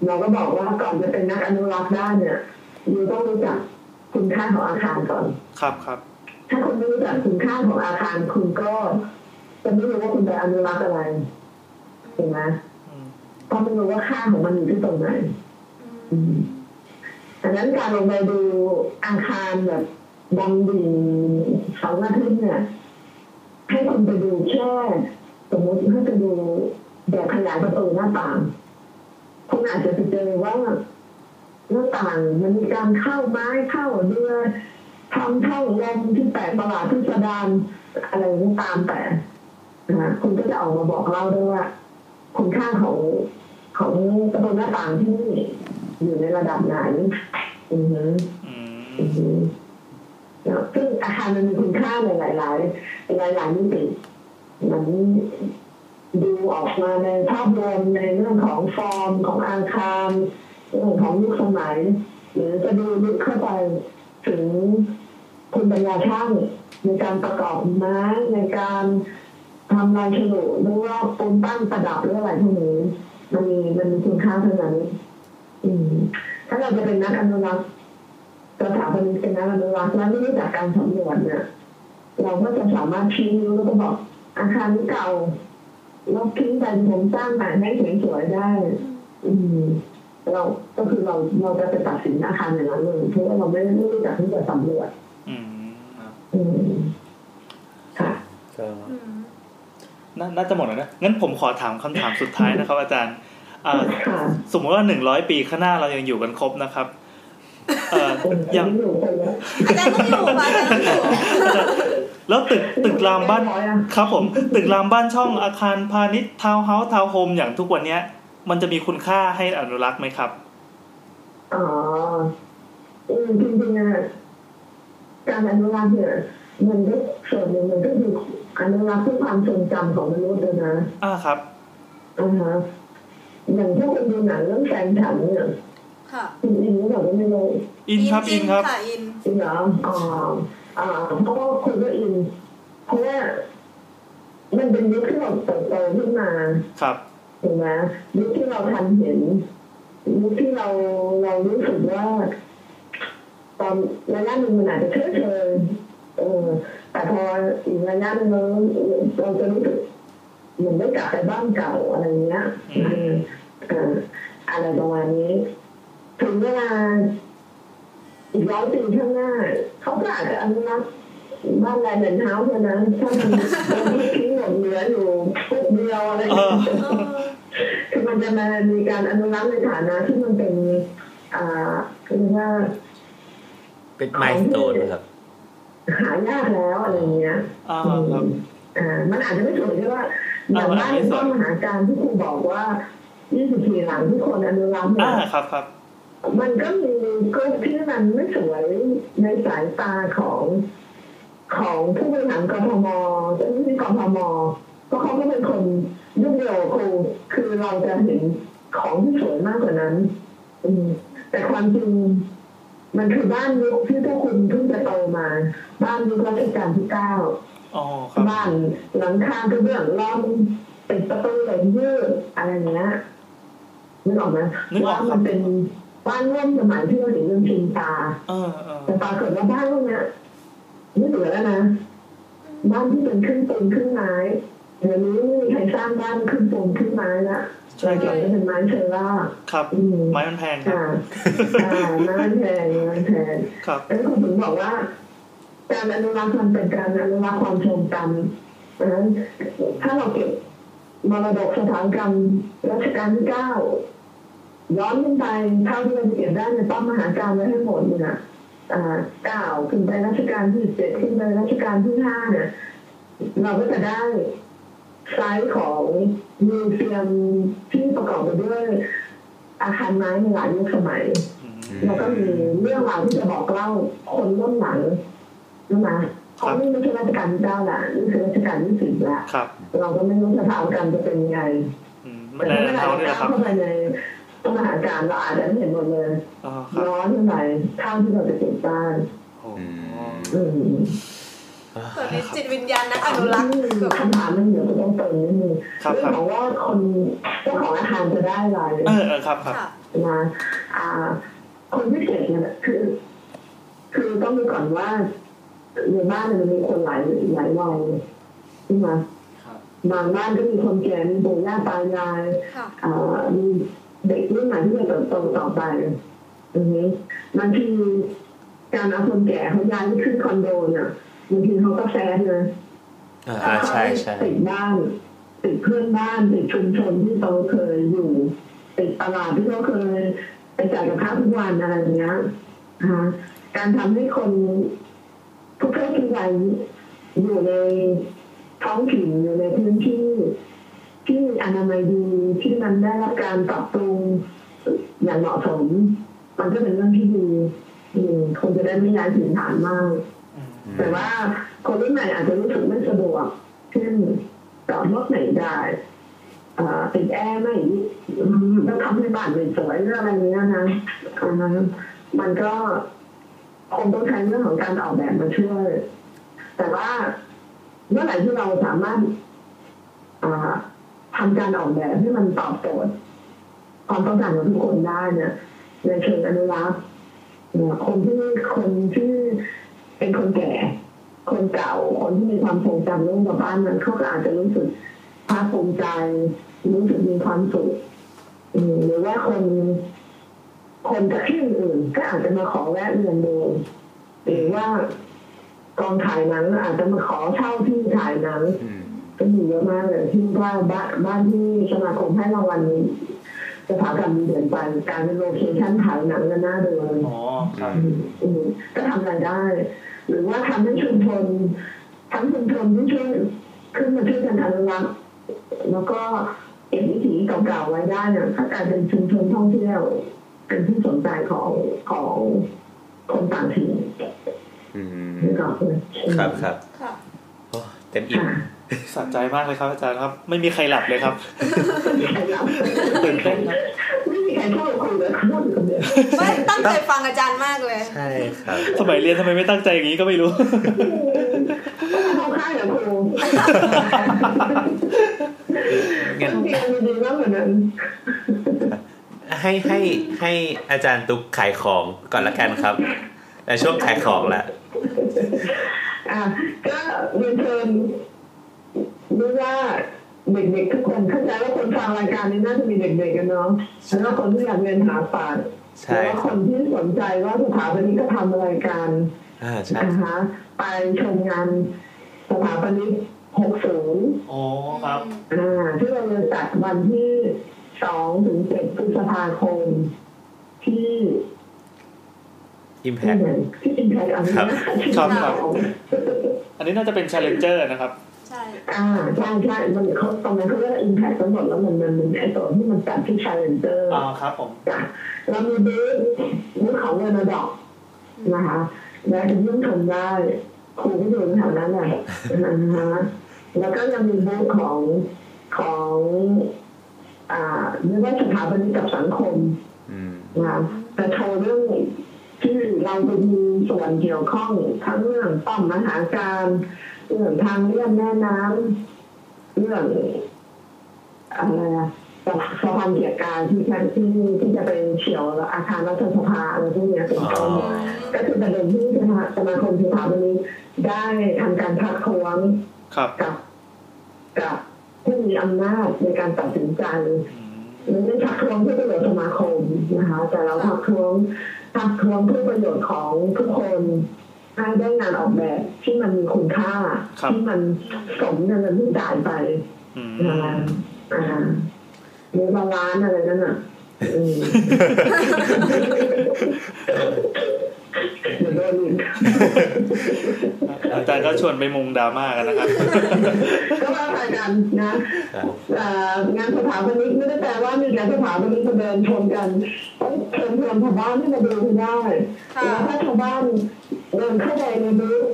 เราก็บอกว่าก่อนจะเป็นนักอนุรักษ์ได้เนี่ยยูต้องรู้จักคุณค่าของอาคารก่อน
ครับครับ
ถ้าคุณไม่รู้จักคุณค่าของอาคารคุณก็จะไม่รู้ว่าคุณจะอนุรักษ์อะไรเห็นไหม
อืม
ก็ไม่รู้ว่าค่าของมันอยู่ที่ตรงไหน อืมดังนั้นการลงไปดูอาคารแบบดำดิ่งเสาหน้าทึ่งเนี่ย ให้คุณไปดูแค่สมมติให้ไปดูแบบขยายประตูหน้าต่างคุณอาจจะไปเจอว่าหน้าต่างมันมีการเข้าไม้เข้าเรือทำเข้าลมที่แปลกประหลาดที่สดานอะไรก็ตามแต่นะฮะคุณก็จะออกมาบอกเราด้วยว่าคุณค่าของของประตูหน้าต่างที่นี่ อยู่ในระดับไหนอือฮึ
อื
อื
ม
อฮึแล้วซึ่งอาคารมันมีคุณค่าในหลาย ๆ หลายๆมิติมันดูออกมาในภาพรวมในเรื่องของฟอร์มของอาคารเรื่องของยุคสมัย หรือจะดูลึกเข้าไปถึงคุณปัญญาช่างในการประกอบไม้ในการทำลายฉลุหรือว่าปูนปั้นประดับหรืออะไรพวกนี้มันมีมันมีคุณค่าเท่านั้น อืมถ้าเราจะเป็นนักอนุรักษ์สถาปนิกเป็นนักอนุรักษ์แล้วไม่รู้จักการสำรวจเนี่ยเราก็จะสามารถชี้นิ้วแล้วก็บอก อาคารนี้เก่าลบทิ้งไปผมสร้างใหม่ให้สวยๆได้ อืม เราก็คือเราเราจะไปตัดสินอาคารอย่างนั้นเลยเพราะว่าเราไม่ไม่รู้จักที่จะสำรวจ
อืม
อืม ค่ะ
ก็
อืม
นาน่าจะหมดแล้วนะงั้นผมขอถามคำถามสุดท้ายนะครับ อาจารย์อ่า
ค่ะ
สมมติว่าหนึ่งร้อยปีข้างหน้าเรายังอยู่กันครบนะครับ เอ่ออยัง
นี้อยู่ไปแล้ว
อาจารย์ต้องอยู่ค่ะอาจารย์ต้องอยู่
แล้วตึกตึกรามบ้านครับผม ตึกรามบ้านช่องอาคารพาณิชย์ทาวน์เฮาส์ทาวน์โฮมอย่างทุกวันเนี้ย มันจะมีคุณค่าให้อนุรักษ์ไหมครับ
อ๋ออืมจริงๆอะการอนุรักษ์เนี่ยมันก็ส่วนหนึ่งมันก็คืออนุรักษ์เพื่อความทรงจำของมนุษย์ด้วยนะ
อ่าครับ
อ่าฮะอย่างพวกคนดูหนังเรื่องแฟนฉันเนี่ย
ค่ะ
จริงๆเราก็ไม่รู้
อินครับอินครับ
ค่ะอิน
จริงเหรออ๋ออ่าเพราะว่าคนก็อินเพราะว่ามันเป็นยุคที่เราเติบโตขึ้นมา
ครับ
ถูกไหมยุคที่เราทันเห็นยุคที่เราเรารู้สึกว่า ตอนระยะหนึ่งมันอาจจะเฉยเฉยๆเออแต่พออีกระยะหนึ่งเราเราจะรู้สึกเหมือนได้กลับไปบ้านเก่าอะไรเงี้ย
อืม
เออเอออะไรประมาณนี้ ถึงเวลาอีกร้อยปีข้างหน้า เขาก็อาจจะอนุรักษ์บ้านแลนด์แอนด์เฮาส์เท่านั้นถ้ามันมันไม่ทิ้งหมดเหลืออยู่ปุ๊บเดียวอะไรอย่างเงี้ย คือมันจะมามีการอนุรักษ์ในฐานะที่มันเป็นอ่าคือว่า
เป็นไมล์สโตนครับ
หายากแล้วอะไรอย่างเงี้ย
อ่า
อืม
ครับ
อ่ามันอาจจะไม่สวยที่ว่าอ
อ่า
ย่าง
มัน
บ้า
อา
น
จจะไม่สวย
ต้นมหาการที่ครูบอกว่า24หลังที่คนอนุรักษ์เนี่
อ่าย ครับครับ
มันก็มีก็ที่มันไม่สวยในสายตาของของผู้บริหารกทมเจ้าหน้าที่กทมก็เขาก็เป็นคนยุ่งเหยิงกับครูคือเราจะเห็นของที่สวยมากกว่านั้น อืมแต่ความจริงมันคือบ้านยุคที่พวกคุณเพิ่งจะโตมา บ้านยุครัชกาลที่เก้า
อ๋อครับ
บ้านหลังคากระเบื้องล้อมเป็นประตูเหล็กยืดอะไรเงี้ยนึกออกไหม
นึกออ
ว่าก
ครับ
มันเป็นบ้านร่วมสมัยที่เราเห็นเรื่องชินตา
เออเออ
แต่ปรากฏว่าบ้านพวกเนี้ยไม่เหลือแล้วนะ บ้านที่เป็นขึ้นปูนขึ้นไม้เดี๋ยวนี้ไม่มีใครสร้างบ้านขึ้นปูนขึ้นไม้ละ
ใช่ครับ
ก็เป็นไม้เทล่า
ครับ
อืม
ไม้มันแพงครับ
ค่ะอ่าน่าแพงน่าแพง
ครับ
แล้วผมถึงบอกว่า การอนุรักษ์มันเป็นการอนุรักษ์ความทรงจำเพราะฉะนั้นถ้าเราเก็บมรดกสถานกรรมรัชกาลที่เก้าย้อนขึ้นไปเท่าที่เราจะเก็บได้ในป้อมมหาการไว้ให้หมดเนี่ยอ่าเก้าขึ้นไปรัชกาลที่เจ็ดขึ้นไปรัชกาลที่ห้าเนี่ย เราก็จะได้ไซส์ของมิวเซียมที่ประกอบไปด้วยอาคารไม้ในหลายยุคสมัย
อืม
แล้วก็มีเรื่องราวที่จะบอกเล่าคนรุ่นหลังนะคะ
ครั
เขา
บ
ไม่ไม่ใช่ราชการที่เก้าละนี่คือราชการที่สิบละ
ครับ
เราก็ไม่รู้สถานการณ์จะเป็นยังไง
อืมไม่
แต่
ได้
ถ้าเรา
เท่านี่แหละค
เข้า
รับ
ไปในมหาการเราอาจจะไม่เห็นหมดเลย
อ๋อครับ
ร้อนเท่าไหร่เท่าที่เราจะเก็บบ้าน
โอ้
อืม
อืม
เกิดในจิตวิญญาณนักอนุรักษ์เกือบ
คำถามนึงเดี๋ยวก็ต้องเติมนิดนึง
ครับ
เรื่
ครับ
ของว่าคนเจ้าของอาคารจะได้อะไร
เออเออครับครับ
ค่ะ
มาอ่า คนที่เก่งเนี่ยคือ คือต้องดูก่อนว่าในบ้านเนี่ยมันมีคนหลายหลายวัยใช่ไหม
ครับ
บางบ้านก็มีคนแก่มีปู่ย่าตายาย
ค่ะ
อ่ามีเด็กรุ่นใหม่ที่จะเติบโตต่อไปอือฮึบางทีการเอาคนแก่เขาย้ายไปขึ้นคอนโดเนี่ยบางทีเขาก็แซนนะ
อ่าใช่ใช่
ติดบ้านติดเพื่อนบ้านติดชุมชนที่เราเคยอยู่ ติดตลาดที่เราเคยไปจ่ายกับข้าวทุกวันอะไรอย่างเงี้ยนะคะการทำให้คนทุกเพศทุกวัยอยู่ในท้องถิ่นอยู่ในพื้นที่ ที่อนามัยดีที่มันได้รับการปรับปรุงอย่างเหมาะสม มันก็เป็นเรื่องที่ดีอืมคนจะได้ไม่ย้ายถิ่นฐานมาก
อืม
แต่ว่าคนรุ่นใหม่อาจจะรู้สึกไม่สะดวกเช่นจอดรถไหนได้อ่าติดแอร์ไม่อืมแล้วทำให้บ้านไม่สวยหรืออะไรเงี้ยนะอันนั้นมันก็คงต้องใช้เรื่องของการออกแบบมาช่วย แต่ว่าเมื่อไหร่ที่เราสามารถอ่าทำการออกแบบให้มันตอบโจทย์ความต้องการของทุกคนได้เนี่ยในเชิงอนุรักษ์เนี่ยคนที่คนที่ เป็นคนแก่ คนเก่า คนที่มีความทรงจำเรื่องกับบ้านนั้นเขาก็อาจจะรู้สึกภาคภูมิใจ รู้สึกมีความสุขอืมหรือว่าคน คนจากที่อื่นๆก็อาจจะมาขอแวะเวียนดูหรือว่ากองถ่ายหนังอาจจะมาขอเช่าที่ถ่ายหนัง
อืม
ก็มีเยอะมากเลยที่ว่าบ้านบ้านที่สมาคมให้รางวัลสถาบันดีเด่นไปกลารเป็นโลเคชั่นถ่ายหนังก็น่าดูเลย
อ๋อครับ
อืมก็ทำรายได้ หรือว่าทำให้ชุมชนทั้งชุมชนที่ช่วยขึ้นมาช่วยกันอนุรักษ์แล้วก็เก็บวิถีเก่าๆไว้ได้เนี่ยถ้ากลารเป็นชุมชนท่องเที่ยวเป็นที่สนใจของของคนต่างถิ่น
อืม
นี่ก็คือ
ครับครับ
ค่ะ
โอ้เต็มอิ่ม
ค่ะ
สะใจมากเลยครับอาจารย์ครับ ไม่มีใครหลับเลยครับ
ไม่มีใครรับ
ตื่นเต้นครับ
ไม่มีใครเข้าคุยเลยเข้าคุยคนเดียว
ไม่ตั้งใจฟังอาจารย์มากเลย
ใช่ครับ
สมัยเรียนทำไมไม่ตั้งใจอย่างนี้ก็ไม่รู้
เข้าค่ายเหรอครู
งั้น
เรียนดีๆมากกว่านั้น
ให้ให้ให้อาจารย์ตุ๊กขายของก่อนละกันครับแต่ช่วงขายของละ
อ่ะก็เรียนเชิญด้วยว่าเด็กๆทุกคนเข้าใจว่าคนฟังรายการนี้น่าจะมีเด็กๆกันเนาะแล้วคนที่อยากเรียนหาศาสตร์
ใช่
แล้า
ควรับ
คนที่สนใจว่าสถาปนิกก็ทำอะไรกัน
อ่าใช่
นะคะ ไปชมงานสถาปนิก60
อ๋อครับ
อ่าที่เราจะจัดวันที่ 2 ถึง 7 พฤษภาคม ที่
อิมแพ
ที่
ค
ไหนที่อินเทอร์อันนี้
ครับ
นะครับ
ครับ อันนี้น่าจะเป็น challenger นะครับ
ใช่
อ่าใช่ใช่มันเขาตรงนั้นเขาเรียกอินแพคทั้งหมดแล้วมันมันมันไอตัวที่มันจัดที่ชาเลนเจอร์
อ๋อครับผม
จ้ะเรามีบูธบูธของเงินดอกนะคะและเป็นเรื่องชมได้ครูก็อยู่แถวนั้นแหละนะคะแล้วก็ยังมีบูธของของอ่าเรียกว่าสถาบันกับสังคม
อืม
นะคะจะโชว์เรื่องที่เราไปมีส่วนเกี่ยวข้องทั้งเรื่องป้อมมหาการเรื่องทางเลี่ยงแม่น้ำเรื่องอะไรอะ สถาบันเกียรติการที่ท่านที่ที่จะไปเฉียวอาคารรัฐสภาอะไรพวกเนี้ยเป็น
อ๋อ
ต้นก็คือประเด็นที่สมาสมาคมสถาบันนี้ได้ทำการทักท้วง
ครับ
กับกับผู้มีอำนาจในการตัดสินใจ
อืม
ไม่ได้ทักท้วงเพื่อประโยชน์สมาคมนะคะ แต่เราทักท้วงทักท้วงเพื่อประโยชน์ของทุกคนให้ได้งานออกแบบที่มันมีคุณค่า
ครับ
ที่มันสมเงินที่จ่ายไป
อืม
นะคะอ่าเรียกว่าร้านอะไรนั่นอ่ะอืม เดี๋ยวโดนอีก
อาจารย์ก็ชวนไปมุงดราม่ากันนะครับ
ก็ว่าไปกันนะเอ่องานสถาปนิกไม่ได้แปลว่ามีการสถาปนิกมาเดินชนกันต้องเชิญชวนชาวบ้านให้มาดูให้ได้
ค่ะ
แล้วถ้าชาวบ้านเดินเข้าใจในบูธ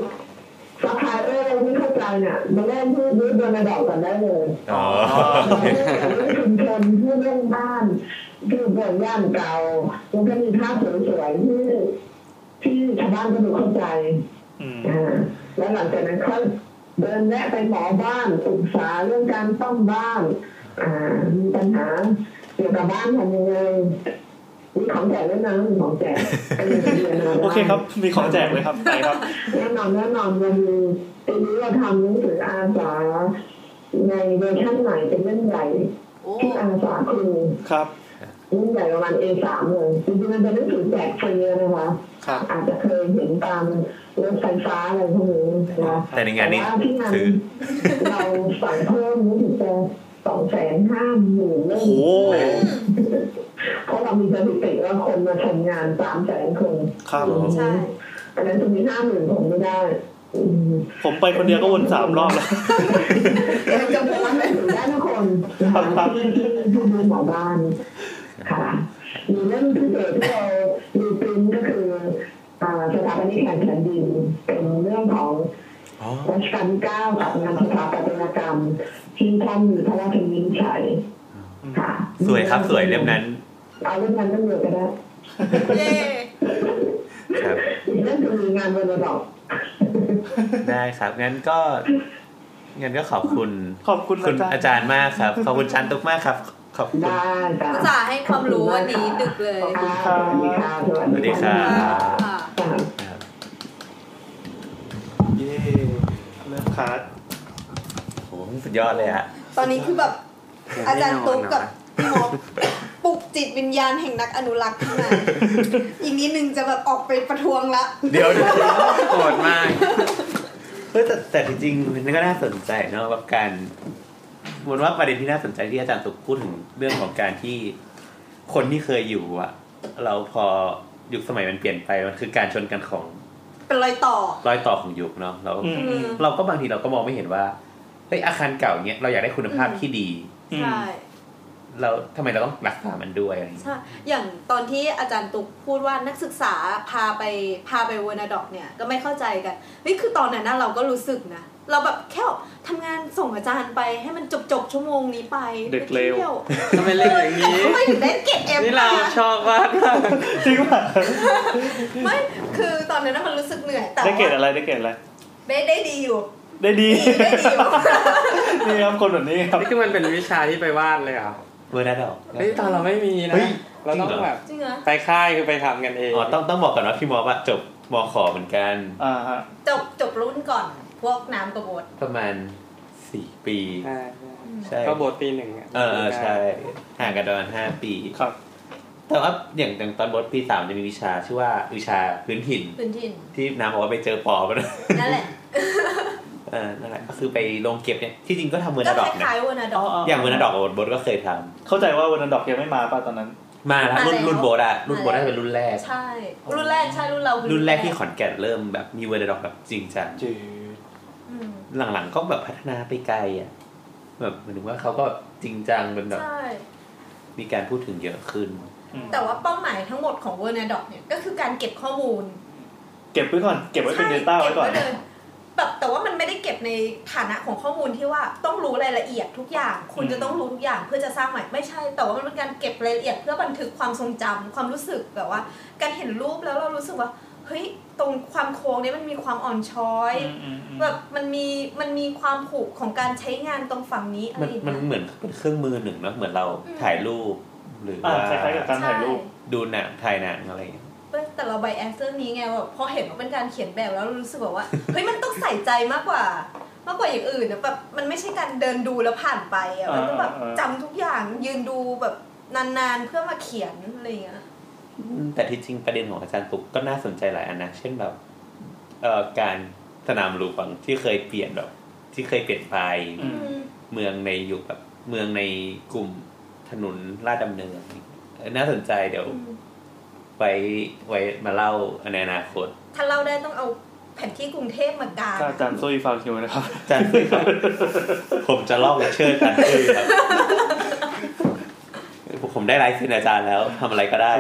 สัพพลายเออร์ไม่เข้าใจเนี่ยมาเล่นที่บูธเดินมาดอกกันได้เลย
อ๋อ
มาเล่นกับเรื่องชุมชนที่เรื่องบ้านที่เรื่องย่านเก่ามันก็มีภาพสวยๆที่ที่ชาวบ้านก็ดูเข้าใจ
อืม
อ่าแล้วหลังจากนั้นเขาเดินแวะไปหมอบ้านปรึกษาเรื่องการซ่อมบ้านอ่ามีปัญหาเกี่ยวกับบ้านทำยังไงมีของแจกด้วยนะมีของแจกไปเรียนรียนมา
โอเคครับ มีของแจกเลยครับไปครับ
แน่นอนแน่นอนเรามีปีนี้เราทำหนังสืออาสาในเวอร์ชันใหม่เป็นเล่มใหญ่
โอ้
ที่อาสาครู
ครับ
เล่มใหญ่ประมาณ A3 เลยจริงๆมันเป็นหนังสือแจกฟรีนะคะ
ครับ
อาจจะเคยเห็นตามรถไฟฟ้าอะไรพวกนี้นะคะ
แต่ในงานนี้
แต่ว่าที่งาน
ซื้อ
เราสั่งเพิ่มรู้สึกจะสองแสนห้าหมื่นเล่ม
โอ้โห
เพราะเรามีสถิติว่าคนมาชมงานสามแสนคน
ครับ
ใช่
อันนั้นตรงนี้ห้าหมื่นผมไม่ได้อืม
ผมไปคนเดียวก็วนสามรอบแล้ว
จะพูดถึงได้ทุกคนนะคะที่ที่ที่ดูหมอบ้านค่ะ มีเรื่องพิเศษที่เราดูปริ้นก็คืออ่าสถาปนิกแห่งแผ่นดินเป็นเรื่องของ
อ๋อ
รัชกาลที่เก้ากับงานสถาปัตยกรรม ที่ท่านมีพระราชวินิจฉัยค่ะ
สวยครับสวยเล่มนั้น
เอาเรื่องนั้นเรื่องเดียวก็ได้
เย่
ครับ
อีกเรื่องหนึ่งคืองานวันระดอก
ได้ครับ งั้นก็งั้นก็ขอบคุณ
ขอบคุณ
คุณอา
อาจารย์
จารย์มากครับ ขอบคุณชันตุกมากครับ ขอบคุณ
ได้จ้ะ
อุตส่าห์ให้ความรู้วันนี้ดึกเลย
ค่ะสวัสดีค่ะ
สวัสดีครับ
ค่ะ
ค่ะ
ครับ
เย้เริ่มคาร์ด
โอ้โหสุดยอดเลยฮะ
ตอนนี้คือแบบอาจารย์ตุ๊กกับพี่มอปลุกจิตวิญญาณแห่งนักอนุรักษ์ขึ้นมาอีกนิดนึงจะแบบออกไปประท้วงละ
เดี๋ยวเดี๋ยวโกรธมากเฮ้ยแต่แต่จริงๆมันก็น่าสนใจเนาะแบบการมนว่าประเด็นที่น่าสนใจที่อาจารย์ตุกพูดถึงเรื่องของการที่คนที่เคยอยู่อะเราพอยุคสมัยมันเปลี่ยนไปมันคือการชนกันของ
เป็นรอยต่อ
รอยต่อของยุคเนาะเรา
อืมอืม
เราก็บางทีเราก็มองไม่เห็นว่าเฮ้ยอาคารเก่าเนี้ยเราอยากได้คุณภาพที่ดี
อืม
ใช่
เราทำไมเราต้องรักษามันด้วยอะไรอย่างเงี้ย
ใช่ อย่างตอนที่อาจารย์ตุ๊กพูดว่านักศึกษาพาไปพาไปเวอร์นาดอกเนี่ยก็ไม่เข้าใจกัน เฮ้ยคือตอนนั้นนะเราก็รู้สึกนะ เราแบบแค่ทำงานส่งอาจารย์ไปให้มันจบจบๆชั่วโมงนี้ไปไปที่ยว
ทำไมเล่นอย่างนี้
ทำไมถึงได้เกรดเอ็ม
นี่เราชอบมาก
จริงป่ะ
ไม่ คือตอนนั้นนะมันรู้สึกเหนื่อย แต่
ได้เกรด
ว่า
อะไรได้เกรดอะไร
ได้ได้ดีอยู่
ได้ดี
ได้ดีอยู่
นี่ครับคนแบบนี้ครับ
นี่คือมันเป็นวิชาที่ไปวาดเลยเหรอ่ะ
เวอร์นาดอก
นี่ตอนเราไม่มีนะ
เฮ้ย
เราต้อง
จริงเหรอ
แบบ
จริงเหรอ
ไปค่ายคือไปทำกันเอง
อ๋อต้องต้องบอกก่อนว่าพี่มอว่าจบมอขอเหมือนกัน
อ่าฮะ
จบจบรุ่นก่อน พวกน้ำกระโบด
ประมาณสี่ปี
ใช่
ใช่
ก็โบทปีหนึ่งะ
เออเออใช่ ห่างกันประมาณห้าปี
ครับ
แต่ว่าอย่างอย่างตอนบทปีสามจะมีวิชาชื่อว่าวิชาพื้นถิ่น
พื้นถิ่น
ที่น้ำบอกว่าไปเจอปอบนะ
นั่นแหละ
เออนั่นแหละก็คือไปลงเก็บเนี่ยที่จริงก็ทำเวอร์
ก็
นาด
ค
อกนะ
ล้ายๆวานาดอก
อย่างเวอร์นาดอกกับบทบทก็เคยทำ
เข้าใจว่าวันนันดอกยังไม่มาป่ะตอนนั้น
มาละ
มา
รุ่น
แล้ว
รุ่นโบทอะรุ่นโบท
มาแล้ว
น่าจะเป็นรุ่นแรก
ใช่ รุ่นแรกใช่รุ่นเราคือ
รุ่นแรกที่ขอนแก่นเริ่มแบบมีเวอร์นาดอกแบบจริงจัง
จืด
อืม
หลังๆก็แบบพัฒนาไปไกลอะแบบหมายถึงว่าเขาก็จริงจังเป็นแบบ
ใช่
มีการพูดถึงเยอะขึ้น
อืม
แต่ว่าเป้าหมายทั้งหมดของเวอร์นาดอกเนี่ย ก็คือการเก็บข้อมูล
เก็บไว้ก่อน เก็บไว้เป็นเดต้าไว้ก่อน
ใช่เบเลยแบบแต่ว่ามันไม่ได้เก็บในฐานะของข้อมูลที่ว่าต้องรู้รายละเอียดทุกอย่าง คุณ
อืม
จะต้องรู้ทุกอย่างเพื่อจะสร้างใหม่ไม่ใช่ แต่ว่ามันเป็นการเก็บรายละเอียดเพื่อบันทึกความทรงจำความรู้สึกแบบว่า การเห็นรูปแล้วเรารู้สึกว่าเฮ้ยตรงความโค้งเนี้มันมีความอ่อนช้อย
อืมอืมอืม
แบบมันมีมันมีความผูกของการใช้งานตรงฝั่งนี้อะไร
มัน
อย่าง
มัน
เงี้ย
เหมือนเป็นเครื่องมือหนึ่งเนอะเหมือนเรา
อืม
ถ่ายรูป หรือ
อ่า
ว่า
คล้ายๆกับการถ่ายรูป
ใช่
ดูหนังถ่ายหนังอะไรอย่างเงี้ย
เว้ยแต่เราไบแอสเรื่องนี้ไงแบบพอเห็นว่าเป็นการเขียนแบบแล้วเรารู้สึกแบบว่า เฮ้ยมันต้องใส่ใจมากกว่า มากกว่าอย่างอื่นนะแบบมันไม่ใช่การเดินดูแล้วผ่านไปอ่ะมันต้องแบบ
เออเออ
จำทุกอย่างยืนดูแบบ
นานๆเพื่อมาเขียนอะไรอย่างเงี้ย
อืมแต่ที่จริงประเด็นของอาจารย์ตุ๊กก็น่าสนใจหลายอันนะเช่นแบบเอ่อการสนามหลวงที่เคยเปลี่ยนแบบ ที่เคยเปลี่ยนไป
อืม
เมืองในยุคแบบเมืองในกลุ่มถนนลาดดำเนินเออน่าสนใจเดี๋ยวไว้ไว้มาเล่าในอนาคต
ถ้าเล่าได้ต้องเอาแผนที่กรุงเทพมากาง
ถ้าอาจารย์ซุยฟังคิวนะครับ
อาจารย์ตุ้ยครับ ผมจะลอกเลคเชอร์อาจารย์ตุ้ยครับผมได้ไลฟ์เซ็นอาจารย์แล้วทำอะไรก็ได้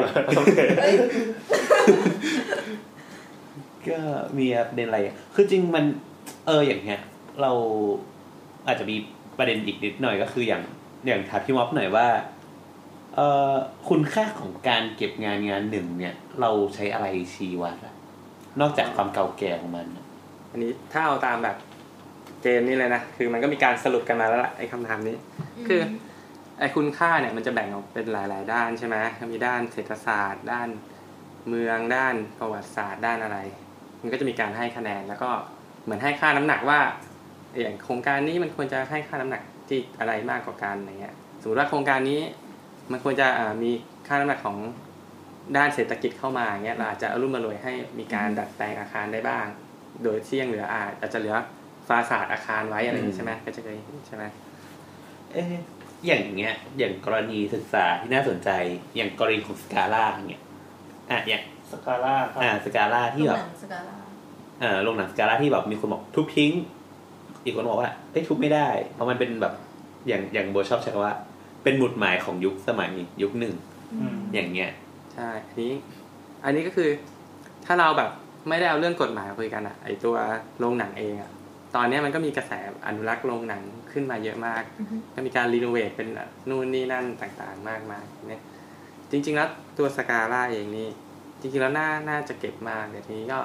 ก็มีประเด็นอะไรอ่ะคือจริงมัน เอออย่างเงี้ย เราอาจจะมีประเด็นอีกนิดหน่อยก็คืออย่างอย่างถามพี่ม็อบหน่อยว่า เออคุณค่าของการเก็บงานงานหนึ่งเนี่ย เราใช้อะไรชี้วัดอะนอกจากความเก่าแก่ของมันอะ
อันนี้ถ้าเอาตามแบบเกณฑ์นี่เลยนะ คือมันก็มีการสรุปกันมาแล้วล่ะไอ้คำถามนี้ คือไอ้คุณค่าเนี่ยมันจะแบ่งออกเป็นหลาย ๆ ด้านใช่ไหมมีด้านเศรษฐศาสตร์ ด้านเมืองด้านประวัติศาสตร์ด้านอะไร มันก็จะมีการให้คะแนนแล้วก็เหมือนให้ค่าน้ำหนักว่าอย่างโครงการนี้มันควรจะให้ค่าน้ำหนักที่อะไรมากกว่ากันอะไรเงี้ยสมมติว่าโครงการนี้มันควรจะอ่ามีค่าน้ำหนักของด้านเศรษฐกิจเข้ามาอย่างเงี้ยเราอาจจะอรุ่มอรวยให้มีการดัดแปลงอาคารได้บ้าง โดยที่ยังเหลืออาจอาจจะเหลือฟาสาดอาคารไว้อะไรอย่างงี้ใช่ไหมก็จะเคยเห็นใช่ไหม
เอะอย่างเงี้ย อย่างกรณีศึกษาที่น่าสนใจ อย่างกรณีของสกาล่าเนี่ยอ่ะอย่าง
สกาล่าครับ
อ่าสกาล่า
ที่
ที่
แบ
แบบ
บสกาลา
เอ่อโรงหนังสกาล่าที่แบบมีคนบอกทุบทิ้ง อีกคนบอกว่าเอ้ยทุบไม่ได้ เพราะมันเป็นแบบอย่างอย่างโบชอบใช้คำว่า เป็นหมุดหมายของยุคสมัยยุคหนึ่ง
อืม
อย่างเงี้ย
ใช่ อันนี้ อันนี้ก็คือ ถ้าเราแบบไม่ได้เอาเรื่องกฎหมายมาคุยกันอะไอตัวโรงหนังเองอะตอนเนี้ยมันก็มีกระแสอนุรักษ์โรงหนังขึ้นมาเยอะมาก ก็มีการรีโนเวทเป็นนู่นนี่นั่นต่างๆ มากมายเนี่ย จริง ๆ แล้วตัวสกาล่าเองนี่ จริงๆแล้วน่าน่าจะเก็บมากแต่ทีนี้ก็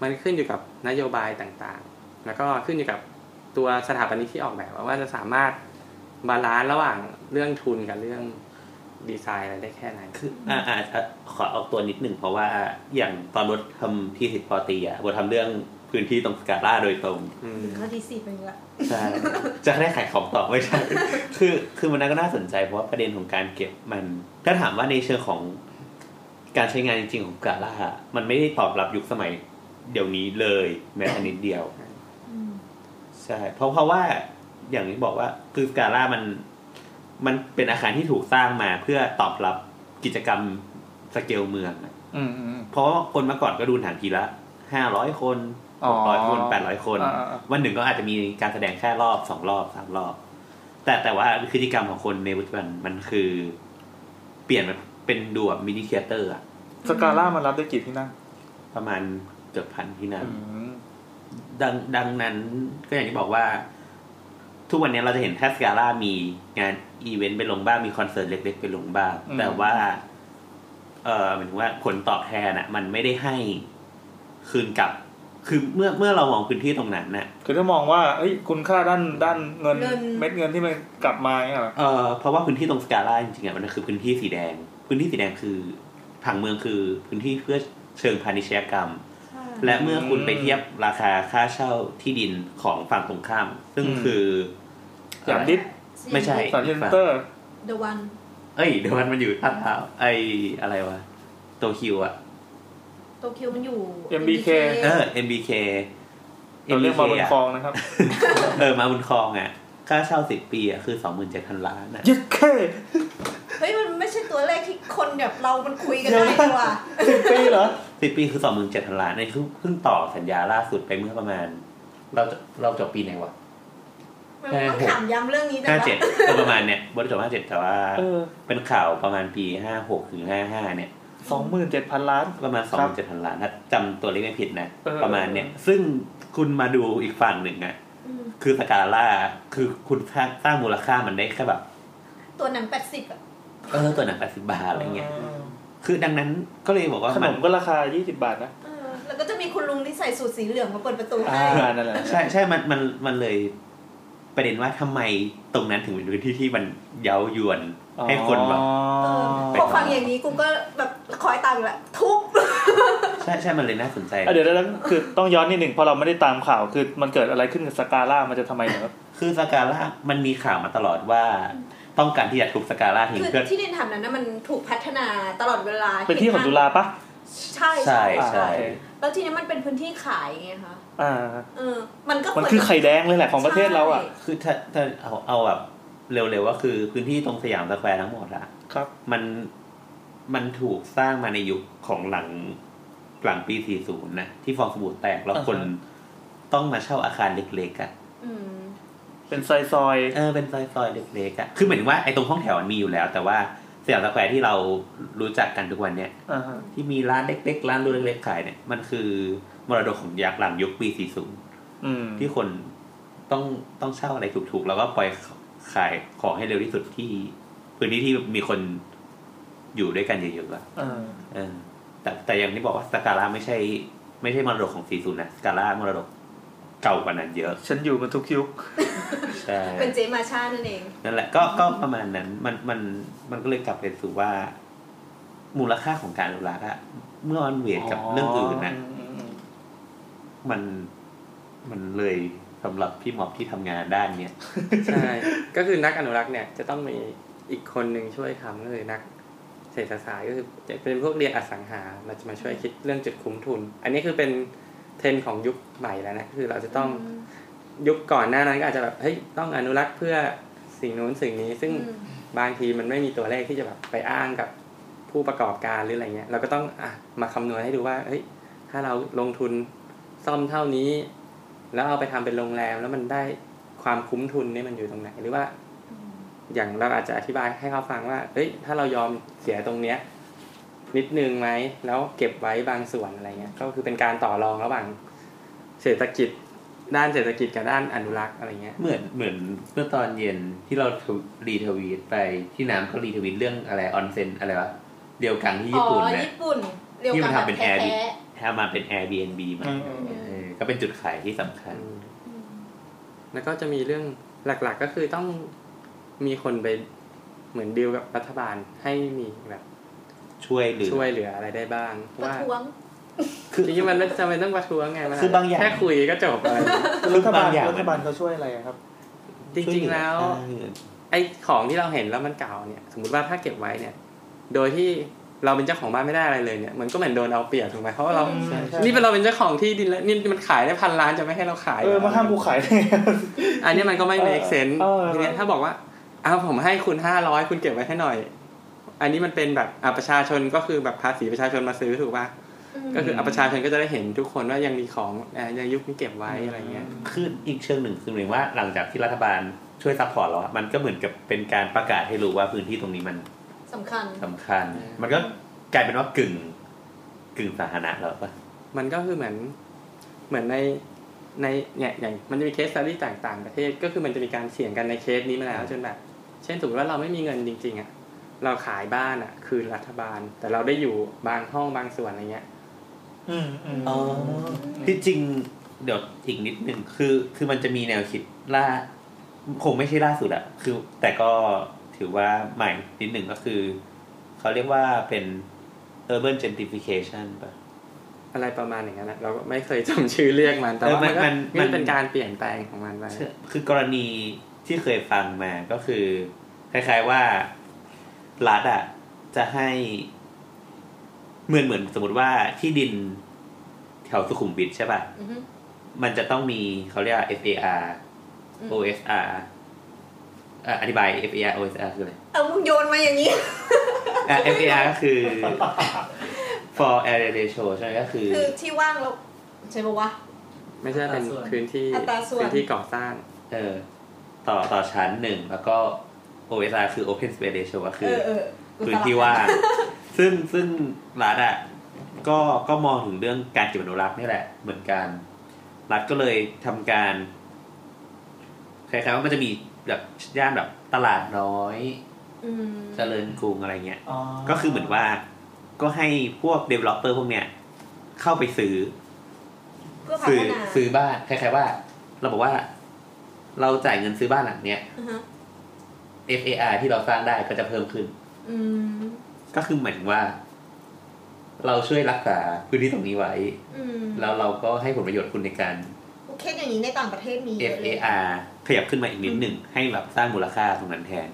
มันขึ้นอยู่กับนโยบายต่างๆ แล้วก็ขึ้นอยู่กับตัวสถาปนิกที่ออกแบบว่าจะสามารถบาลานซ์ระหว่างเรื่องทุนกับเรื่องดีไซน์อะไรได้แค่ไหน
คืออ่าอ่าอ่ะขอออกตัวนิดหนึ่งเพราะว่าอย่างตอนบททำพี่สิทธิ์พอตีอ่ะบททำเรื่องพื้นที่ตรงสกาล่าโดยตรง
อืม
ข้อที่สี่เป็นละ
ใช่ จะได้ขายของต่อไม่ใช่ คือคือมันก็น่าสนใจเพราะว่าประเด็นของการเก็บมัน ถ้าถามว่าในเชิงของการใช้งานจริง ๆ ของกาล่ามันไม่ได้ตอบรับยุคสมัยเดี๋ยวนี้เลยแม้แต่นิดเดียว ใช่ เพราะเพราะว่าอย่างที่บอกว่าคือกาล่ามัน มันเป็นอาคารที่ถูกสร้างมาเพื่อตอบรับกิจกรรมสเกลเมืองอะ
อืมอืม
เพราะว่าคนเมื่อก่อนก็ดูหนังทีละห้าร้อยคน
อ๋
ห
อก
ร้อยคนแปดร้อยคน
อ่าอ่า
วันหนึ่งก็อาจจะมีการแสดงแค่รอบสองรอบสามรอบ แต่แต่ว่าพฤติกรรมของคนในปัจจุบันมันคือ เปลี่ยนมันเป็นดูแบบมินิเคียเตอร์อะ
สกาล่ามันรับได้กี่ที่นั่ง
ประมาณเกือบพันที่นั่ง
อืม
ดังดังนั้นก็อย่างที่บอกว่า ทุกวันนี้เราจะเห็นแทสกาล่ามีงานอีเวนต์ไปลงบ้างมีคอนเสิร์ตเล็กๆไปลงบ้างแต่ว่าเออหมายถึงว่าผลตอบแทนอ่ะ มันไม่ได้ให้คืนกลับ คือเมื่อเมื่อเรามองพื้นที่ตรงนั้นน่ะ
คือถ้ามองว่าเอ้ยคุณค่าด้านด้านเงิน
เงิน
เม็ดเงินที่มันกลับมาเนี่ยเหรอ
เออเพราะว่าพื้นที่ตรงสกาล่าจริงๆอ่ะมันคือพื้นที่สีแดง พื้นที่สีแดงคือผังเมืองคือพื้นที่เพื่อเชิงพาณิชยกรรม และเมื่อคุณไปเทียบราคาค่าเช่าที่ดินของฝั่งตรงข้าม ซึ่งคืออ
อย่างนิด
ไม่ใช่
สารเซนเตอร์
เดวัน
เอ้ยเดี๋ยวมันมันอยู่ท่าเท้าไออะไรวะ โตคิวอะ
โตเกียวมันอยู่
MBK
เออ MBK
เราเรียกมาบนคลอง
อะ
นะครับ
เออมาบนคลองอะค่าเช่าสิบปีอะคือสองหมื่นเจ็ดพันล้านอะ
ยึดแค่
เฮ้ยมันไม่ใช่ตัวเลขที่คนแบบเรา มันคุยกันได้ดีกว่า
สิบปีเหรอ
สิบปีคือสองหมื่นเจ็ดพันล้านในเพิ่งเพิ่งต่อสัญญาล่าสุดไปเมื่อประมาณ เราจะเราจบปีไหนวะ
มันต้องถามย้ำเรื่องนี้แต่
ห้า
ว่า
เจ็ดประมาณเนี่ยบริจบห้าเจ็ดแต่ว่า
เออ
เป็นข่าวประมาณปีห้าหกถึงห้าห้าเนี่ย
สองหมื่นเจ็ดพันล้าน
ประมาณสอง
ครั
พันเจ็ดพันล้านถ้าจำตัวเลขไม่ผิดนะ
เออ
ประมาณเนี่ย ซึ่งคุณมาดูอีกฝั่งหนึ่งอะ
อืม
คือสกาล่าคือคุณสร้างสร้างมูลค่ามันได้แค่แบบ
ตัวหนังแปดสิบอะ
เออตัวหนังแปดสิบาทอะไรเงี้ยคือดังนั้นก็เลยบอกว่า
ขน
มัน
มก็ราคา 20 บาทนะ
เออแล้วก็จะมีคุณลุงที่ใส่สูทสีเหลืองมาเปิดประตู
อ่
ให้
านั่นแหละ
ใช่ใช่มันมันมันเลยประเด็นว่าทำไมตรงนั้นถึงเป็นพื้นที่ที่มันเย้ายวนให้คนแบบ
อ๋อ
เออ
ไป
พอฟังอย่างนี้กูก็แบบคอยตามอยู่ละทุบ
ใช่ใช่มันเลยน่าสนใจ
อ่ะเดี๋ยวแล้วคือต้องย้อนนิดหนึ่งเพราะเราไม่ได้ตามข่าวคือมันเกิดอะไรขึ้นกับสกาล่ามันจะทำไมเหรอ
คือสกาล่ามันมีข่าวมาตลอดว่า ต้องการที่จะทุบสกาล่าทิ้ง
คือ
เพื่อ
ที่ดินแถบนั้นนะมันถูกพัฒนาตลอดเวลา
เป็นที่ของจุฬาปะ
ใช่
ใช่
ใช่
ใช่
ใช่แล้วทีนี้มันเป็นพื้นที่ขายไงคะ
อ่า
เออ มันก็
มัน
เห
คือไข่แดงเลยแหละของประเทศเราอ่ะ
คือถ้าถ้าเอาเอาแบบเร็วๆก็คือพื้นที่ตรงสยามสแควร์ทั้งหมดอะ
ครับ
มันมันถูกสร้างมาในยุคของหลังหลังปี 40 นะ ที่ฟองสบู่แตกแล้วคน
อ่าฮ
ต้องมาเช่าอาคารเล็กๆอะ
อืม
เป็นซอยซอย
เออเป็นซอยซอยๆเล็กๆอะคือเหมือนว่าไอ้ตรงห้องแถวมันมีอยู่แล้ว แต่ว่าสยามสแควร์ที่เรารู้จักกันทุกวันเนี่ย
ๆอ่าฮะ
ที่มีร้านเล็ก ๆ ร้านรูเล็กๆขายเนี่ย มันคือมรดกของยักษ์หลังยุคปี 40
อืม
ที่คนต้องต้องเช่าอะไรถูกๆ แล้วก็ปล่อยขายของให้เร็วที่สุดที่พื้นที่ที่มีคนอยู่ด้วยกันเยอะๆอะ
อ่า
เออ แต่แต่อย่างที่บอกว่าสกาล่าไม่ใช่ ไม่ใช่มรดกของ 40 นะสกาล่ามรดกเก่ากว่านั้นเยอะ
ฉันอยู่มันทุกยุค
ใช่
เป็นเจมาชานั่นเอง
นั่นแหละก็ก็ประมาณนั้นมันมันมันก็เลยกลับไปสู่ว่า มูลค่าของการอนุรักษ์อะเมื่อมันเวียดกับเรื่องอื่นนะ
อืมอืม
มันมันเลยสำหรับพี่หมอบที่ทำงานด้านเนี้ย
ใช่ ก็คือนักอนุรักษ์เนี่ยจะต้องมีอีกคนหนึ่งช่วยทำก็คือนักเศรษฐศาสตร์ก็คือจะเป็นพวกเรียนอสังหาเราจะมาช่วยคิดเรื่องจุดคุ้มทุน อันนี้คือเป็นเทรนด์ของยุคใหม่แล้วนะคือเราจะต้องยุคก่อนหน้านั้นก็อาจจะแบบเฮ้ยต้องอนุรักษ์เพื่อสิ่งนู้นสิ่งนี้ ซึ่ง
อืม
บางทีมันไม่มีตัวเลขที่จะแบบไปอ้างกับผู้ประกอบการหรืออะไรเงี้ยเราก็ต้องอะมาคำนวณให้ดูว่าเฮ้ยถ้าเราลงทุนซ่อมเท่านี้ แล้วเอาไปทำเป็นโรงแรมแล้วมันได้ ความคุ้มทุนนี่มันอยู่ตรงไหนหรือว่า อย่างเราอาจจะอธิบายให้เขาฟังว่า เอ้ย ถ้าเรายอมเสียตรงเนี้ย นิดนึงไหมแล้วเก็บไว้บางส่วนอะไรเงี้ยก็คือเป็นการต่อรองระหว่างเศรษฐกิจ ด้านเศรษฐกิจกับด้านอนุรักษ์อะไรเงี้ย
เหมือนเหมือนเมื่อตอนเย็นที่เราทวรีทวีตไปที่น้ำก็รีทวีตเรื่องอะไรออนเซ็นอะไรวะเดียวกันที่
อ๋
ญี่
อ
ปุ่นเนี่ย
ญี่ปุ่นเรียว
ที่
กั
มันน
แบบ
ทำเป็น
แท้
Airbnb ทำมาเป็น Airbnb มา
อืมอืม
เออก็เป็นจุดขายที่สำคัญ
อืมแล้วก็จะมีเรื่องหลักๆก็คือต้องมีคนไปเหมือนดีลกับรัฐบาลให้มีแบบ
ช่วยเหรือ
ช่วยเหลืออะไรได้บ้างเพ
ๆ
ราะ
ประ
ว่า
ท้วง
คือจริงๆมันไม่จำเป็นต้องประท้วงไงมัน
คือบางอย่าง
แค่คุยก็จบอะไรอย่างเงี้ย
รัฐบาล
บางอย่าง
รัฐบาลเขาช่วยอะไรอะครับ
จริง ๆ แล้ว
ช่ยเหอ
ไอ้ของที่เราเห็นแล้วมันเก่าเนี่ย สมมติว่าถ้าเก็บไว้เนี่ย โดยที่เราเป็นเจ้าของบ้านไม่ได้อะไรเลยเนี่ยมันก็เหมือนโดนเอาเปรียบถูกไหมเพราะว่าเรา
ใช่ใช่
นี่เป็นเราเป็นเจ้าของที่ดินแล้วนี่มันขายได้พันล้านจะไม่ให้เราขาย
เออมาห้ามกูขายได้ไง
อันเนี้ยมันก็ไม่
เออ
make sense
เออ
ทีเนี้ยถ้าบอกว่าอ้าวผมให้คุณห้าร้อยคุณเก็บไว้ให้หน่อย อันนี้มันเป็นแบบอ่ะประชาชนก็คือแบบภาษีประชาชนมาซื้อถูกป่ะ
อืม
ก็คืออ่ะประชาชนก็จะได้เห็นทุกคนว่ายังมีของอ่ะยังยุคนี้เก็บไว้อะไรเงี้ย
คืออีกเชิงหนึ่งคือหมายถึงว่าหลังจากที่รัฐบาลช่วยซัพพอร์ตเราอะมันก็เหมือนกับเป็นการประกาศให้รู้ว่าพื้นที่ตรงนี้มัน
สำคัญ
สำคัญ มันก็กลายเป็นว่ากึ่งกึ่งสาธารณะแล้วปะ
มันก็คือเหมือนเหมือนในในเนี่ยอย่างมันจะมีเคสสตี้ต่างๆประเทศก็คือมันจะมีการเสี่ยงกันในเคสนี้มาแล้วจนแบบ เช่นสมมติว่าเราไม่มีเงินจริง ๆอ่ะเราขายบ้านอ่ะ คืนรัฐบาล แต่เราได้อยู่บางห้องบางส่วนอะไรเงี้ย
อืมอืม
ที่จริงเดี๋ยวอีกนิดหนึ่งคือ คือมันจะมีแนวคิดล่าคงไม่ใช่ล่าสุดอะคือ แต่ก็ถือว่าใหม่นิดหนึ่งก็คือ เขาเรียกว่าเป็น urban gentrification ปะ
อะไรประมาณอย่างนั้นอะเราก็ไม่เคยจำชื่อเรียกมันแต่ว่า
เออมั
มันนก็
มันมัน
มันเป็นการเปลี่ยนแปลงของมันไป
คือกรณีที่เคยฟังมาก็คือ คล้ายๆว่ารัฐอ่ะ จะให้เหมือนเหมือนสมมติว่าที่ดินแถวสุขุมวิทใช่ป่ะ
อือฮึ
มันจะต้องมีเขาเรียกว่า FAR
อืม
OSR อ่ะอธิบาย FAR OSR คืออะไร
เอามึงโยนมาอย่างนี้
อ่ะ FAR ก็คือ for area ratio ใช่ไหมก็คือ
คือที่ว่างเราใช่ปะวะ
ไม่ใช่เป็น
อัตราส่วน
พื้นที่
อัตราส่วน
พื้นที่ก่อสร้าง
เออ ต่อต่อชั้นหนึ่งแล้วก็ OSR คือ open space ratio ก็คื
เอ
อ
อเออกู
พื้น
สลับ
ที่ว่าง ซึ่งซึ่งรัฐอ่ะ ก็ก็มองถึงเรื่องการเก็บอนุรักษ์นี่แหละ เหมือนกัน รัฐก็เลยทำการคล้ายๆว่ามันจะมีแบบย่านแบบตลาดน้อย
อืม
เจริญกรุงอะไรเงี้ย ก็คือเหมือนว่า ก็ให้พวก developer พวกเนี้ย เข้าไปซื้อ
เพื่อพั
ซื้
ฒ
อ
นา
ซื้อบ้านคล้ายๆว่า เราบอกว่า เราจ่ายเงินซื้อบ้านหลังเนี้ย
อฮะ
FAR ที่เราสร้างได้ก็จะเพิ่มขึ้น
อืม
ก็คือหมายถึงว่า เราช่วยรักษาพื้นที่ตรงนี้ไว้
อืม
แล้วเราก็ให้ผลประโยชน์คุณในการ
เคสอย่างนี้ในต่างประเทศมีเยอะเลย
FAR ขยับขึ้นมาอีกนิดหนึ่งให้แบบสร้างมูลค่าตรงนั้นแทน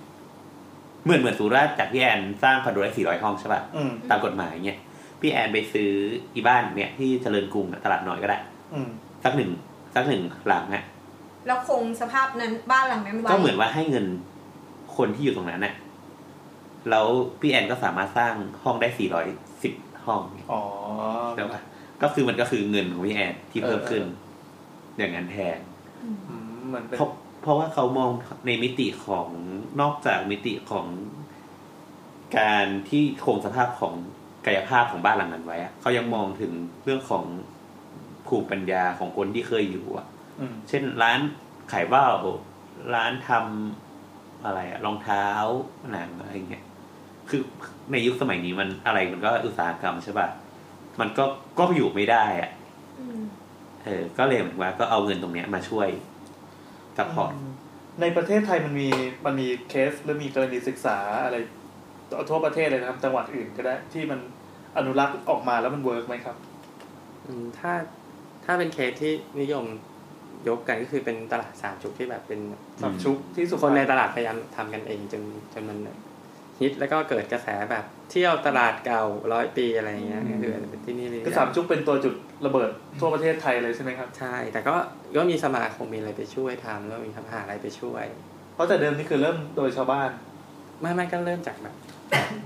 เหมือนเหมือนสุราษฎร์จากพี่แอนสร้างคอนโดได้สี่ร้อยห้องใช่ป่ะ
อืม
ตามกฎหมายเนี่ยพี่แอนไปซื้ออีบ้านเนี่ยที่เจริญกรุงอะตลาดน้อยก็ได้
อืม
สักหนึ่งสักหนึ่งหลังอะ
แล้วคงสภาพนั้นบ้านหลังนั้นไว้
ก็เหมือนว่าให้เงินคนที่อยู่ตรงนั้นน่ะแล้วพี่แอนก็สามารถสร้างห้องได้สี่ร้อยสิบห้องเนี่ย
อ๋อ
แล้วป่ะก็คือมันก็คือเงินของพี่แอนที่เพิ่มขึ้น อย่างนั้นแทน
อืมเหมือนเป็น
เพราะเพราะว่าเขามองในมิติของนอกจากมิติของ การที่โครงสภาพของกายภาพของบ้านหลังนั้นไว้อะเขายังมองถึงเรื่องของภูมิปัญญาของคนที่เคยอยู่อะ
อืม
เช่นร้านขายว่าวร้านทำอะไรอะรองเท้าหนังอะไรเงี้ยคือในยุคสมัยนี้มันอะไรมันก็อุตสาหกรรมใช่ป่ะมันก็ก็อยู่ไม่ได้อะ
อืม
เออ ก็เลยเหมือนว่าก็เอาเงินตรงเนี้ยมาช่วยซัพพอร์ต
ในประเทศไทยมันมีมันมีเคสหรือมีกรณีศึกษาอะไรทั่วประเทศเลยนะครับ จังหวัดอื่นก็ได้ที่มันอนุรักษ์ออกมาแล้วมันเวิร์กไหมครับ
อืมถ้าถ้าเป็นเคสที่นิยมยกกันก็คือเป็นตลาดสามจุกที่แบบเป็น
สับชุกที่สุ
คนใน
พรรณ
ตลาดพยายามทำกันเองจนจนมันฮิตแล้วก็เกิดกระแสแบบเที่ยวตลาดเก่าร้อยปีอะไรอย่างเงี้ย
อืม
คือที่นี่เลย
ก็สามชุกเป็นตัวจุดระเบิดทั่วประเทศไทยเลยใช่ไหมครับ
ใช่ แต่ก็ก็มีสมาคมมีอะไรไปช่วยทำแล้วมีทำหาอะไรไปช่วย
เพราะแต่เดิมนี่คือเริ่มโดยชาวบ้าน
ไม่ไม่ก็เริ่มจากแบบ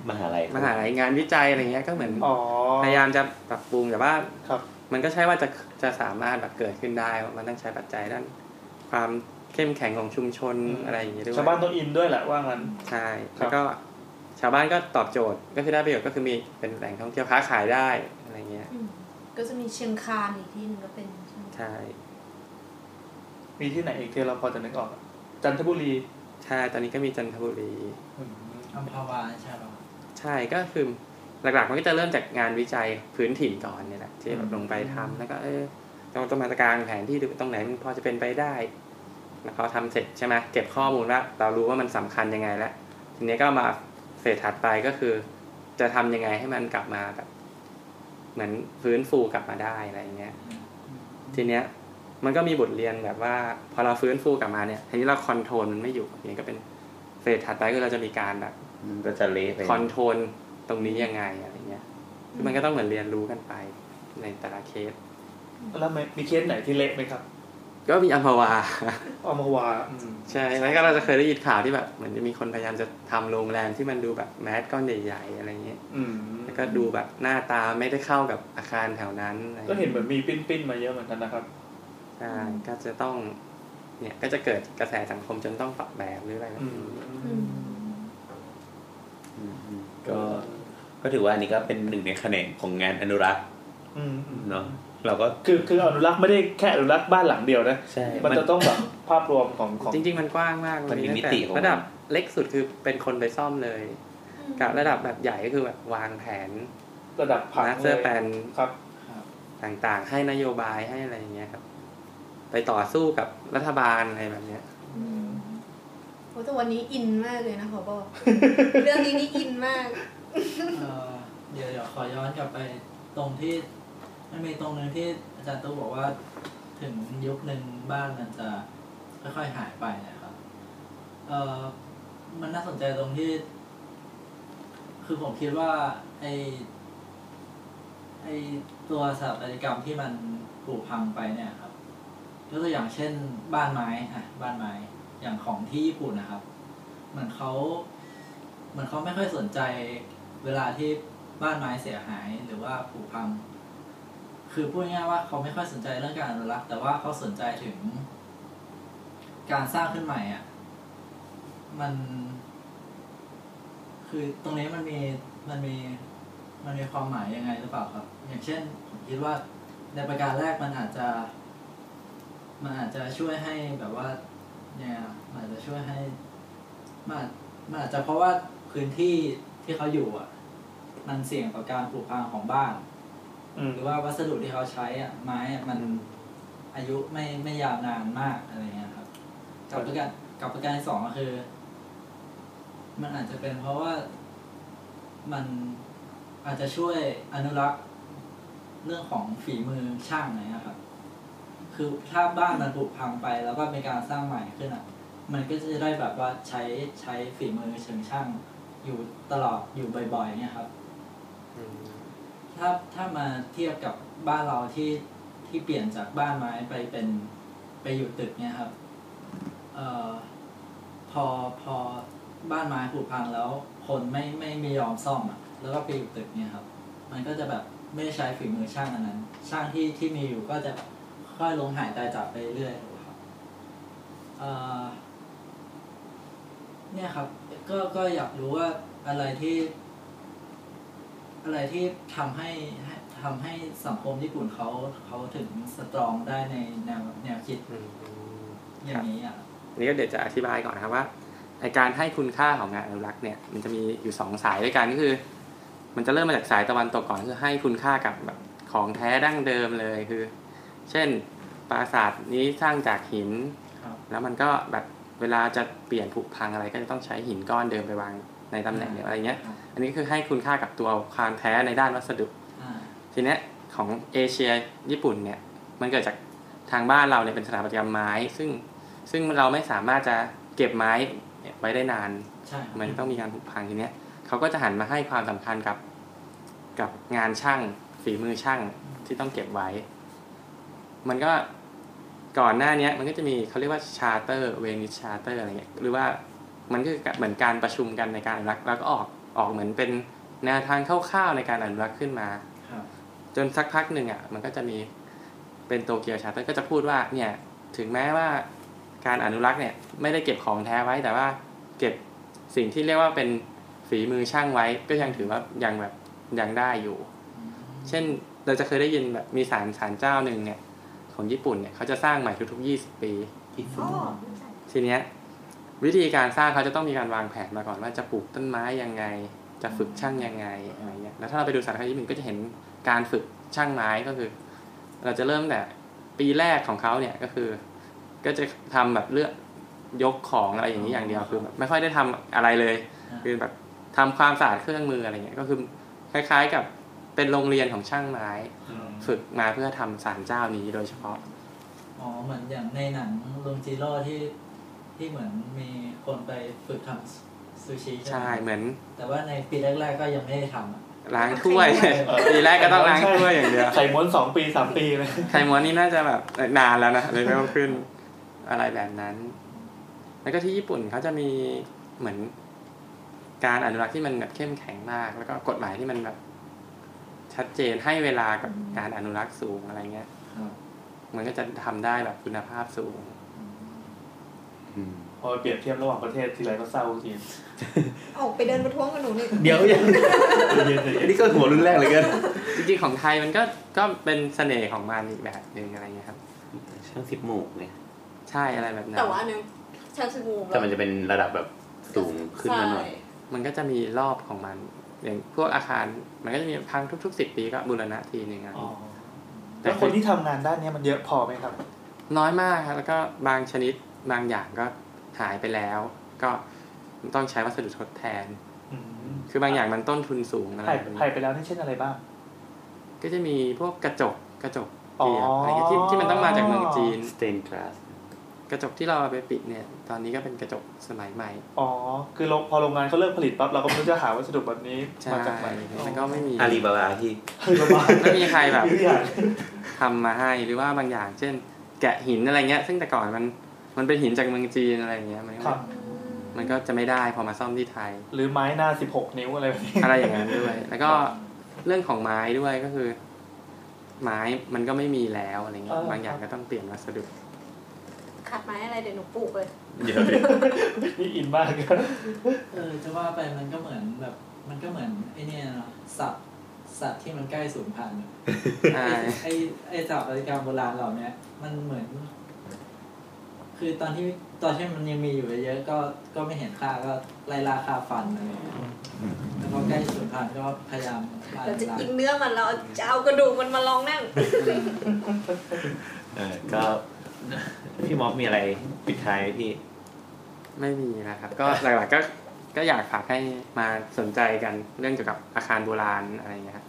มหาลัย
มหาลัยงานวิจัยอะไรเงี้ยก็เหมือน
อ๋อ
พยายามจะปรับปรุงแต่ว่า
ครับ
มันก็ใช่ว่าจะจะสามารถแบบเกิดขึ้นได้มันต้องใช้ปัจจัยด้านความเข้มแข็งของชุมชนอะไรอย่างเงี้ยด้วย
ชาวบ้านต้องอินด้วยแหละว่างั้น
ใช่
ครับ
แล้วก็ชาวบ้านก็ตอบโจทย์ก็คือได้ประโยชน์ก็คือมีเป็นแหล่งท่องเที่ยวค้าขายได้อะไรเงี้ย
อืมก็จะมีเชียงคานอีกที่หนึงก็เป็นใช่ไหม
ใช่
มีที่ไหนอีกที่เราพอจะนึกออก จันทบุรี
ใช่ตอนนี้ก็มีจันทบุรี
อืม
อัมพวาใช่ป่ะ
ใช่ก็คือหลักๆมันก็จะเริ่มจากงานวิจัยพื้นถิ่นก่อนเนี่ยแหละที่แบบลงไปทำแล้วก็เออต้องต้องมาตรการแผนที่ดูตรงไหนมันพอจะเป็นไปได้แล้วพอทำเสร็จใช่ไหมเก็บข้อมูลว่าเรารู้ว่ามันสำคัญยังไงแล้วทีนี้ก็มาเฟสถัดไปก็คือ จะทำยังไงให้มันกลับมาแบบ เหมือนฟื้นฟูกลับมาได้อะไรเงี้ย ทีเนี้ยมันก็มีบทเรียนแบบว่า พอเราฟื้นฟูกลับมาเนี่ยทีนี้เราคอนโทรลมันไม่อยู่อย่างนี้ก็เป็นเฟสถัดไปคือเราจะมีการแบบ
มันก็จะเละไป
คอนโทรลตรงนี้ยังไงอะไรเงี้ยคือมันก็ต้องเหมือนเรียนรู้กันไปในแต่ละเคส
แล้วมีมีเคสไหนที่เละไหมครับ
ก็มีอัมพวา
เอามาวาอืม
ใช่แล้วก็เราจะเคยได้ยินข่าวที่แบบเหมือนจะมีคนพยายามจะทำโรงแรมที่มันดูแบบแมสก้อนใหญ่ๆอะไรเงี้ย
อืม
แล้วก็ดูแบบหน้าตาไม่ได้เข้ากับอาคารแถวนั้นอะไร
ก็เห็น
เงี้ย
เหมือนมีปิ้นปิ้นๆมาเยอะเหมือนกันนะครับ
ใช่ก็จะต้องเนี่ยก็จะเกิดกระแสสังคมจนต้องปรับแบบหรืออะไรแบบ
อืม
นี้
อืม
อืมอืมก็ก็ถือว่าอันนี้ก็เป็นหนึ่งในแขนงของงานอนุรักษ์
อืมอืม
เนาะเราก็
คือคืออนุรักษ์ไม่ได้แค่อนุรักษ์บ้านหลังเดียวนะ
ใช่
มัน
มัน
จะต้องแบบภาพรวมของของ
จริง ๆ มันกว้างมาก
มันมี
ตั้ง
มิติของมัน
ระดับเล็กสุดคือเป็นคนไปซ่อมเลย กับระดับแบบใหญ่ก็คือแบบวางแผน
ระดับผัง
มาสเต
เล
อย ร์แปน
ครับ
ต่างๆ ให้นโยบายให้อะไรอย่างเงี้ยครับ ไปต่อสู้กับรัฐบาลอะไรแบบเนี้ย
อืมโอ้แต่วันนี้อินมากเลยนะขอบอกเรื่องนี้นี่อินมาก
เอ่อเดี๋ยวเดี๋ยวขอย้อนกลับไปตรงที่มันมีตรงหนึงที่อาจารย์ตู้บอกว่า ถึงยุคหนึ่งบ้านมันจะค่อยๆหายไปนะครับเออมันน่าสนใจตรงที่ คือผมคิดว่าไอไอตัวสถาปัตยกรรมที่มันผุพังไปเนี่ยครับยกตัวอย่างเช่น บ้านไม้อะบ้านไม้อย่างของที่ญี่ปุ่นนะครับ เหมือนเขาเหมือนเขาไม่ค่อยสนใจ เวลาที่บ้านไม้เสียหายหรือว่าผุพัง คือพูดง่ายๆว่าเขาไม่ค่อยสนใจเรื่องการอนุรักษ์แต่ว่าเขาสนใจถึง การสร้างขึ้นใหม่อ่ะ มัน คือตรงนี้มันมีมันมีมันมีความหมายยังไงหรือเปล่าครับ อย่างเช่นผมคิดว่าในประการแรกมันอาจจะ มันอาจจะช่วยให้แบบว่า เนี่ยมันอาจจะช่วยให้มันอาจมันอาจจะเพราะว่าพื้นที่ที่เขาอยู่อ่ะ มันเสี่ยงต่อการผุพังของบ้าน
อืม
หรือว่าวัสดุที่เขาใช้อ่ะไม้อ่ะมันอายุไม่ไม่ยาวนานมากอะไรเงี้ยครับกับประการกับประการที่สองก็คือ มันอาจจะเป็นเพราะว่ามันอาจจะช่วยอนุรักษ์เรื่องของฝีมือช่างอะไรเงี้ยครับ คือถ้าบ้านมันผุพังไป แล้วก็มีการสร้างใหม่ขึ้นอ่ะ มันก็จะได้แบบว่าใช้ใช้ฝีมือเชิงช่างอยู่ตลอดอยู่บ่อยๆเนี่ยครับ
อืม
ถ้าถ้ามาเทียบกับบ้านเราที่ที่เปลี่ยนจากบ้านไม้ไปเป็นไปอยู่ตึกเนี่ยครับเอ่อพอพอบ้านไม้ผุพังแล้วคนไม่ไม่ไม่ยอมซ่อมอ่ะแล้วก็ไปอยู่ตึกเนี่ยครับ มันก็จะแบบไม่ได้ใช้ฝีมือช่างอันนั้น ช่างที่ที่มีอยู่ก็จะค่อยลงหายตายจากไปเรื่อยครับเอ่อเนี่ยครับ ก็ก็อยากรู้ว่าอะไรที่ อะไรที่ทำให้ให้ทำให้สังคมญี่ปุ่นเขาเขาถึงสตรองได้ในแนวแนวคิด
อืม
อย่างนี้อ่ะ
นี่ก็เดี๋ยวจะอธิบายก่อนนะครับว่าไอการให้คุณค่าของงานอนุรักษ์เนี่ยมันจะมีอยู่สองสายด้วยกันก็คือ มันจะเริ่มมาจากสายตะวันตกก่อนคือให้คุณค่ากับแบบของแท้ดั้งเดิมเลยคือ เช่นปราสาทนี้สร้างจากหิน
ครับ
แล้วมันก็แบบเวลาจะเปลี่ยนผุพังอะไรก็จะต้องใช้หินก้อนเดิมไปวางในตำแหน่งเดิมอะไรเงี้ย
ครับ
อันนี้คือให้คุณค่ากับตัวความแท้ในด้านวัสดุ
อ่า
ทีเนี้ยของเอเชียญี่ปุ่นเนี่ยมันเกิดจากทางบ้านเราเนี่ยเป็นสถาปัตยกรรมไม้ ซึ่งซึ่งเราไม่สามารถจะเก็บไม้ไว้ได้นาน
ใช่ครับ
มันต้องมีการผุพังทีเนี้ยเขาก็จะหันมาให้ความสำคัญกับกับงานช่างฝีมือช่างที่ต้องเก็บไว้ มันก็ก่อนหน้าเนี้ยมันก็จะมีเขาเรียกว่าชาร์เตอร์เวนิชชาร์เตอร์อะไรเงี้ยหรือว่ามันก็เหมือนการประชุมกันในการอนุรักษ์แล้วก็ออกออกเหมือนเป็นแนวทางคร่าวๆในการอนุรักษ์ขึ้นมา
ครับ
จนสักพักหนึ่งอ่ะมันก็จะมีเป็นโตเกียวชาร์เตอร์ก็จะพูดว่าเนี่ยถึงแม้ว่าการอนุรักษ์เนี่ยไม่ได้เก็บของแท้ไว้แต่ว่าเก็บสิ่งที่เรียกว่าเป็นฝีมือช่างไว้ ก็ยังถือว่ายังแบบยังได้อยู่
อืม
เช่นเราจะเคยได้ยินแบบมีศาลศาลเจ้าหนึ่งเนี่ยของญี่ปุ่นเนี่ยเขาจะสร้างใหม่ทุกๆ 20 ปี
อ๋อ
ทีเนี้ยวิธีการสร้างเขาจะต้องมีการวางแผนมาก่อนว่าจะปลูกต้นไม้ยังไง จะฝึกช่างยังไงอะไรเงี้ยแล้วถ้าเราไปดูสารคดีมันก็จะเห็นการฝึกช่างไม้ก็คือ เราจะเริ่มแต่ปีแรกของเขาเนี่ยก็คือ ก็จะทำแบบเลือกยกของอะไรอย่างนี้อย่างเดียวคือแบบไม่ค่อยได้ทำอะไรเลย คือแบบทำความสะอาดเครื่องมืออะไรเงี้ยก็คือคล้าย ๆกับเป็นโรงเรียนของช่างไม้ ฝึกมาเพื่อทำสารเจ้านี้โดยเฉพาะ
อ๋อเหมือนอย่างในหนังลุงจิโร่ที่ที่เหมือนมีคนไปฝึกทำซูชิใช่
ใช่
ไหม
เหมือน
แต่ว่าในปีแรก ๆ ก็ยังไม่ได้ทำอะ
ล้างถ้วยปีแรกก็ต้องล้างถ้วยอย่างเดียว
ไข่ม้วนสองปีสามปีเลย
ไข่ม้วนนี่น่าจะแบบนานแล้วนะเลยไม่ต้องขึ้นอะไรแบบนั้น แล้วก็ที่ญี่ปุ่นเขาจะมีเหมือนการอนุรักษ์ที่มันแบบเข้มแข็งมาก แล้วก็กฎหมายที่มันแบบชัดเจนให้เวลากับการอนุรักษ์สูงอะไรเงี้ย
ครับ
มันก็จะทำได้แบบคุณภาพสูง
อืม
พอเปรียบเทียบระหว่างประเทศทีไรก็เศร้าจริง
ออกไปเดินประท้วงกับหนูหนึ่ง
เดี๋ยว ยังนี่ก็หัวรุ่นแรกเลยกัน
จริงๆของไทยมันก็ก็เป็นเสน่ห์ของมันอีกแบบหนึ่งอะไรเงี้ยครับ
ช่างสิบหมูกเนี่ย
ใช่อะไรแบบนั้น
แต่ว่าอันนึงชันสมูม
แต่มันจะเป็นระดับแบบสูงขึ้นมาหน่อย
มันก็จะมีรอบของมัน อย่างพวกอาคารมันก็จะมีพังทุกๆสิบปีก็บูรณะทีหนึ่งอะ
อ๋อ
แต่
แล้วคนที่ทำงานด้านเนี้ยมันเยอะพอไหมครับ
น้อยมากครับแล้วก็บางชนิดบางอย่างก็หายไปแล้ว ก็ต้องใช้วัสดุทดแทน
อืม
คือบางอย่างมันต้นทุนสูงอะไร
หาย
แบบ
หาย
นี้
ไปแล้วนี่เช่นอะไรบ้าง
ก็จะมีพวกกระจกกระจก
อ๋อ
เปียกอะไรเงี้ยที่ที่มันต้องมาจากเมืองจีน
สเตนกลาส
กระจกที่เราเอาไปปิดเนี่ย ตอนนี้ก็เป็นกระจกสมัยใหม่
อ๋อ คือโรงพอโรงงานเขาเลิกผลิตปั๊บเราก็ไม่รู้จะหาวัสดุแบบนี้
ใช่
มาจากไหน
มันก็ไม่มี
อาลีบาบาที่
เฮ้ย บ้า
ไม่ มีใครแบบ
ทุกอย่าง
ทำมาให้หรือว่าบางอย่าง เช่น แกะหินอะไรเงี้ย ซึ่งแต่ก่อนมันมันเป็นหินจากเมืองจีนอะไรเงี้ยมัน
ค
ก็
รับ
มันก็จะไม่ได้พอมาซ่อมที่ไทย
หรือไม้หน้าสิบหกนิ้วอะไรแบบนี้
อะไรอย่างนั้นด้วย แล้วก็เรื่องของไม้ด้วยก็คือ ไม้มันก็ไม่มีแล้วอะไรเงี้
เอย อ
บางอย่างก็ต้องเปลี่ยนวัสดุ
ขัดไม้อะไรเดี๋ยวหนูปลูกเลย
เดี๋ยว ดิ
นี่อินมาก
เออจะว่าไปมันก็เหมือนแบบมันก็เหมือนไอเนี่ยเนอะสัตว์สัตว์ที่มันใกล้สูญพันธุ์
ใช่
ไอ้ไอ้ไอ้สถาปัตยกรรมโบราณเหล่าเนี้ยมันเหมือน คือตอนที่ตอนที่มันยังมีอยู่เยอะๆก็ก็ไม่เห็นค่าก็ไล่ล่าค่าฟันอะไรอย่างเงี้ยแล้วก็ใกล้สูญพันธุ์ก็พยายามล่า
เราจะ
ล่า
กินเนื้อมันเราจะเอากระดูกมันมาลองนั่ง
เออก็พี่ม็อบมีอะไรปิดท้ายไหมพี่
ไม่มีนะครับ ก็หลักๆก็ก็อยากฝากให้มาสนใจกันเรื่องเกี่ยวกับอาคารโบราณอะไรเงี้ยครับ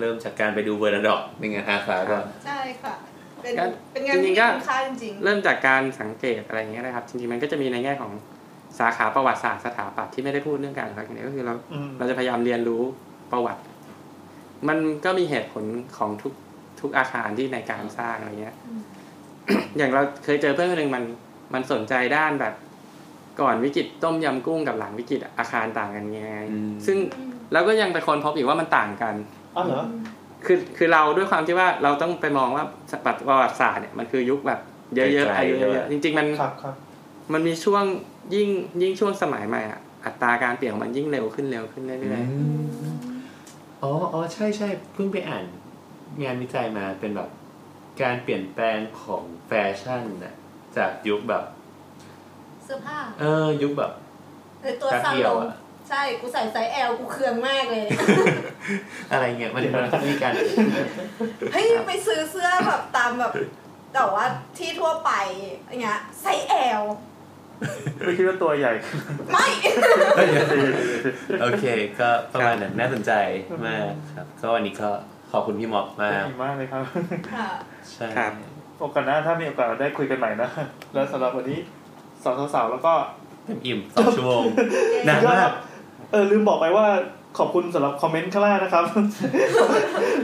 เริ่มจากการไปดูเวอร์นาดอกในงานอาสาก็
ใช่ค่ะ ไป
เป็น
ก็
เป็นงาน
จริ
ที่
งๆก็
คุ้มค่าจริง
เริ่มจากการสังเกตอะไรอย่างเงี้ยนะครับจริงๆมันก็จะมีในแง่ของสาขาประวัติศาสตร์สถาปัตย์ที่ไม่ได้พูดเรื่องการอนุรักษ์อย่างเดียวก็คือเรา
อืม
เราจะพยายามเรียนรู้ประวัติ มันก็มีเหตุผลของทุกทุกอาคารที่ในการสร้างอะไรเงี้ย อย่างเราเคยเจอเพื่อนคนหนึ่งมันมันสนใจด้านแบบ ก่อนวิกฤตต้มยำกุ้งกับหลังวิกฤตอาคารต่างกันยังไง
อืม
ซึ่งเราก็ยังไปคนพบอีกว่ามันต่างกัน
อ๋อเหรอ
คือคือเราด้วยความที่ว่าเราต้องไปมองว่าประวัติศาสตร์เนี่ยมันคือยุคแบบเยอะๆอายุเยอะๆจริงๆมัน
ครับครับ
มันมีช่วงยิ่งยิ่งช่วงสมัยใหม่อะอัตราการเปลี่ยนของมันยิ่งเร็วขึ้นเร็วขึ้นเรื่อย
อ๋ออ๋อใช่ใช่เพิ่งไปอ่าน งานวิจัยมาเป็นแบบ การเปลี่ยนแปลงของแฟชั่นนะจากยุคแบบ
ๆเสื้อผ้า
เออ ยุคแบบ
เลยตัว
แป๊บ
สั่น
เดีย
ล
ว
ง
อะ
ใช่กูใส่ไซส์ L กูเคืองมาก เลย
อะไรเงี้ยมันมันมี การ
เฮ้ยไปซื้อเสื้อแบบตามแบบแต่ว่าที่ทั่วไปอย่างเงี้ยไซส์ L
ไม่คิดว่าตัวใหญ่
ไม่
โอเค ก็ประมาณนั้นน่าสนใจมากครับ ก็วันนี้ก็ขอบคุณพี่ม็อบมาก
ดีมากเลยครับ
ค่ะ
ใช่
ๆครับ
โอกาสหน้าถ้ามีโอกาสได้คุยกันใหม่นะ แล้วสำหรับวันนี้สาวสาวๆแล้วก็
เต็มอิ่มสองชั่วโมงนาน
ก็ค
มา
รั
ก
บเออลืมบอกไปว่าขอบคุณสำหรับคอมเมนต์ข้างล่างนะครับ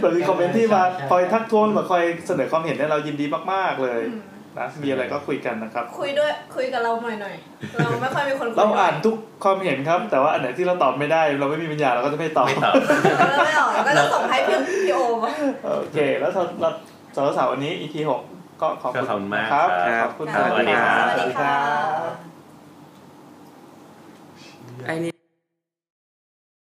แบบมีคอมเมนต์ที่มาคอยทักท้วงหรือมาคอยเสนอความเห็นให้เรายินดีมากๆเลย
อืม
นะมีอะไรก็คุยกันนะครับ
คุยด้วยคุยกับเราหน่อยหน่อยๆเราไม่ค่อยมีคนคุย
เราอ่านทุกความเห็นครับ แต่ว่าอันไหนที่เราตอบไม่ได้ เราไม่มีปัญญาเราก็จะไม่ตอบ
ไม่ตอบ
เราไม่ออกก็จะส่งให้พี่พี่โอมา
โอเค แล้วสำหรับสาวสาวๆวันนี้ EP หกก็ขอบคุณ
ก็ขอบคุณมาก
ครับ
ครับ
ขอบคุณ
สวัสดีครับ
สวัสดีครับ
ไอ้นี่